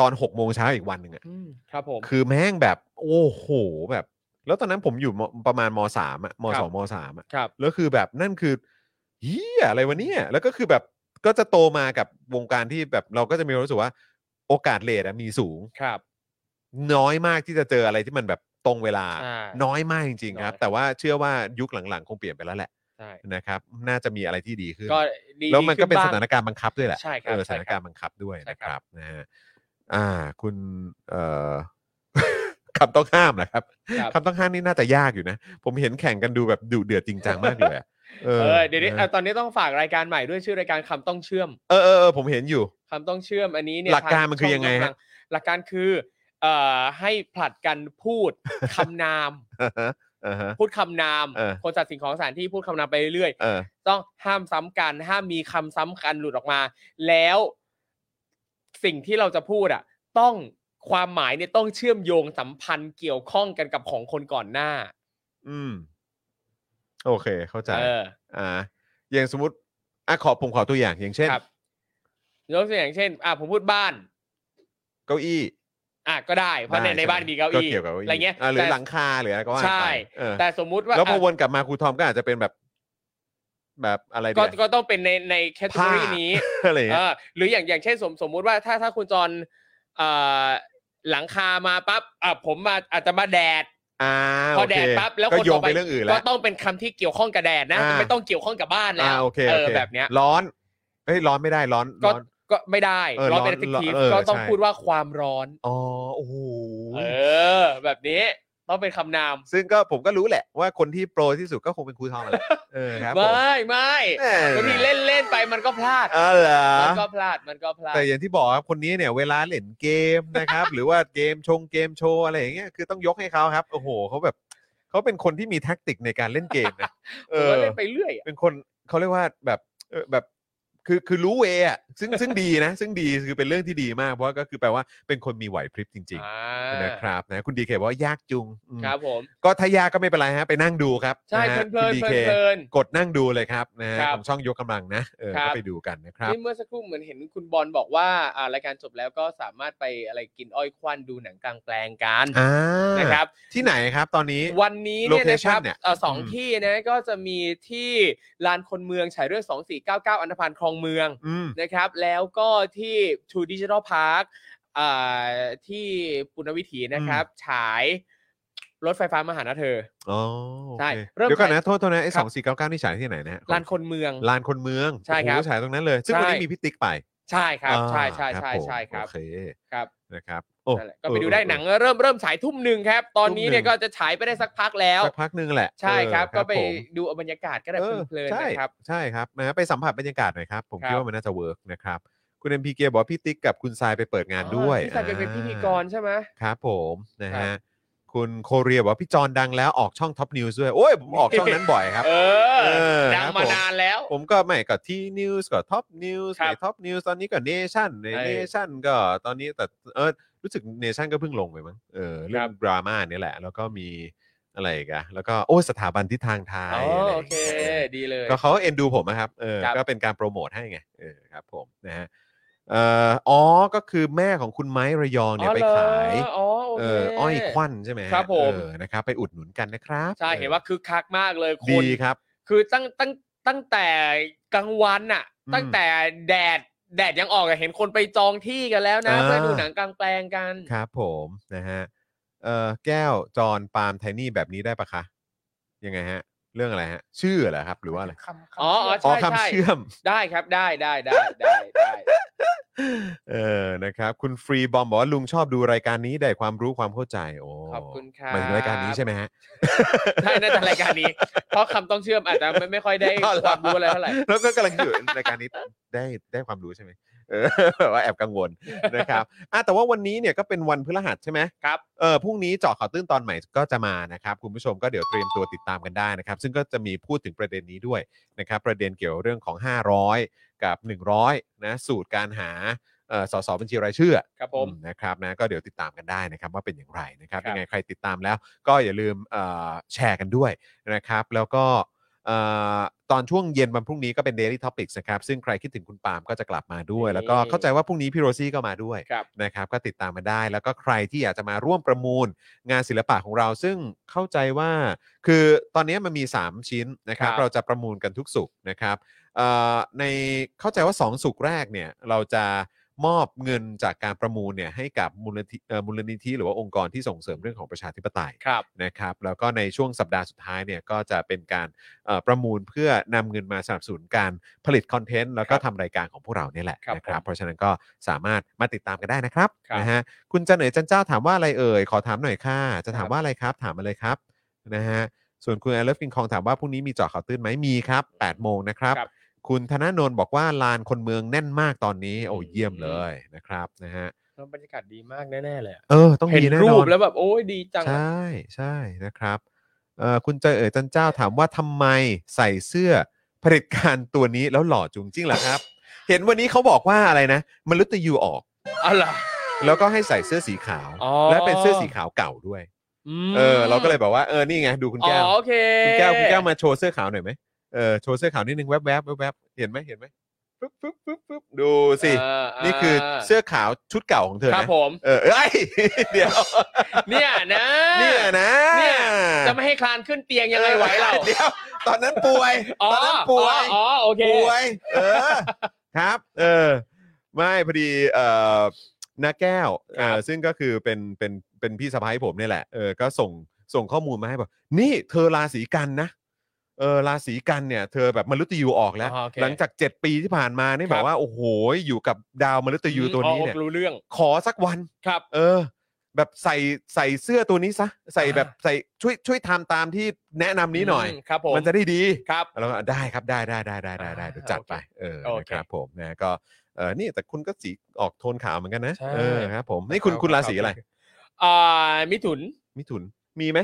S3: ตอนหกโมงเช้าอีกวันหนึ่งอะ
S4: อืมครับผม
S3: คือแม่งแบบ โอ้โหแบบ แล้วตอนนั้นผมอยู่มประมาณมสามอะมสองมสามอะ
S4: ครับ
S3: แล้วคือแบบนั่นคือเฮียอะไรวะเนี่ย แล้วก็คือแบบก็จะโตมากับวงการที่แบบเราก็จะมีความรู้สึกว่า โอกาสเลทอะมีสูง
S4: ครับ
S3: น้อยมากที่จะเจออะไรที่มันแบบตรงเวลา
S4: ใช่
S3: น้อยมากจริง ๆ ครับ
S4: น้อย
S3: แต่ว่าเชื่อว่ายุคหลังๆ คงเปลี่ยนไปแล้วแหละ
S4: ใช่
S3: นะครับ น่าจะมีอะไรที่ดีขึ้น
S4: ก็ดี
S3: แล้วมันก็เป็น
S4: ขึ้
S3: ส
S4: บ้ง
S3: ถานการณ์บังคับด้วยแหละ
S4: ใช่ครับ
S3: เออส
S4: ใช่
S3: ถานการณ์บังคับด้วยนะครับนะฮะอ่า คุณเอ่อ คำต้องห้ามนะครับ
S4: ครับ
S3: คำต้องห้ามนี่น่าจะยากอยู่นะ ผมเห็นแข่งกันดูแบบดุเดือดจริงจังมากเลยอะเอ
S4: เอ
S3: อ
S4: อเดี๋ยวนี้
S3: นะ
S4: เอาตอนนี้ต้องฝากรายการใหม่ด้วยชื่อรายการคำต้องเชื่อม
S3: เออเออเออผมเห็นอยู่
S4: คำต้องเชื่อมอันนี้เนี่ย
S3: หลักการ
S4: ท
S3: มันคือ
S4: ช่
S3: ยังไงฮะ
S4: กำลัหลักการคือเอ่อให้ผลัดกันพู ด คำนาม
S3: อ่าฮะอ่าฮะ
S4: พูดคำนาม
S3: เออ
S4: คนจัดสิ่งของสถานที่พูดคำนามไปเรื่อย
S3: เออ
S4: ๆต้องห้ามซ้ำกัน ห้ามมีคำซ้ำกันหลุดออกมา แล้วสิ่งที่เราจะพูดอ่ะ ต้องความหมายเนี่ยต้องเชื่อมโยงสัมพันธ์เกี่ยวข้องกันกับของคนก่อนหน้า
S3: อืม โอเค เข้าใจ
S4: เออ
S3: อ่า อย่างสมมติอ่ะขอผมขอตัวอย่างอย่างเช่น
S4: ครับยกตัวอย่างเช่น อ่ะผมพูดบ้าน
S3: เก้าอี้
S4: อ่ะก็ได้เพราะใน
S3: ได้
S4: ใน
S3: ช่ไห
S4: บ้านมีเก้าอี้
S3: เกี่ยวกับเก้าอี้
S4: อะไรเงี้ย
S3: าหรือ
S4: แต่
S3: หลังคาหรืออะไรก็ว่าไป
S4: ใช่
S3: เออ
S4: แต่สมมุติว่า
S3: แล้วพอ
S4: อ่ะ
S3: วนกลับมาครูทอมก็อาจจะเป็นแบบ แบบอะไร
S4: ก็
S3: เดีย
S4: ก็ต้องเป็นในในแคตตา
S3: ผ้า
S4: ล็อนี้
S3: อะไร
S4: เอ
S3: เงี้ย
S4: อหรืออย่างอย่างเช่นสมสมมุติว่าถ้าถ้าคุณจรเอ่อหลังคามาปั๊บอ่ะผมมาอาจจะมาแดด
S3: อ่า
S4: พอ
S3: โอ
S4: แด
S3: เค
S4: ดปั๊บแล้ว
S3: ก็
S4: คน
S3: โย
S4: ต่
S3: ง
S4: อ
S3: ไปเรื่องอื่น
S4: ก็
S3: แล้ว
S4: ต้องเป็นคำที่เกี่ยวข้องกับแดดนะ
S3: อ่า
S4: ไม่ต้องเกี่ยวข้องกับบ้านแล้
S3: อ่าว โอเค
S4: เอ
S3: โอ
S4: อ
S3: เค
S4: แบบเนี้ย
S3: ร้อนเฮ้ยร้อนไม่ได้ร้อน
S4: ก็
S3: ร้อน
S4: ก็ไม่ได้
S3: เออ
S4: ร้อน
S3: ร้อน
S4: เป็น adjective
S3: เออ
S4: ก็ต้อง
S3: ใช่
S4: พูดว่าความร้อน
S3: อ๋อโอ้โห
S4: เออ แบบนี้ต้องเป็นคำนาม
S3: ซึ่งก็ผมก็รู้แหละว่าคนที่โปรที่สุดก็คงเป็นครูทอมแหละเออครับผม
S4: ไม่ไม่
S3: แหม่
S4: บางทีเล่นเล่นไปมันก็พลาด
S3: อ๋อเหรอ
S4: มันก็พลาดมันก็พลาด
S3: แต่อย่างที่บอกครับคนนี้เนี่ยเวลาเล่นเกมนะครับ หรือว่าเกมชงเกมโชว์อะไรอย่างเงี้ยคือต้องยกให้เขาครับโอ้โหเขาแบบเขาเป็นคนที่มีแท็กติกในการเล่นเกมนะเอ อ
S4: ผมว่าเล่นไปเรื่อยอะ
S3: เป็นคนเขาเรียกว่าแบบเออแบบคือคือรู้เวอ่ะซึ่ งซึ่งดีนะ ซึ่งดีคือเป็นเรื่องที่ดีมาก เพราะว่าก็คือแปลว่าเป็นคนมีไหวพริบจริง
S4: อ่า
S3: ๆนะครับนะคุณดีเคบอกว่ายากจุงอืม
S4: ครับผม
S3: ก็ถ้ายากก็ไม่เป็นไรฮะไปนั่งดูครับ
S4: ใช่
S3: ะ
S4: เพ
S3: ฮะ
S4: ลินเพลิ
S3: คุณ DK
S4: นเพลินเพลิน
S3: กดนั่งดูเลยครับนะฮะ
S4: ครับ
S3: ของช่องยกกำลังนะเออ
S4: ครั
S3: ก็
S4: บ
S3: ไปดูกันนะครับ
S4: นี่เมื่อสักครู่เหมือนเห็นคุณบอลบอกว่าอ่ารายการจบแล้วก็สามารถไปอะไรกินอ้อยควันดูหนังกลางแปลงกัน
S3: อ่า
S4: นะครับ
S3: ที่ไหนครับตอนนี้
S4: วันนี้เนี่ยนะค
S3: Location
S4: รับ
S3: เนี่ย
S4: เอ่อสอง
S3: อืม
S4: ที่นะก็จะมีที่ลานคนเมืองฉายเรื่อง 2499 อันธพาลคลองเมือง
S3: อืม
S4: นะครับ แล้วก็ที่ True Digital Park อ่าที่ปุณณวิถีนะครับ ฉายรถไฟฟ้ามาหานะเธอ
S3: อ๋อโอ
S4: ใช่
S3: เค
S4: เริ่ม
S3: เดี๋ยวก่อนนะ
S4: ถ่าย
S3: โทษโทษนะไอ้
S4: ครั
S3: สอ
S4: บ
S3: งสี่เก้าเก้านี่ฉายที่ไหนนะฮะ
S4: ลานคนเมือง
S3: ลานคนเมือง
S4: ใช่ครับ
S3: โอ้โหฉายตรงนั้นเลย ซึ่งวัน
S4: ใช่
S3: นี้มีพิติกไป
S4: ใช่ครับ
S3: อ่า
S4: ใช่ใช่
S3: ครับผม
S4: ใช่ใช่ครับ
S3: โอเค
S4: ครับ
S3: นะครับโอ้
S4: นั่นแหละก็ไปดู
S3: เออ
S4: ได้
S3: เออ
S4: หนังเริ่มเริ่มฉายทุ่มหนึ่งครับ ตอนนี้เนี่ย
S3: ทุ่มหนึ่
S4: ก็
S3: ง
S4: จะฉายไปได้สักพักแล้ว
S3: สักพักหนึงแหละ
S4: ใช่ครับ
S3: เออ
S4: ก็ไป
S3: ผม
S4: ดูบรรยากาศก็ได้
S3: เออ
S4: เพลินๆ
S3: ใช่
S4: นะครับ
S3: ใช่ครับนะฮะไปสัมผัสบรรยากาศหน่อยครับ ผม
S4: ครับ
S3: คิดว่ามันน่าจะเวิร์กนะครับ คุณเอ็มพีเกบอกว่าพี่ติ๊กกับคุณทรายไปเปิดงานด้วย
S4: พี่สายเป็น
S3: อ่า
S4: พิธีกรใช่ไหม
S3: ครับผมนะ
S4: ครั
S3: ฮะ
S4: บ
S3: คุณโคเรียบอกว่าพี่จอนดังแล้วออกช่องท็อปนิวส์ด้วย โอ้ย ผมออกช่องนั้นบ่อยครับ
S4: เออ
S3: เออ
S4: ดั
S3: ครับผม
S4: งาม นานแล้ว
S3: ผมก็ไม่ก็ที่นิวส์ก็ท็อปนิวส์
S4: ครับ
S3: ท็อปนิวส์ตอนนี้ก็เนชั่นใน
S4: ใช่
S3: เนชั่นก็ตอนนี้แต่เออ รู้สึกเนชั่นก็เพิ่งลงไปมั้งเออเรื่อ
S4: ครั
S3: ง
S4: บ
S3: ดราม่าเนี่ยแหละ แล้วก็มีอะไรอีกันแล้วก็โอ้ยสถาบันทิศทางไทย
S4: อ๋
S3: อะไร
S4: อ
S3: อ
S4: โอ
S3: ย่าง
S4: เค
S3: เงี้ย
S4: ดีเลย
S3: ก็เขาเอ็นดูผมนะครับ เออ
S4: ครับ
S3: ก็เป็นการโปรโมทให้ไง เออ ครับผม นะฮะ เอ่อ อ๋อ ก็คือแม่ของคุณไม้ระยองเนี่ย
S4: อ๋อ
S3: ไป
S4: หรอ
S3: ขาย
S4: อ๋อโอ
S3: เอ
S4: เค
S3: ออ้อยควันใช่ไหมฮะ
S4: ครับผม
S3: เออ นะครับ ไปอุดหนุนกันนะครับ
S4: ใช่ เห็นว่าคึกคักมากเลยคน
S3: ดีครับ
S4: คือตั้งตั้งตั้งแต่กลางวันน่ะ
S3: อืม
S4: ตั้งแต่แดดแดดยังออกอะเห็นคนไปจองที่กันแล้วนะ
S3: อ่า
S4: เพื่อดูหนังกลางแปลงกัน
S3: ครับผม นะฮะ เอ่อ แก้ว จอนปาล์มไทนี่แบบนี้ได้ปะคะ ยังไงฮะ เรื่องอะไรฮะ ชื่อเหรอครับ หรือว่าอะไร
S5: คำคำ
S4: อ๋ออ๋อ
S3: อ๋อ
S4: ใช่ใช่
S3: คำเชื่อม
S4: ได้ครับได้ได้ได้ได้ได้
S3: เออ นะครับ คุณฟรีบอมบอกว่าลุงชอบดูรายการนี้ได้ความรู้ความเข้าใจ โอ้
S4: ขอบคุณครับ
S3: หมายถึงรายการนี้ใช่ไหมฮะ
S4: ใช่น่าจะรายการนี้ เพราะคำต้องเชื่อมอาจจะไม่ไม่ค่อยได้
S3: เอาล่ะ
S4: ความรู้อะไรเท่าไหร่
S3: แล้วก็กำลังอยู่รายการนี้ได้ได้ความรู้ใช่ไหม เออแบบว่าแอบกังวลนะครับอ่ะแต่ว่าวันนี้เนี่ยก็เป็นวันพฤหัสใช่ไหม
S4: ครับ
S3: เออพรุ่งนี้เจาะข่าวตื้นตอนใหม่ก็จะมานะครับ คุณผู้ชมก็เดี๋ยวเตรียมตัวติดตามกันได้นะครับ ซึ่งก็จะมีพูดถึงประเด็นนี้ด้วยนะครับ ประเด็นเกี่ยวเรื่องของ 500 กับ 100นะสูตรการหาเอ่อสสบัญชีรายชื่อ
S4: ครับผม
S3: อืนะครับนะก็เดี๋ยวติดตามกันได้นะครับว่าเป็นอย่างไรนะครับ
S4: ครับ
S3: ยังไงใครติดตามแล้วก็อย่าลืมเอ่อแชร์กันด้วยนะครับ แล้วก็เอ่อตอนช่วงเย็นวันพรุ่งนี้ก็เป็น Daily Topics นะครับ ซึ่งใครคิดถึงคุณปาล์มก็จะกลับมาด้วย
S4: นี่
S3: แล้วก็เข้าใจว่าพรุ่งนี้พี่โรซี่ก็มาด้วย
S4: ครับ
S3: นะครับก็ติดตามมาได้แล้วก็ใครที่อยากจะมาร่วมประมูลงานศิลปะของเรา ซึ่งเข้าใจว่าคือตอนนี้มันมี 3 ชิ้นนะครับ
S4: ครับ
S3: เราจะประมูลกันทุกสุกร์นะครับเอ่อในเข้าใจว่า 2 สุกร์แรกเนี่ยเราจะมอบเงินจากการประมูลเนี่ยให้กับมูลนิธิเอ่อมูลนิธิหรือว่าองค์กรที่ส่งเสริมเรื่องของประชาธิปไตย
S4: ครับ
S3: นะครับแล้วก็ในช่วงสัปดาห์สุดท้ายเนี่ยก็จะเป็นการเอ่อประมูลเพื่อนำเงินมาสนับสนุนการผลิตคอนเทนต์แล้วก็ทำรายการของพวกเราเนี่ยแหละ
S4: ครับ
S3: นะครับ
S4: ผม
S3: เพราะฉะนั้นก็สามารถมาติดตามกันได้นะครับ
S4: ครับ
S3: นะฮะคุณจันเหนยจันเจ้าถามว่าอะไรเอ่ย ขอถามหน่อยค่ะ จะถาม
S4: ครับ
S3: ว่าอะไรครับ ถามมาเลยครับนะฮะส่วนคุณไอเลฟกินคองถามว่าพรุ่งนี้มีเจาะข่าวตื้นไหมมีครับ8โมงนะครับ คุณธนาโนนบอกว่าลานคนเมืองแน่นมากตอนนี้โอ้เยี่ยมเลยนะครับนะฮะ
S4: แล้วบรรยากาศดีมากแน่ๆเลยอะ
S3: เออต้อง
S4: เห็น
S3: มีแน่นอน
S4: รูปแล้วแบบโอ้ยดีจัง
S3: ใช่ใช่นะครับเอ่อคุณเจอเอ๋ยจันเจ้าถามว่าทำไมใส่เสื้อเผลิตการตัวนี้แล้วหล่อจุงจริงเหรอครับ เห็นวันนี้เขาบอกว่าอะไรนะมนุษย์ตยูออก
S4: อ๋อเหรอ
S3: แล้วก็ให้ใส่เสื้อสีขาว
S4: อ๋อ
S3: และเป็นเสื้อสีขาวเก่าด้วย
S4: ม
S3: เออ เราก็เลยแบบว่าเออนี่ไงดูคุณ
S4: อ๋อ
S3: แก้ว
S4: โอเค
S3: คุณแก้วคุณแก้วมาโชว์เสื้อขาวหน่อยไหมเออโชว์เสื้อขาวนิดนึงแวบๆแวบๆเห็นไหมเห็นไหมปึ๊บปึ๊บปึ๊บปึ๊บดูสิ
S4: เออ
S3: นี่คือเสื้อขาวชุดเก่าของเธอ
S4: ครับ
S3: นะ
S4: ผม
S3: เออเอ้ย เดี๋ยว
S4: เนี่ยนะ
S3: เนี่ยนะ
S4: เนี่ย จะไม่ให้คลานขึ้นเตียงยังไงไหวเรา
S3: เดี๋ยวตอนนั้นป่วย
S4: อ๋อ
S3: ตอนนั้นป่วย
S4: อ๋อโอเค
S3: ป่วย เออ ครับ เออ ไม่พอดีเอ่อนาแก้วเอ่อ
S4: ครับ
S3: ซึ่งก็คือเป็นเป็นเป็นพี่สะพ้ายผมเนี่ยแหละเออก็ส่งส่งข้อมูลมาให้บอกนี่เธอราศีกันนะเออราศีกันเนี่ย เธอแบบมฤตยูออกแล้ว
S4: อ๋อโอเค
S3: หลังจาก 7 ปีที่ผ่านมานี่
S4: ครับ
S3: แบบว่า โอ้โห อยู่กับดาวมฤตยูตัวนี้เนี่ย
S4: อ๋อรู้เรื่อง
S3: ขอสักวัน
S4: ครับ
S3: เออ แบบใส่ใส่เสื้อตัวนี้ซะใส่แบบใส่ช่วยช่วยทำตามที่แนะนำนี้หน่อย
S4: มครับผม
S3: มันจะได้ดี
S4: ครับ
S3: แล้วก็ได้ครับได้ได้ได้ได้ได้ได้
S4: อ่า
S3: เดี๋ยวจัดไปเออ
S4: โอ
S3: นะ
S4: เค
S3: ครับผมนะก็เออนี่แต่คุณก็สีออกโทนขาวเหมือนกันนะ
S4: ใช่
S3: เออครับผมนี่คุณคุณราศีอะไร
S4: อ่ามิถุน
S3: มิถุนมีไหม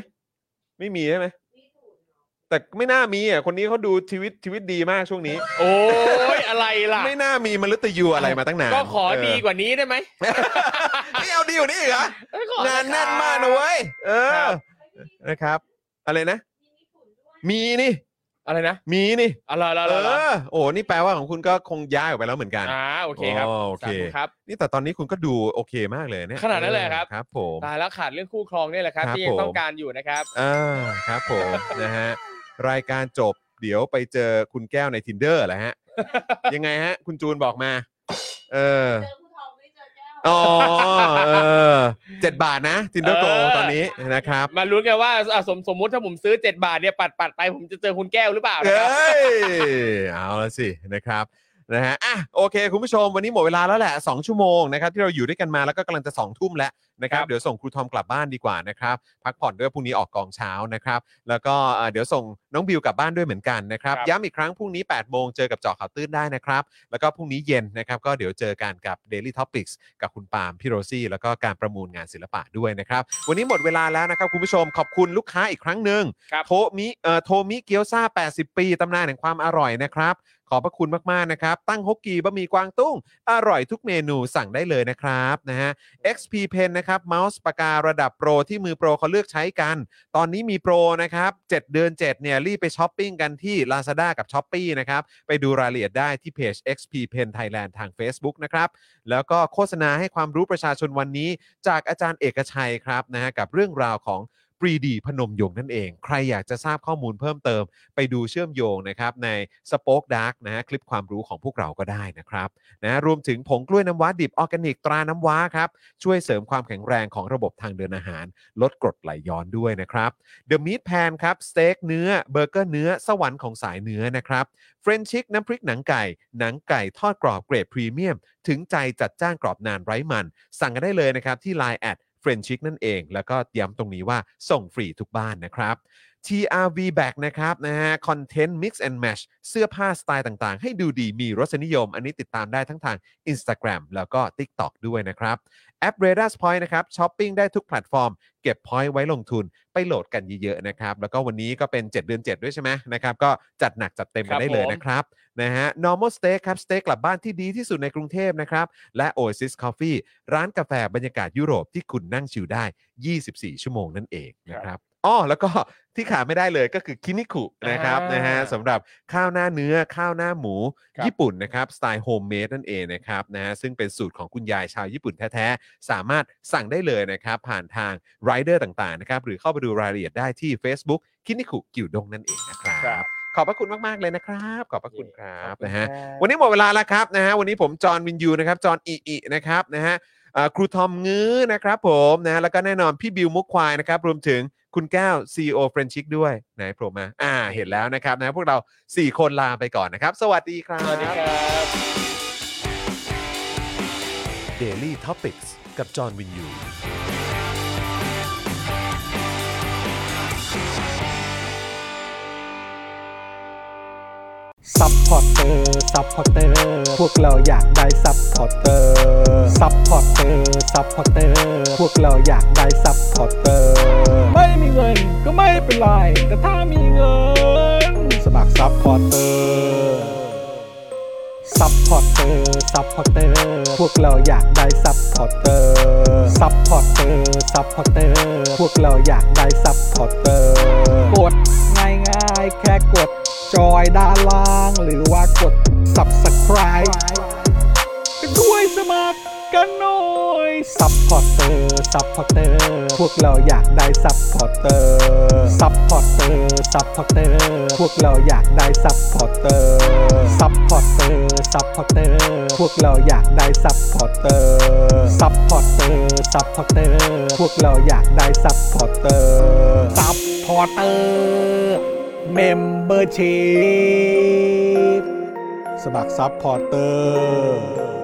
S3: ไม่มีใช่ไหมแต่ไม่น่ามีอ่ะคนนี้เขาดูชีวิตชีวิตดีมากช่วงนี้
S4: โอ้ยอะไรล่ะ
S3: ไม่น่ามีมฤตยูอะไรมาตั้งนาน
S4: ก็ขอ
S3: เ
S4: ดีกว่านี้ได้ไหม
S3: ไม่เอาดีกว่านี้อีกเหรอ
S4: เอ้ยขอ
S3: งานแน่นมากนะเว้ยเอ
S4: ครั
S3: อบ นะครับ อะไรนะ มีนี่
S4: อะไรนะ
S3: มีนี่
S4: อะไรอะไร
S3: เอ
S4: อะไร
S3: อโอ้นี่แปลว่าของคุณก็คงย้ายออกไปแล้วเหมือนกัน
S4: อ่าโอเคครับ
S3: อ๋อโอเค
S4: สาธุครับ
S3: นี่แต่ตอนนี้คุณก็ดูโอเคมากเลยเนี่ย
S4: ขนาดนั้นเลยเหรอครับ
S3: ครับ ผม
S4: ตายแล้วขาดเรื่องคู่ครองเนี่ยแหละครับ
S3: ครับ
S4: ที่ยัง
S3: ผม
S4: ต้องการอยู่นะครับ
S3: อ่าครับผม นะฮะรายการจบเดี๋ยวไปเจอคุณแก้วใน tinder แหละฮะ ยังไงฮะ คุณจูนบอกมา เออ
S5: เจอผู้ทองไม่เจอแก้ว
S3: อ๋อเออเจ็ดบาทนะ tinder go
S4: เออ
S3: ตอนนี้นะครับ
S4: มาลุ้นกันว่าอ่ะสมสมมติถ้าผมซื้อ 7 บาทเนี่ยปัดปัดไปผมจะเจอคุณแก้วหรือเปล่า
S3: เอ
S4: นะครับ
S3: ้ยเอาละสินะครับนะฮะอ่ะโอเค คุณผู้ชมวันนี้หมดเวลาแล้วแหละ 2 ชั่วโมงนะครับที่เราอยู่ด้วยกันมาแล้วก็กำลังจะ 2 ทุ่มแล้ว นะครับ
S4: ครับ
S3: เดี๋ยวส่งครูทอมกลับบ้านดีกว่านะครับพักผ่อนด้วยพรุ่งนี้ออกกองเช้านะครับ แล้วก็เอ่อเดี๋ยวส่งน้องบิวกลับบ้านด้วยเหมือนกันนะครับ
S4: ครับ
S3: ย้ำอีกครั้งพรุ่งนี้8ปดโมงเจอกับเจาะข่าวตื้นได้นะครับ แล้วก็พรุ่งนี้เย็นนะครับก็เดี๋ยวเจอกันกับ Daily Topics กับคุณปาล์มพี่โรซี่ แล้วก็การประมูลงานศิลปะด้วยนะครับ วันนี้หมดเวลาแล้วนะครับ คุณผู้ชมขอบคุณลูกค้าอีกครั้งหนึ่ง
S4: ครับ
S3: โทมิเอ่อโทมิเกี๊ยวซา80 ปี ตำนานแห่งความอร่อยนะครับ ขอบพระคุณมาก ๆ นะครับ ตั้งฮกกีบะหมี่กวางตุ้ง อร่อยทุกเมนูสั่งได้เลยนะครับนะฮะ XP Pen นะครับเมาส์ปากการะดับโปรที่มือโปรเขาเลือกใช้กัน ตอนนี้มีโปรนะครับ 7 เดือน 7 เนี่ย รีบไปช้อปปิ้งกันที่ Lazada กับ s h o p e e นะครับ ไปดูรายละเอียดได้ที่เพจ XP Pen Thailand ทาง Facebook นะครับ แล้วก็โฆษณาให้ความรู้ประชาชนวันนี้ จากอาจารย์เอกชัยครับนะฮะกับเรื่องราวของปรีดีพนมยงค์นั่นเอง ใครอยากจะทราบข้อมูลเพิ่มเติม ไปดูเชื่อมโยงนะครับใน Spoke Dark นะฮะคลิปความรู้ของพวกเราก็ได้นะครับนะฮะรวมถึงผงกล้วยน้ำว้าดิบออร์แกนิกตราน้ำว้าครับ ช่วยเสริมความแข็งแรงของระบบทางเดินอาหาร ลดกรดไหลย้อนด้วยนะครับ The Meat Pan ครับ สเต็กเนื้อเบอร์เกอร์เนื้อ สวรรค์ของสายเนื้อนะครับเฟรนชิกน้ำพริกหนังไก่ หนังไก่ทอดกรอบเกรดพรีเมียม ถึงใจจัดจ้างกรอบนานไร้มัน สั่งกันได้เลยนะครับที่ Line แอดเฟรนชิกนั่นเอง แล้วก็ย้ำตรงนี้ว่าส่งฟรีทุกบ้านนะครับ TRV Back นะครับนะฮะคอนเทนต์ Mix and Match เสื้อผ้าสไตล์ต่างๆ ให้ดูดีมีรสนิยม อันนี้ติดตามได้ทั้งทาง Instagram แล้วก็ TikTok ด้วยนะครับ แอป r a d a r Point นะครับช้อปปิ้งได้ทุกแพลตฟอร์ม เก็บ Point ไว้ลงทุนไปโหลดกันเยอะๆนะครับ แล้วก็วันนี้ก็เป็น 7 เดือน 7 ด้วยใช่ไหมนะครับ ก็จัดหนักจัดเต็มกันได้เลยนะครับนะฮะ normal steak ครับสเต็กกลับบ้านที่ดีที่สุดในกรุงเทพนะครับ และ Oasis Coffee ร้านกาแฟบรรยากาศยุโรปที่คุณนั่งชิลได้ 24 ชั่วโมงนั่นเองนะครับอ๋อแล้วก็ที่ขาดไม่ได้เลยก็คือคินิคุนะครับ
S4: อ่าน
S3: นะฮะสำหรับข้าวหน้าเนื้อข้าวหน้าหมู
S4: ครับ
S3: ญี่ปุ่นนะครับสไตล์โฮมเมดนั่นเองนะครับนะฮะซึ่งเป็นสูตรของคุณยายชาวญี่ปุ่นแท้ๆ สามารถสั่งได้เลยนะครับ ผ่านทางไรเดอร์ต่างๆนะครับหรือเข้าไปดูรายละเอียดได้ที่ Facebook คินิคุกิวดงนั่นเองนะครับ
S4: ครับ
S3: ขอบพระคุณมาก ๆ เลยนะครับ ขอบพระคุณครับนะฮะ
S4: ขอบคุณครับ
S3: วันนี้หมดเวลาแล้วครับนะฮะวันนี้ผมจอห์นวินยูนะครับจอห์นอิอินะครับนะฮะเอ่อครูทอมงื้อนะครับผมนะฮะแล้วก็แน่นอนพี่บิวมุกควายนะครับรวมถึงคุณแก้ว CEO เฟรนชิกด้วยไหนโผล่มาอ่าเห็นแล้วนะครับนะพวกเรา 4 คนลาไปก่อนนะครับ สวัสดีครับ
S4: สวัสดีครับ
S2: Daily t o p i c กกับจอห์นวินยู
S1: ซัพพอร์เตอร์ ซัพพอร์เตอร์ พวกเราอยากได้ซัพพอร์เตอร์ ซัพพอร์เตอร์ ซัพพอร์เตอร์ พวกเราอยากได้ซัพพอร์เตอร์ ไม่มีเงินก็ไม่เป็นไร แต่ถ้ามีเงิน สมัครซัพพอร์เตอร์ ซัพพอร์เตอร์ ซัพพอร์เตอร์ พวกเราอยากได้ซัพพอร์เตอร์ ซัพพอร์เตอร์ ซัพพอร์เตอร์ พวกเราอยากได้ซัพพอร์เตอร์ กดง่ายง่ายๆแค่กด จอยด้านล่าง หรือว่ากด subscribe กันด้วยสมัครกันหน่อย ซัพพอร์เตอร์ ซัพพอร์เตอร์ พวกเราอยากได้ซัพพอร์เตอร์ ซัพพอร์เตอร์ ซัพพอร์เตอร์ พวกเราอยากได้ซัพพอร์เตอร์ ซัพพอร์เตอร์ ซัพพอร์เตอร์ พวกเราอยากได้ซัพพอร์เตอร์ ซัพพอร์เตอร์ ซัพพอร์เตอร์ พวกเราอยากได้ซัพพอร์เตอร์ ซัพพอร์เตอร์ เมมเบอร์ชีพสมัครซัพพอร์เตอร์